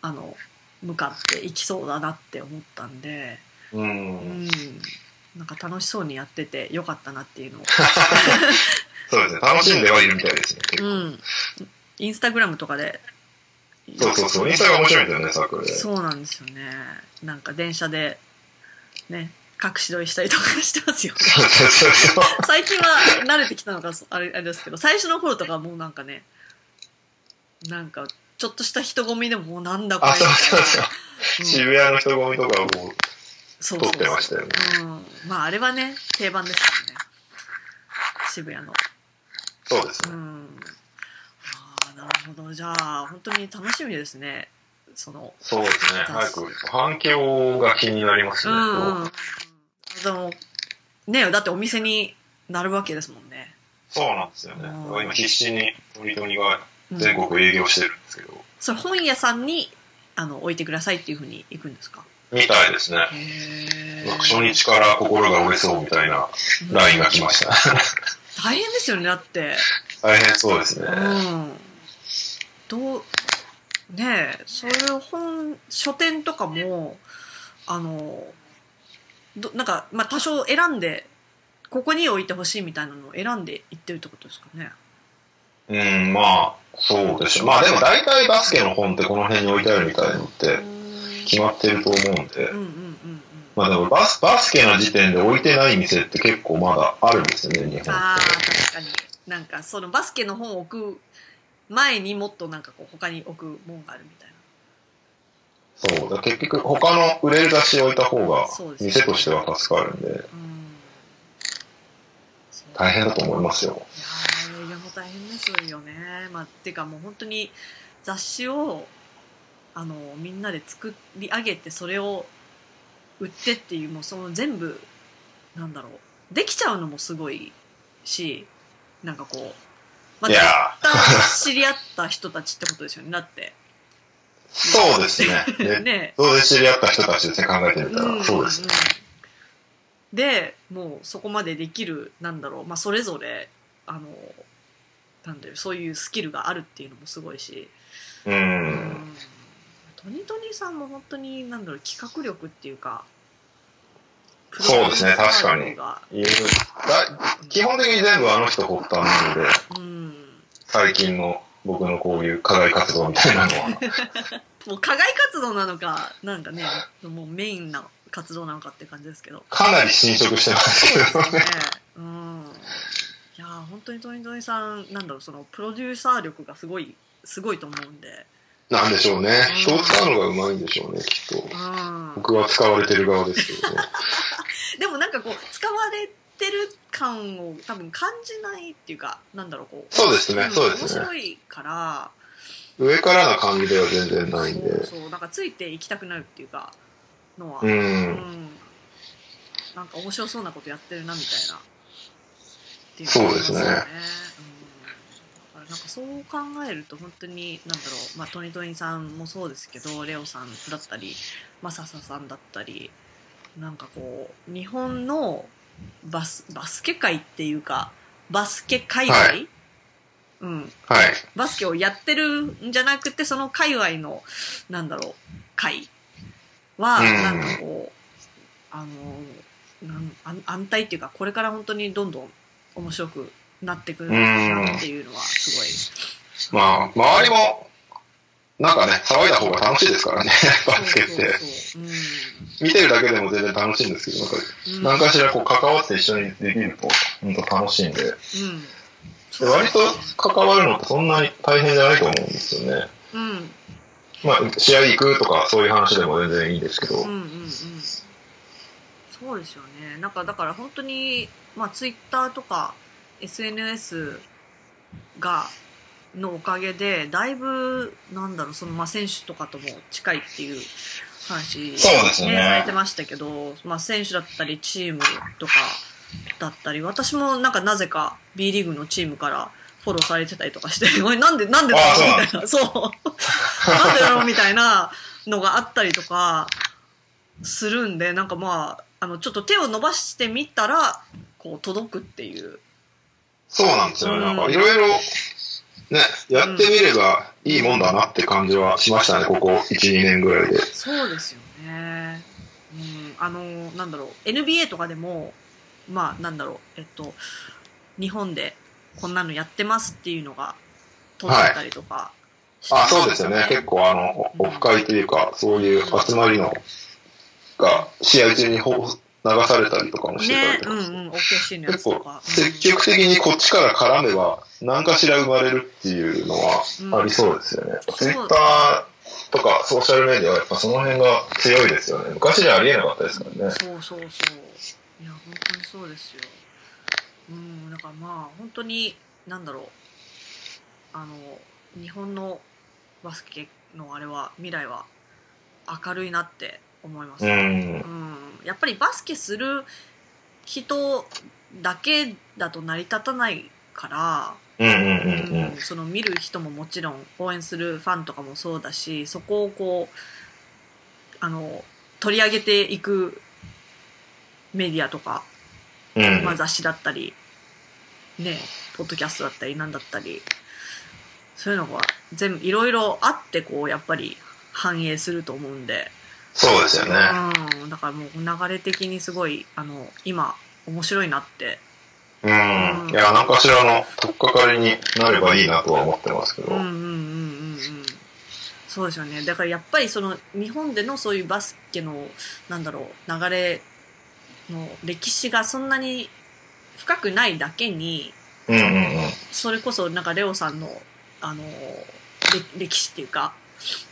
Speaker 1: あの向かっていきそうだなって思ったんで、
Speaker 2: う。
Speaker 1: うんん、なんか楽しそうにやっててよかったなっていうのを
Speaker 2: そうですね。楽しんではいるみたいですね。結構
Speaker 1: うん、インスタグラムとかで
Speaker 2: そうそうそう。インスタが面白いんだよね、サークルで。
Speaker 1: そうなんですよねなんか電車でね隠し撮りしたりとかしてますよ
Speaker 2: そうそうそうそう。
Speaker 1: 最近は慣れてきたのかそあれあれですけど最初の頃とかもうなんかねなんかちょっとした人混みでももうなんだこれ
Speaker 2: あ、
Speaker 1: みた
Speaker 2: そ
Speaker 1: いうな
Speaker 2: そうそう。
Speaker 1: うん
Speaker 2: 渋谷の人混みとかをこう
Speaker 1: そう
Speaker 2: 撮
Speaker 1: そう
Speaker 2: ってましたよね。
Speaker 1: うんまああれはね定番ですよね渋谷の
Speaker 2: そうです
Speaker 1: う
Speaker 2: ね。
Speaker 1: んあーなるほどじゃあ本当に楽しみですねその
Speaker 2: そうですね。早く。反響が気になります
Speaker 1: う
Speaker 2: ね。
Speaker 1: んうんうんでもねだってお店になるわけですもんね、
Speaker 2: そうなんですよね。
Speaker 1: うん
Speaker 2: だから今必死にトリトニが
Speaker 1: うん
Speaker 2: 全国営業してるんですけど。
Speaker 1: それ本屋さんにあの置いてくださいっていうふうに行くんですか
Speaker 2: みたいですね。
Speaker 1: へえ
Speaker 2: なんか初日から心が折れそうみたいなラインが来ました。
Speaker 1: 大変ですよねだって
Speaker 2: 大変そうですね
Speaker 1: う。んどうねえそういう本書店とかもあのどなんか、まあ、多少選んでここに置いてほしいみたいなのを選んでいってるってことですかね
Speaker 2: うん、まあ、そうでしょう。まあでも大体バスケの本ってこの辺に置いてあるみたいなのって決まってると思うんで
Speaker 1: うん。うんうんうんうん
Speaker 2: まあでもバス、バスケの時点で置いてない店って結構まだあるんですよね、日本って。
Speaker 1: あー確かになんかそのバスケの本を置く前にもっとなんかこう他に置くもんがあるみたい
Speaker 2: そう。だから結局他の売れる雑誌置いた方が
Speaker 1: そうですね
Speaker 2: 店としては助かるんで、
Speaker 1: なうんそう
Speaker 2: 大変だと思いますよ。
Speaker 1: いやー営業も大変ですよねまあてかもう本当に雑誌をあのみんなで作り上げてそれを売ってっていうもうその全部なんだろうできちゃうのもすごいしなんかこう、まあ、
Speaker 2: いや
Speaker 1: 絶対知り合った人たちってことですよねだって。
Speaker 2: そうです ね。 ね
Speaker 1: ね
Speaker 2: そうで知り合った人たちですね、考えてみたら。そうですね。
Speaker 1: うんでもうそこまでできるなんだろう、まあ、それぞれあのなんだよそういうスキルがあるっていうのもすごいし、
Speaker 2: う
Speaker 1: うん
Speaker 2: ん。
Speaker 1: トニトニさんも本当になんだろう企画力っていうか
Speaker 2: そうですね確かに
Speaker 1: プロデューサー力が
Speaker 2: いうだ基本的に全部あの人発端なので、
Speaker 1: うん
Speaker 2: 最近の僕のこういう課外活動みたいなのは。
Speaker 1: もう課外活動なのかなんかねもうメインな活動なのかって感じですけど
Speaker 2: かなり侵食してます
Speaker 1: そうです
Speaker 2: け
Speaker 1: よ
Speaker 2: ど
Speaker 1: ね
Speaker 2: ね。。
Speaker 1: うん。いやー本当にトニトニさんなんだろうそのプロデューサー力がすごいすごいと思うんで。
Speaker 2: なんでしょうね。人を使うのがうまいんでしょうね、きっと。
Speaker 1: うん。
Speaker 2: 僕は使われてる側ですけどね。
Speaker 1: でもなんかこう使われてる感を多分感じないっていうかなんだろうこう。
Speaker 2: そうですね、
Speaker 1: ん
Speaker 2: そうですね
Speaker 1: 面。白いから。
Speaker 2: 上からの感じでは全然ないんで。
Speaker 1: そうそうなんかついていきたくなるっていうかのは。
Speaker 2: う。
Speaker 1: うんんなんか面白そうなことやってるなみたいなっていの
Speaker 2: そうですね
Speaker 1: ありまようん、だからなんかそう考えると本当になんだろう、まあ、トニトニさんもそうですけどレオさんだったりマササさんだったりなんかこう日本のバスバスケ界っていうかバスケ界隈、
Speaker 2: は
Speaker 1: うん、
Speaker 2: はい。
Speaker 1: バスケをやってるんじゃなくてその界隈のなんだろう会は
Speaker 2: うん
Speaker 1: なんかこう、あのなん安安泰っていうかこれから本当にどんどん面白くなってくるなっていうのはすごい、
Speaker 2: まあ、周りも、なんかね、騒いだ方が楽しいです からね、バスケっ
Speaker 1: そう
Speaker 2: て。
Speaker 1: そう
Speaker 2: 見てるだけでも全然楽しいんですけど、なんか
Speaker 1: そううん
Speaker 2: 何かしらこう関わって一緒にできると、本当楽しいんで。
Speaker 1: うん
Speaker 2: で割と関わるのってそんなに大変じゃないと思うんですよね。
Speaker 1: うんうん
Speaker 2: まあ、試合行くとかそういう話でも全然いいんですけど。
Speaker 1: うんうんうんそうですよねなんかだから本当にまあツイッターとか SNS がのおかげでだいぶなんだろうそのまあ選手とかとも近いっていう話
Speaker 2: そうですね
Speaker 1: されてましたけど、まあ、選手だったりチームとかだったり私もなんかなぜか B リーグのチームからフォローされてたりとかして「 おいなんでなんでだ
Speaker 2: ああそう
Speaker 1: ろ
Speaker 2: な
Speaker 1: う?」
Speaker 2: ん
Speaker 1: みたいなそう 「なんでだろう?」みたいなのがあったりとかするんでなんかまああのちょっと手を伸ばしてみたらこう届くっていう。
Speaker 2: そうなんですよね。なん
Speaker 1: う
Speaker 2: か
Speaker 1: ん
Speaker 2: いろいろ、ね、やってみればいいもんだなって感じはしましたね、ここ1、2年ぐらいで。
Speaker 1: そうですよね。うん、あの、なんだろう、NBA とかでも、まあ、なんだろう、えっと、日本でこんなのやってますっていうのが届いたりとか、
Speaker 2: あ、そうですよね。結構あの、
Speaker 1: うん
Speaker 2: オフ会というか、そういう集まりの、が、試合中に放流されたりとかもしてた
Speaker 1: ね
Speaker 2: り、と
Speaker 1: う
Speaker 2: か
Speaker 1: ん
Speaker 2: し
Speaker 1: うん、OKC
Speaker 2: て、
Speaker 1: のやつ
Speaker 2: 結
Speaker 1: と
Speaker 2: 構
Speaker 1: か。、
Speaker 2: 積極的にこっちから絡めば、何かしら生まれるっていうのはありそうですよね。
Speaker 1: うん
Speaker 2: ツイッターとかソーシャルメディアはやっぱその辺が強いですよね。昔じゃありえなかったですからね。
Speaker 1: そうそうそういや本当にそうですようんだからまあ本当になんだろうあの日本のバスケのあれは未来は明るいなって思います、
Speaker 2: うん。
Speaker 1: うんやっぱりバスケする人だけだと成り立たないから
Speaker 2: うんうんうんうん。
Speaker 1: うんその見る人ももちろん応援するファンとかもそうだしそこをこうあの取り上げていくメディアとか、
Speaker 2: うん
Speaker 1: まあ、雑誌だったり、ね、ポッドキャストだったりなんだったりそういうのが全部いろいろあってこうやっぱり反映すると思うんで、
Speaker 2: そうですよね。
Speaker 1: うん、だからもう流れ的にすごいあの今面白いなって、
Speaker 2: うん
Speaker 1: うん。
Speaker 2: いや、何かしらの取っかかりになればいいなとは思ってますけど。
Speaker 1: う
Speaker 2: うん
Speaker 1: うん
Speaker 2: ん。
Speaker 1: うんうんうんそうですよねだからやっぱりその日本でのそういうバスケのなんだろう流れの歴史がそんなに深くないだけに
Speaker 2: うんうん。
Speaker 1: それこそなんかレオさんのあのれ歴史っていうか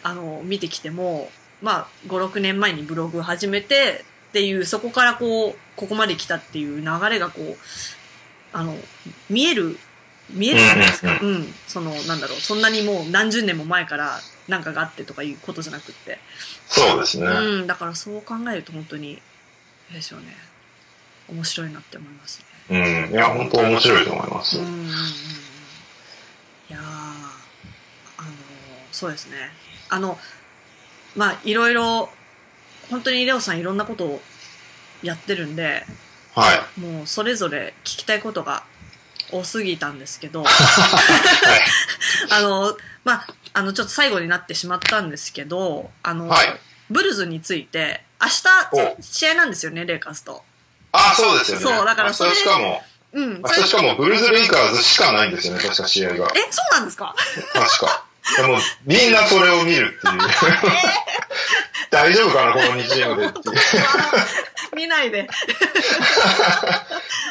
Speaker 1: あの見てきてもまあ56年前にブログを始めてっていうそこからこうここまで来たっていう流れがこうあの見える見えるじゃないですか、うんそのなんだろうそんなにもう何十年も前からなんかがあってとかいうことじゃなくって、
Speaker 2: そうですね。
Speaker 1: うん、だからそう考えると本当にあれでしょうね面白いなって思いますね
Speaker 2: うん。いや、本当面白いと思います
Speaker 1: うん。うんうんうんいやーあのそうですねあのまあいろいろ本当にレオさんいろんなことをやってるんで
Speaker 2: はい。
Speaker 1: もうそれぞれ聞きたいことが多すぎたんですけ どあのまああのちょっと最後になってしまったんですけどあの、
Speaker 2: はい。
Speaker 1: ブルズについて明日試合なんですよねレイカーズと。
Speaker 2: あ、そうですよね。
Speaker 1: そうだからそれ
Speaker 2: 明日しかも、
Speaker 1: うん、
Speaker 2: 明
Speaker 1: そ
Speaker 2: 日
Speaker 1: れ
Speaker 2: しかもブルーズ・レイカーズしかないんですよね、確か試合が。
Speaker 1: えそうなんですか
Speaker 2: 確か。でも、みんなそれを見るっていう。 大丈夫かな、この2チームでっていう。
Speaker 1: 見ないで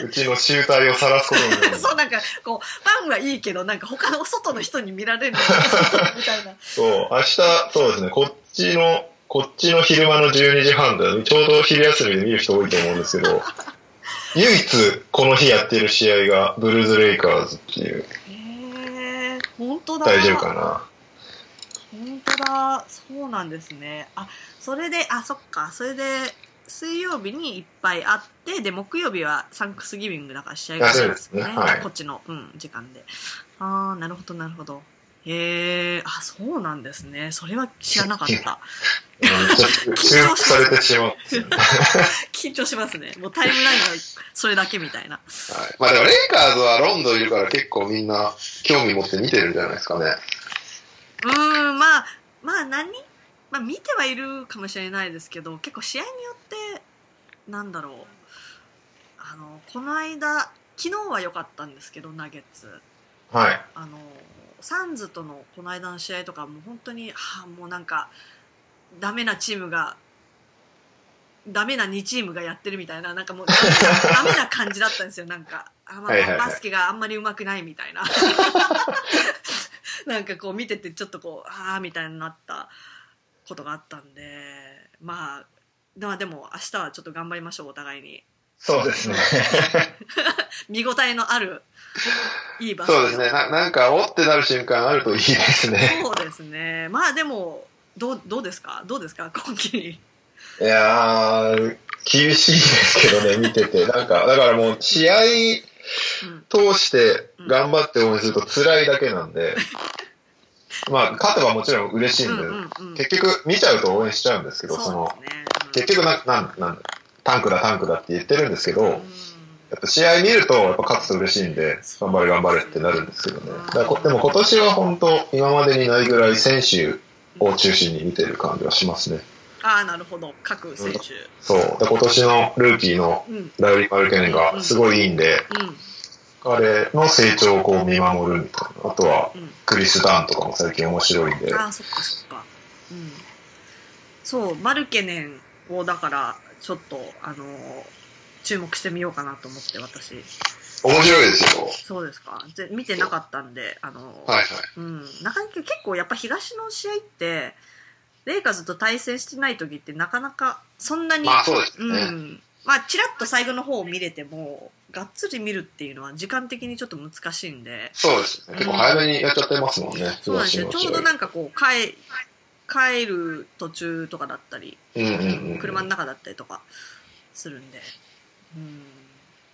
Speaker 2: うちの集体を晒すことにな る。
Speaker 1: そうなんかこうファンはいいけどなんか他の外の人に見られるの がみたいな
Speaker 2: そう、明日、そうですね、こっちの、こっちの昼間の12時半だ、ちょうど昼休みで見る人多いと思うんですけ ど、唯一この日やってる試合がブルーズ・レイカーズっていう、
Speaker 1: えー、本当だ
Speaker 2: 大丈夫かな。
Speaker 1: 本当だそうなんですねあそれであそっかそれで水曜日にいっぱいあってで木曜日はサンクスギビングだから試合があるんですね
Speaker 2: そうですねはい
Speaker 1: こっちの、うん、時間でああなるほどなるほどへえあそうなんですねそれは知らなか った
Speaker 2: うんちょっと注目されてしまうんですよね。
Speaker 1: 緊張しますねもうタイムラインがそれだけみたいな
Speaker 2: はい、 まあでも、レイカーズはロンドンいるから結構みんな興味持って見てるんじゃないですかね。
Speaker 1: うーんまあまあ何まあ見てはいるかもしれないですけど結構試合によってなんだろうあのこの間昨日は良かったんですけどナゲッツ
Speaker 2: はい。
Speaker 1: あのサンズとのこの間の試合とかもう本当にはあもうなんかダメなチームがダメな2チームがやってるみたいななん かもうダメな感じだったんですよなんかあ、まあ
Speaker 2: はいはいはい
Speaker 1: バスケがあんまり上手くないみたいな なんかこう見ててちょっとこうああみたいになったことがあったんでまあまあでも明日はちょっと頑張りましょうお互いに
Speaker 2: そうですね。
Speaker 1: 見応えのあるいいバスケを
Speaker 2: そうですね。ななんか、おってなる瞬間あるといいですね。
Speaker 1: そうですね。まあでも、どう、どうですかどうですか今季。
Speaker 2: いやー、厳しいですけどね、見てて。なんか、だからもう、試合
Speaker 1: うん。
Speaker 2: 通して頑張って応援すると辛いだけな んで、まあ、勝てばもちろん嬉しい
Speaker 1: うん
Speaker 2: で、
Speaker 1: んうんうん。
Speaker 2: 結局、見ちゃうと応援しちゃうんですけど、そ
Speaker 1: そ
Speaker 2: の、
Speaker 1: うですね。
Speaker 2: 結局な、なん、なん、タンクだ、タンクだって言ってるんですけど、
Speaker 1: うん
Speaker 2: やっぱ試合見ると、やっぱ勝つと嬉しいんで、頑張れ、頑張れってなるんですけどね。だからこでも今年は本当、今までにないぐらい選手を中心に見てる感じはしますね。
Speaker 1: ああ、なるほど。各選手。
Speaker 2: そう。で今年のルーキーの
Speaker 1: うん。うん。
Speaker 2: ラウリー・マルケネがすごいいいんで、彼の成長をこう見守るみたいな。あとは、
Speaker 1: う
Speaker 2: クリス・ダンとかも最近面白いんで
Speaker 1: ん。。ああ、そっかそっか。うん。そう、マルケネンを、だから、ちょっと、あのー注目してみようかなと思って、私。
Speaker 2: 面白いですよ。
Speaker 1: そうですか。で見てなかったんで、あのー
Speaker 2: はいはい。
Speaker 1: うん、なかなか結構やっぱ東の試合ってレイカーズと対戦してない時ってなかなかそんなに、
Speaker 2: まあそうです
Speaker 1: う
Speaker 2: よね。
Speaker 1: ん、まあちらっと最後の方を見れてもがっつり見るっていうのは時間的にちょっと難しいんで
Speaker 2: そうですね。結構早めにやっちゃってますもんね。
Speaker 1: そうなんですよちょうどなんかこう帰帰る途中とかだったり
Speaker 2: うんうんうん。
Speaker 1: 車の中だったりとかするんで、うん、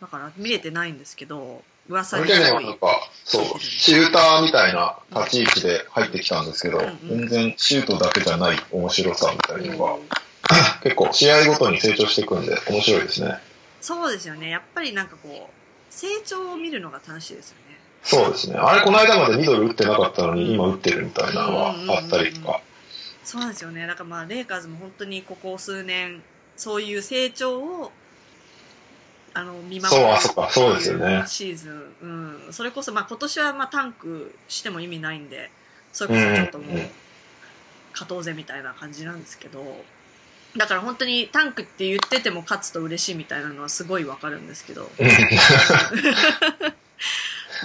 Speaker 1: だから見れてないんですけど噂
Speaker 2: マ
Speaker 1: に
Speaker 2: ルケネ
Speaker 1: す
Speaker 2: ン
Speaker 1: ご
Speaker 2: はいなんか、そう、シューターみたいな立ち位置で入ってきたんですけど、
Speaker 1: うんうん
Speaker 2: 全然シュートだけじゃない面白さみたいなのが
Speaker 1: う、ん
Speaker 2: 結構試合ごとに成長していくんで、面白いですね。
Speaker 1: そうですよね。やっぱりなんかこう、成長を見るのが楽しいですよね。
Speaker 2: そうですね。あれ、この間までミドル打ってなかったのに、今打ってるみたいなのはあったりとか。
Speaker 1: そうなんですよね。だからまあ、レイカーズも本当にここ数年、そういう成長を、あの、見守
Speaker 2: そう、あ、そっか、そうですよ
Speaker 1: ってい
Speaker 2: ね
Speaker 1: う。シーズン。うん。それこそ、まあ今年はまあタンクしても意味ないんで、それこそちょっともう
Speaker 2: うんうんうん、
Speaker 1: 加藤勢みたいな感じなんですけど、だから本当にタンクって言ってても勝つと嬉しいみたいなのはすごいわかるんですけど、
Speaker 2: うん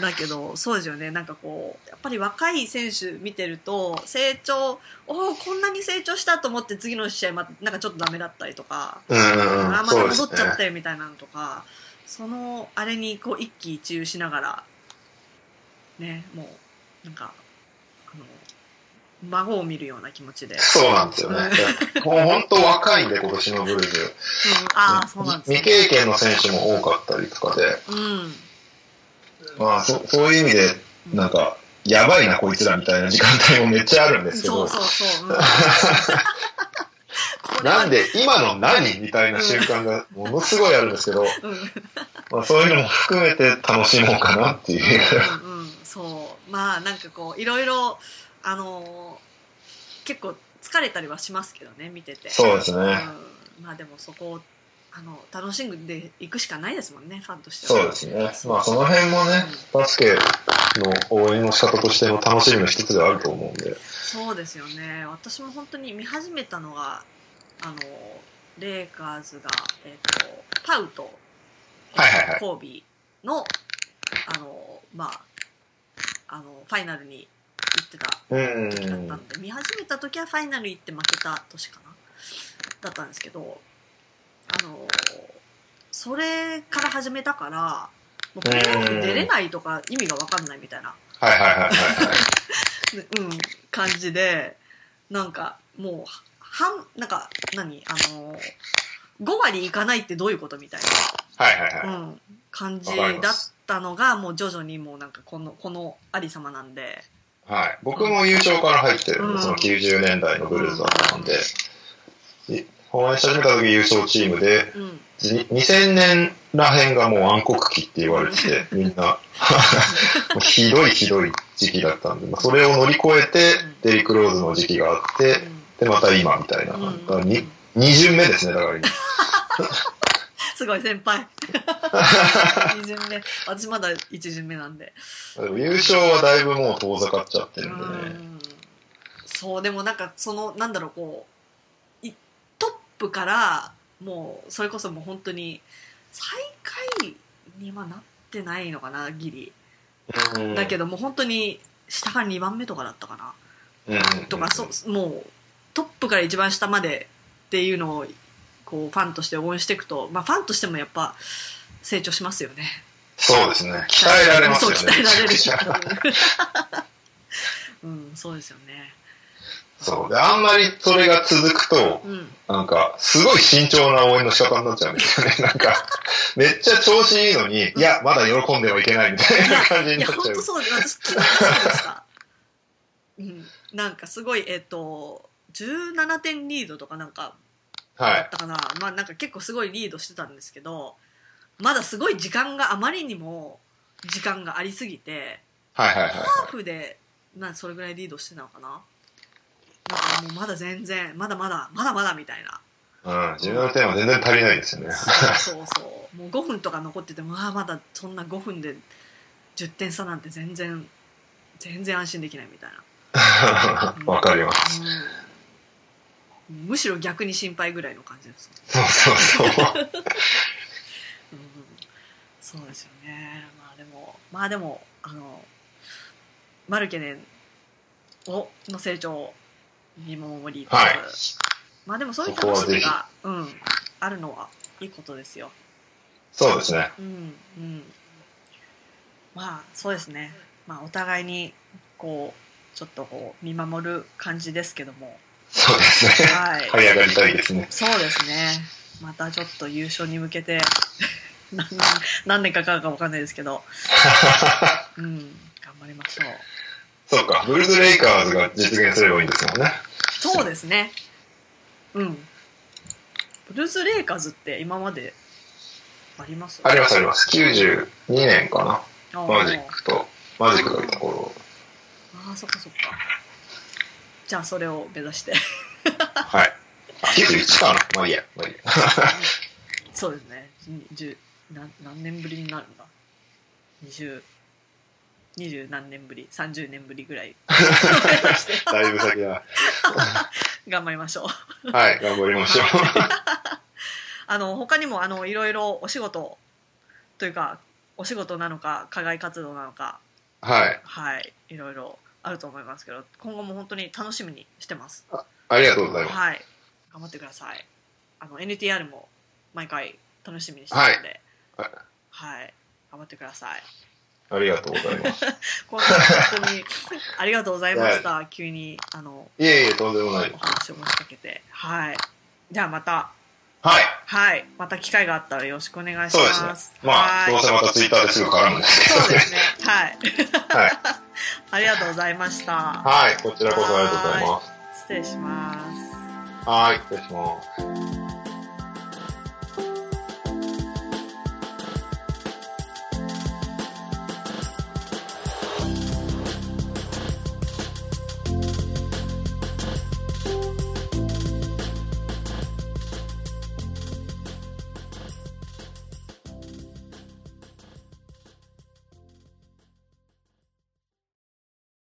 Speaker 1: だけどそうですよねなんかこうやっぱり若い選手見てると成長おおこんなに成長したと思って次の試合まなんかちょっとダメだったりとか、
Speaker 2: うんうん
Speaker 1: あ
Speaker 2: うん、
Speaker 1: また
Speaker 2: そうで
Speaker 1: 戻
Speaker 2: す
Speaker 1: っちゃっ
Speaker 2: ね。
Speaker 1: たよみたいなのとかそのあれにこう一喜一憂しながらねもうなんかあの孫を見るような気持 ちで、うん、
Speaker 2: そうなんですよね。もう本当若いんで、今年のブルーズ。
Speaker 1: ああそうなんです
Speaker 2: 未
Speaker 1: ね
Speaker 2: 経験の選手も多かったりとかで、
Speaker 1: うん
Speaker 2: まあ、そそういう意味で、なんか、やばいな、こいつらみたいな時間帯もめっちゃあるんですけ
Speaker 1: そ
Speaker 2: ど
Speaker 1: う、そうそう、 うん、これは
Speaker 2: なんで、今の何みたいな瞬間がものすごいあるんですけど、
Speaker 1: うん
Speaker 2: まあ、そういうのも含めて楽しもうかなっていう。
Speaker 1: うんうんうん、そうまあなんかこういろいろあのー結構疲れたりはしますけどね見てて
Speaker 2: そうですね
Speaker 1: んまあでもそこをあの楽しんでいくしかないですもんねファンとしては
Speaker 2: そうですね。まあ、その辺もね、バスケの応援の仕方としての楽しみの一つではあると思うんで。
Speaker 1: そうですよね私も本当に見始めたのがあのーレイカーズが、えっとパウと、
Speaker 2: はいはいはい
Speaker 1: コービーのあのーまああのファイナルに行ってた
Speaker 2: う
Speaker 1: だった
Speaker 2: ん。
Speaker 1: んで見始めた時はファイナル行って負けた年かなだったんですけどあのそれから始めたからもうプレーオフ出れないとか意味が分かんないみたいな、
Speaker 2: はいはいはいはいは
Speaker 1: う
Speaker 2: い。
Speaker 1: ん、感じでなんかもう半なんか何あの5割いかないってどういうことみたい
Speaker 2: はいはい
Speaker 1: な、
Speaker 2: は
Speaker 1: うん、感じ
Speaker 2: わ
Speaker 1: だ
Speaker 2: かりま
Speaker 1: っ
Speaker 2: す
Speaker 1: たのがもう徐々にもうなんかこのこのありさまなんで。
Speaker 2: い。はい。僕も優勝から入ってるん
Speaker 1: うん
Speaker 2: で、その90年代のブルーズだったんで、い応援し始めた時優勝チームで、
Speaker 1: うん
Speaker 2: じ2000年らへんがもう暗黒期って言われ てて、みんな、 もうひどいひどい時期だったんで、まあそれを乗り越えて、デリック・ローズの時期があって、で、また今みたいな。
Speaker 1: うん
Speaker 2: だ
Speaker 1: うん
Speaker 2: からに二巡目ですね、だから 今。
Speaker 1: すごい先輩。二巡目。私まだ一巡目なんで。
Speaker 2: でも優勝はだいぶもう遠ざかっちゃって
Speaker 1: う
Speaker 2: るんでね。
Speaker 1: ん。そう、でもなんかその、なんだろう、こう、いトップから、もう、それこそもう本当に、最下位にはなってないのかな、ギリ。
Speaker 2: うん
Speaker 1: だけどもう本当に、下が2番目とかだったかな。
Speaker 2: うん
Speaker 1: とか、そもう、トップから一番下までっていうのを、こう、ファンとして応援していくと、まあファンとしてもやっぱ、成長しますよね。
Speaker 2: そうですね。鍛えられますよね。
Speaker 1: そう鍛えられ
Speaker 2: めちゃくちゃ
Speaker 1: る。 うん、そうですよね。
Speaker 2: そう。で、あんまりそれが続くと、
Speaker 1: うん、
Speaker 2: なんか、すごい慎重な応援の仕方になっちゃうんですよね。 なんか、めっちゃ調子いいのに、いや、まだ喜んではいけないみたいな 感じに
Speaker 1: い
Speaker 2: な
Speaker 1: や
Speaker 2: っちゃう。
Speaker 1: 本当そうです。私昨日そうでした。 うん、なんかすごいえっ、と17点リードとかなんか
Speaker 2: は
Speaker 1: だっ
Speaker 2: い。
Speaker 1: たかな、まあなんか結構すごいリードしてたんですけど、まだすごい時間があまりにも時間がありすぎて。
Speaker 2: はいはいはい。
Speaker 1: ハーフで、なそれぐらいリードしてたのかななんかもうまだ全然、まだまだ、まだまだみたいな。
Speaker 2: うん、17点は全然足りないですよね。
Speaker 1: そうそうそう。もう5分とか残ってても、ああ、まだそんな5分で10点差なんて全然、全然安心できないみたいな。
Speaker 2: わかります。
Speaker 1: うんむしろ逆に心配ぐらいの感じです。
Speaker 2: そうそうそう。
Speaker 1: うん、そうですよね。まあでも、まあでも、あの、マルケネンをの成長を見守りつつ、
Speaker 2: はい
Speaker 1: まあでもそういう
Speaker 2: そこ
Speaker 1: 楽
Speaker 2: は
Speaker 1: しみが、うん、あるのはいいことですよ。
Speaker 2: そうですね。
Speaker 1: うん、うん。まあそうですね。まあお互いに、こう、ちょっとこう、見守る感じですけども、
Speaker 2: そうですね。
Speaker 1: はい。
Speaker 2: 這い上がりたいですね。
Speaker 1: そうですね。またちょっと優勝に向けて、 何年何年かかるかわかんないですけど、うん、頑張りましょう。
Speaker 2: そうか、ブルーズ・レイカーズが実現すればいいんですもんね。
Speaker 1: そうですね。うん。ブルース・レイカーズって今まであります
Speaker 2: ありますあります。92年かな。
Speaker 1: あー
Speaker 2: マジックと、マジックがいた頃。
Speaker 1: あー、そっかそっか。じゃあそれを目指して。
Speaker 2: はい。あ、91かな。まあいいや、まあいいや。
Speaker 1: そうですね。十何何年ぶりになるんだ。二十、二十何年ぶり、三十年ぶりぐらい。目指して
Speaker 2: だいぶ先だ。
Speaker 1: 頑張りましょう。
Speaker 2: はい、頑張りましょう。
Speaker 1: あの他にもあのいろいろお仕事というかお仕事なのか課外活動なのか
Speaker 2: はい。
Speaker 1: はいいろいろあると思いますけど今後も本当に楽しみにしてます
Speaker 2: ありがとうございます。
Speaker 1: はい頑張ってくださいあの NTR も毎回楽しみにしてるので
Speaker 2: はい
Speaker 1: はい、頑張ってください
Speaker 2: ありがとうございます。
Speaker 1: こんな本当にありがとうございました。急にあの
Speaker 2: いえいえ、とんでもない
Speaker 1: お。話を持ちかけて、はい。じゃあまた、
Speaker 2: はい。
Speaker 1: はい、また機会があったらよろしくお願いし
Speaker 2: そうです
Speaker 1: ま
Speaker 2: ね
Speaker 1: す。。
Speaker 2: まあ、
Speaker 1: はい
Speaker 2: どうせまたツイッターですぐ絡むんです
Speaker 1: そう
Speaker 2: けど
Speaker 1: で
Speaker 2: ね。
Speaker 1: すね。はい、
Speaker 2: はい。
Speaker 1: ありがとうございました。
Speaker 2: はい。こちらこそありがとうございます。
Speaker 1: 失礼します。
Speaker 2: はい。失礼します。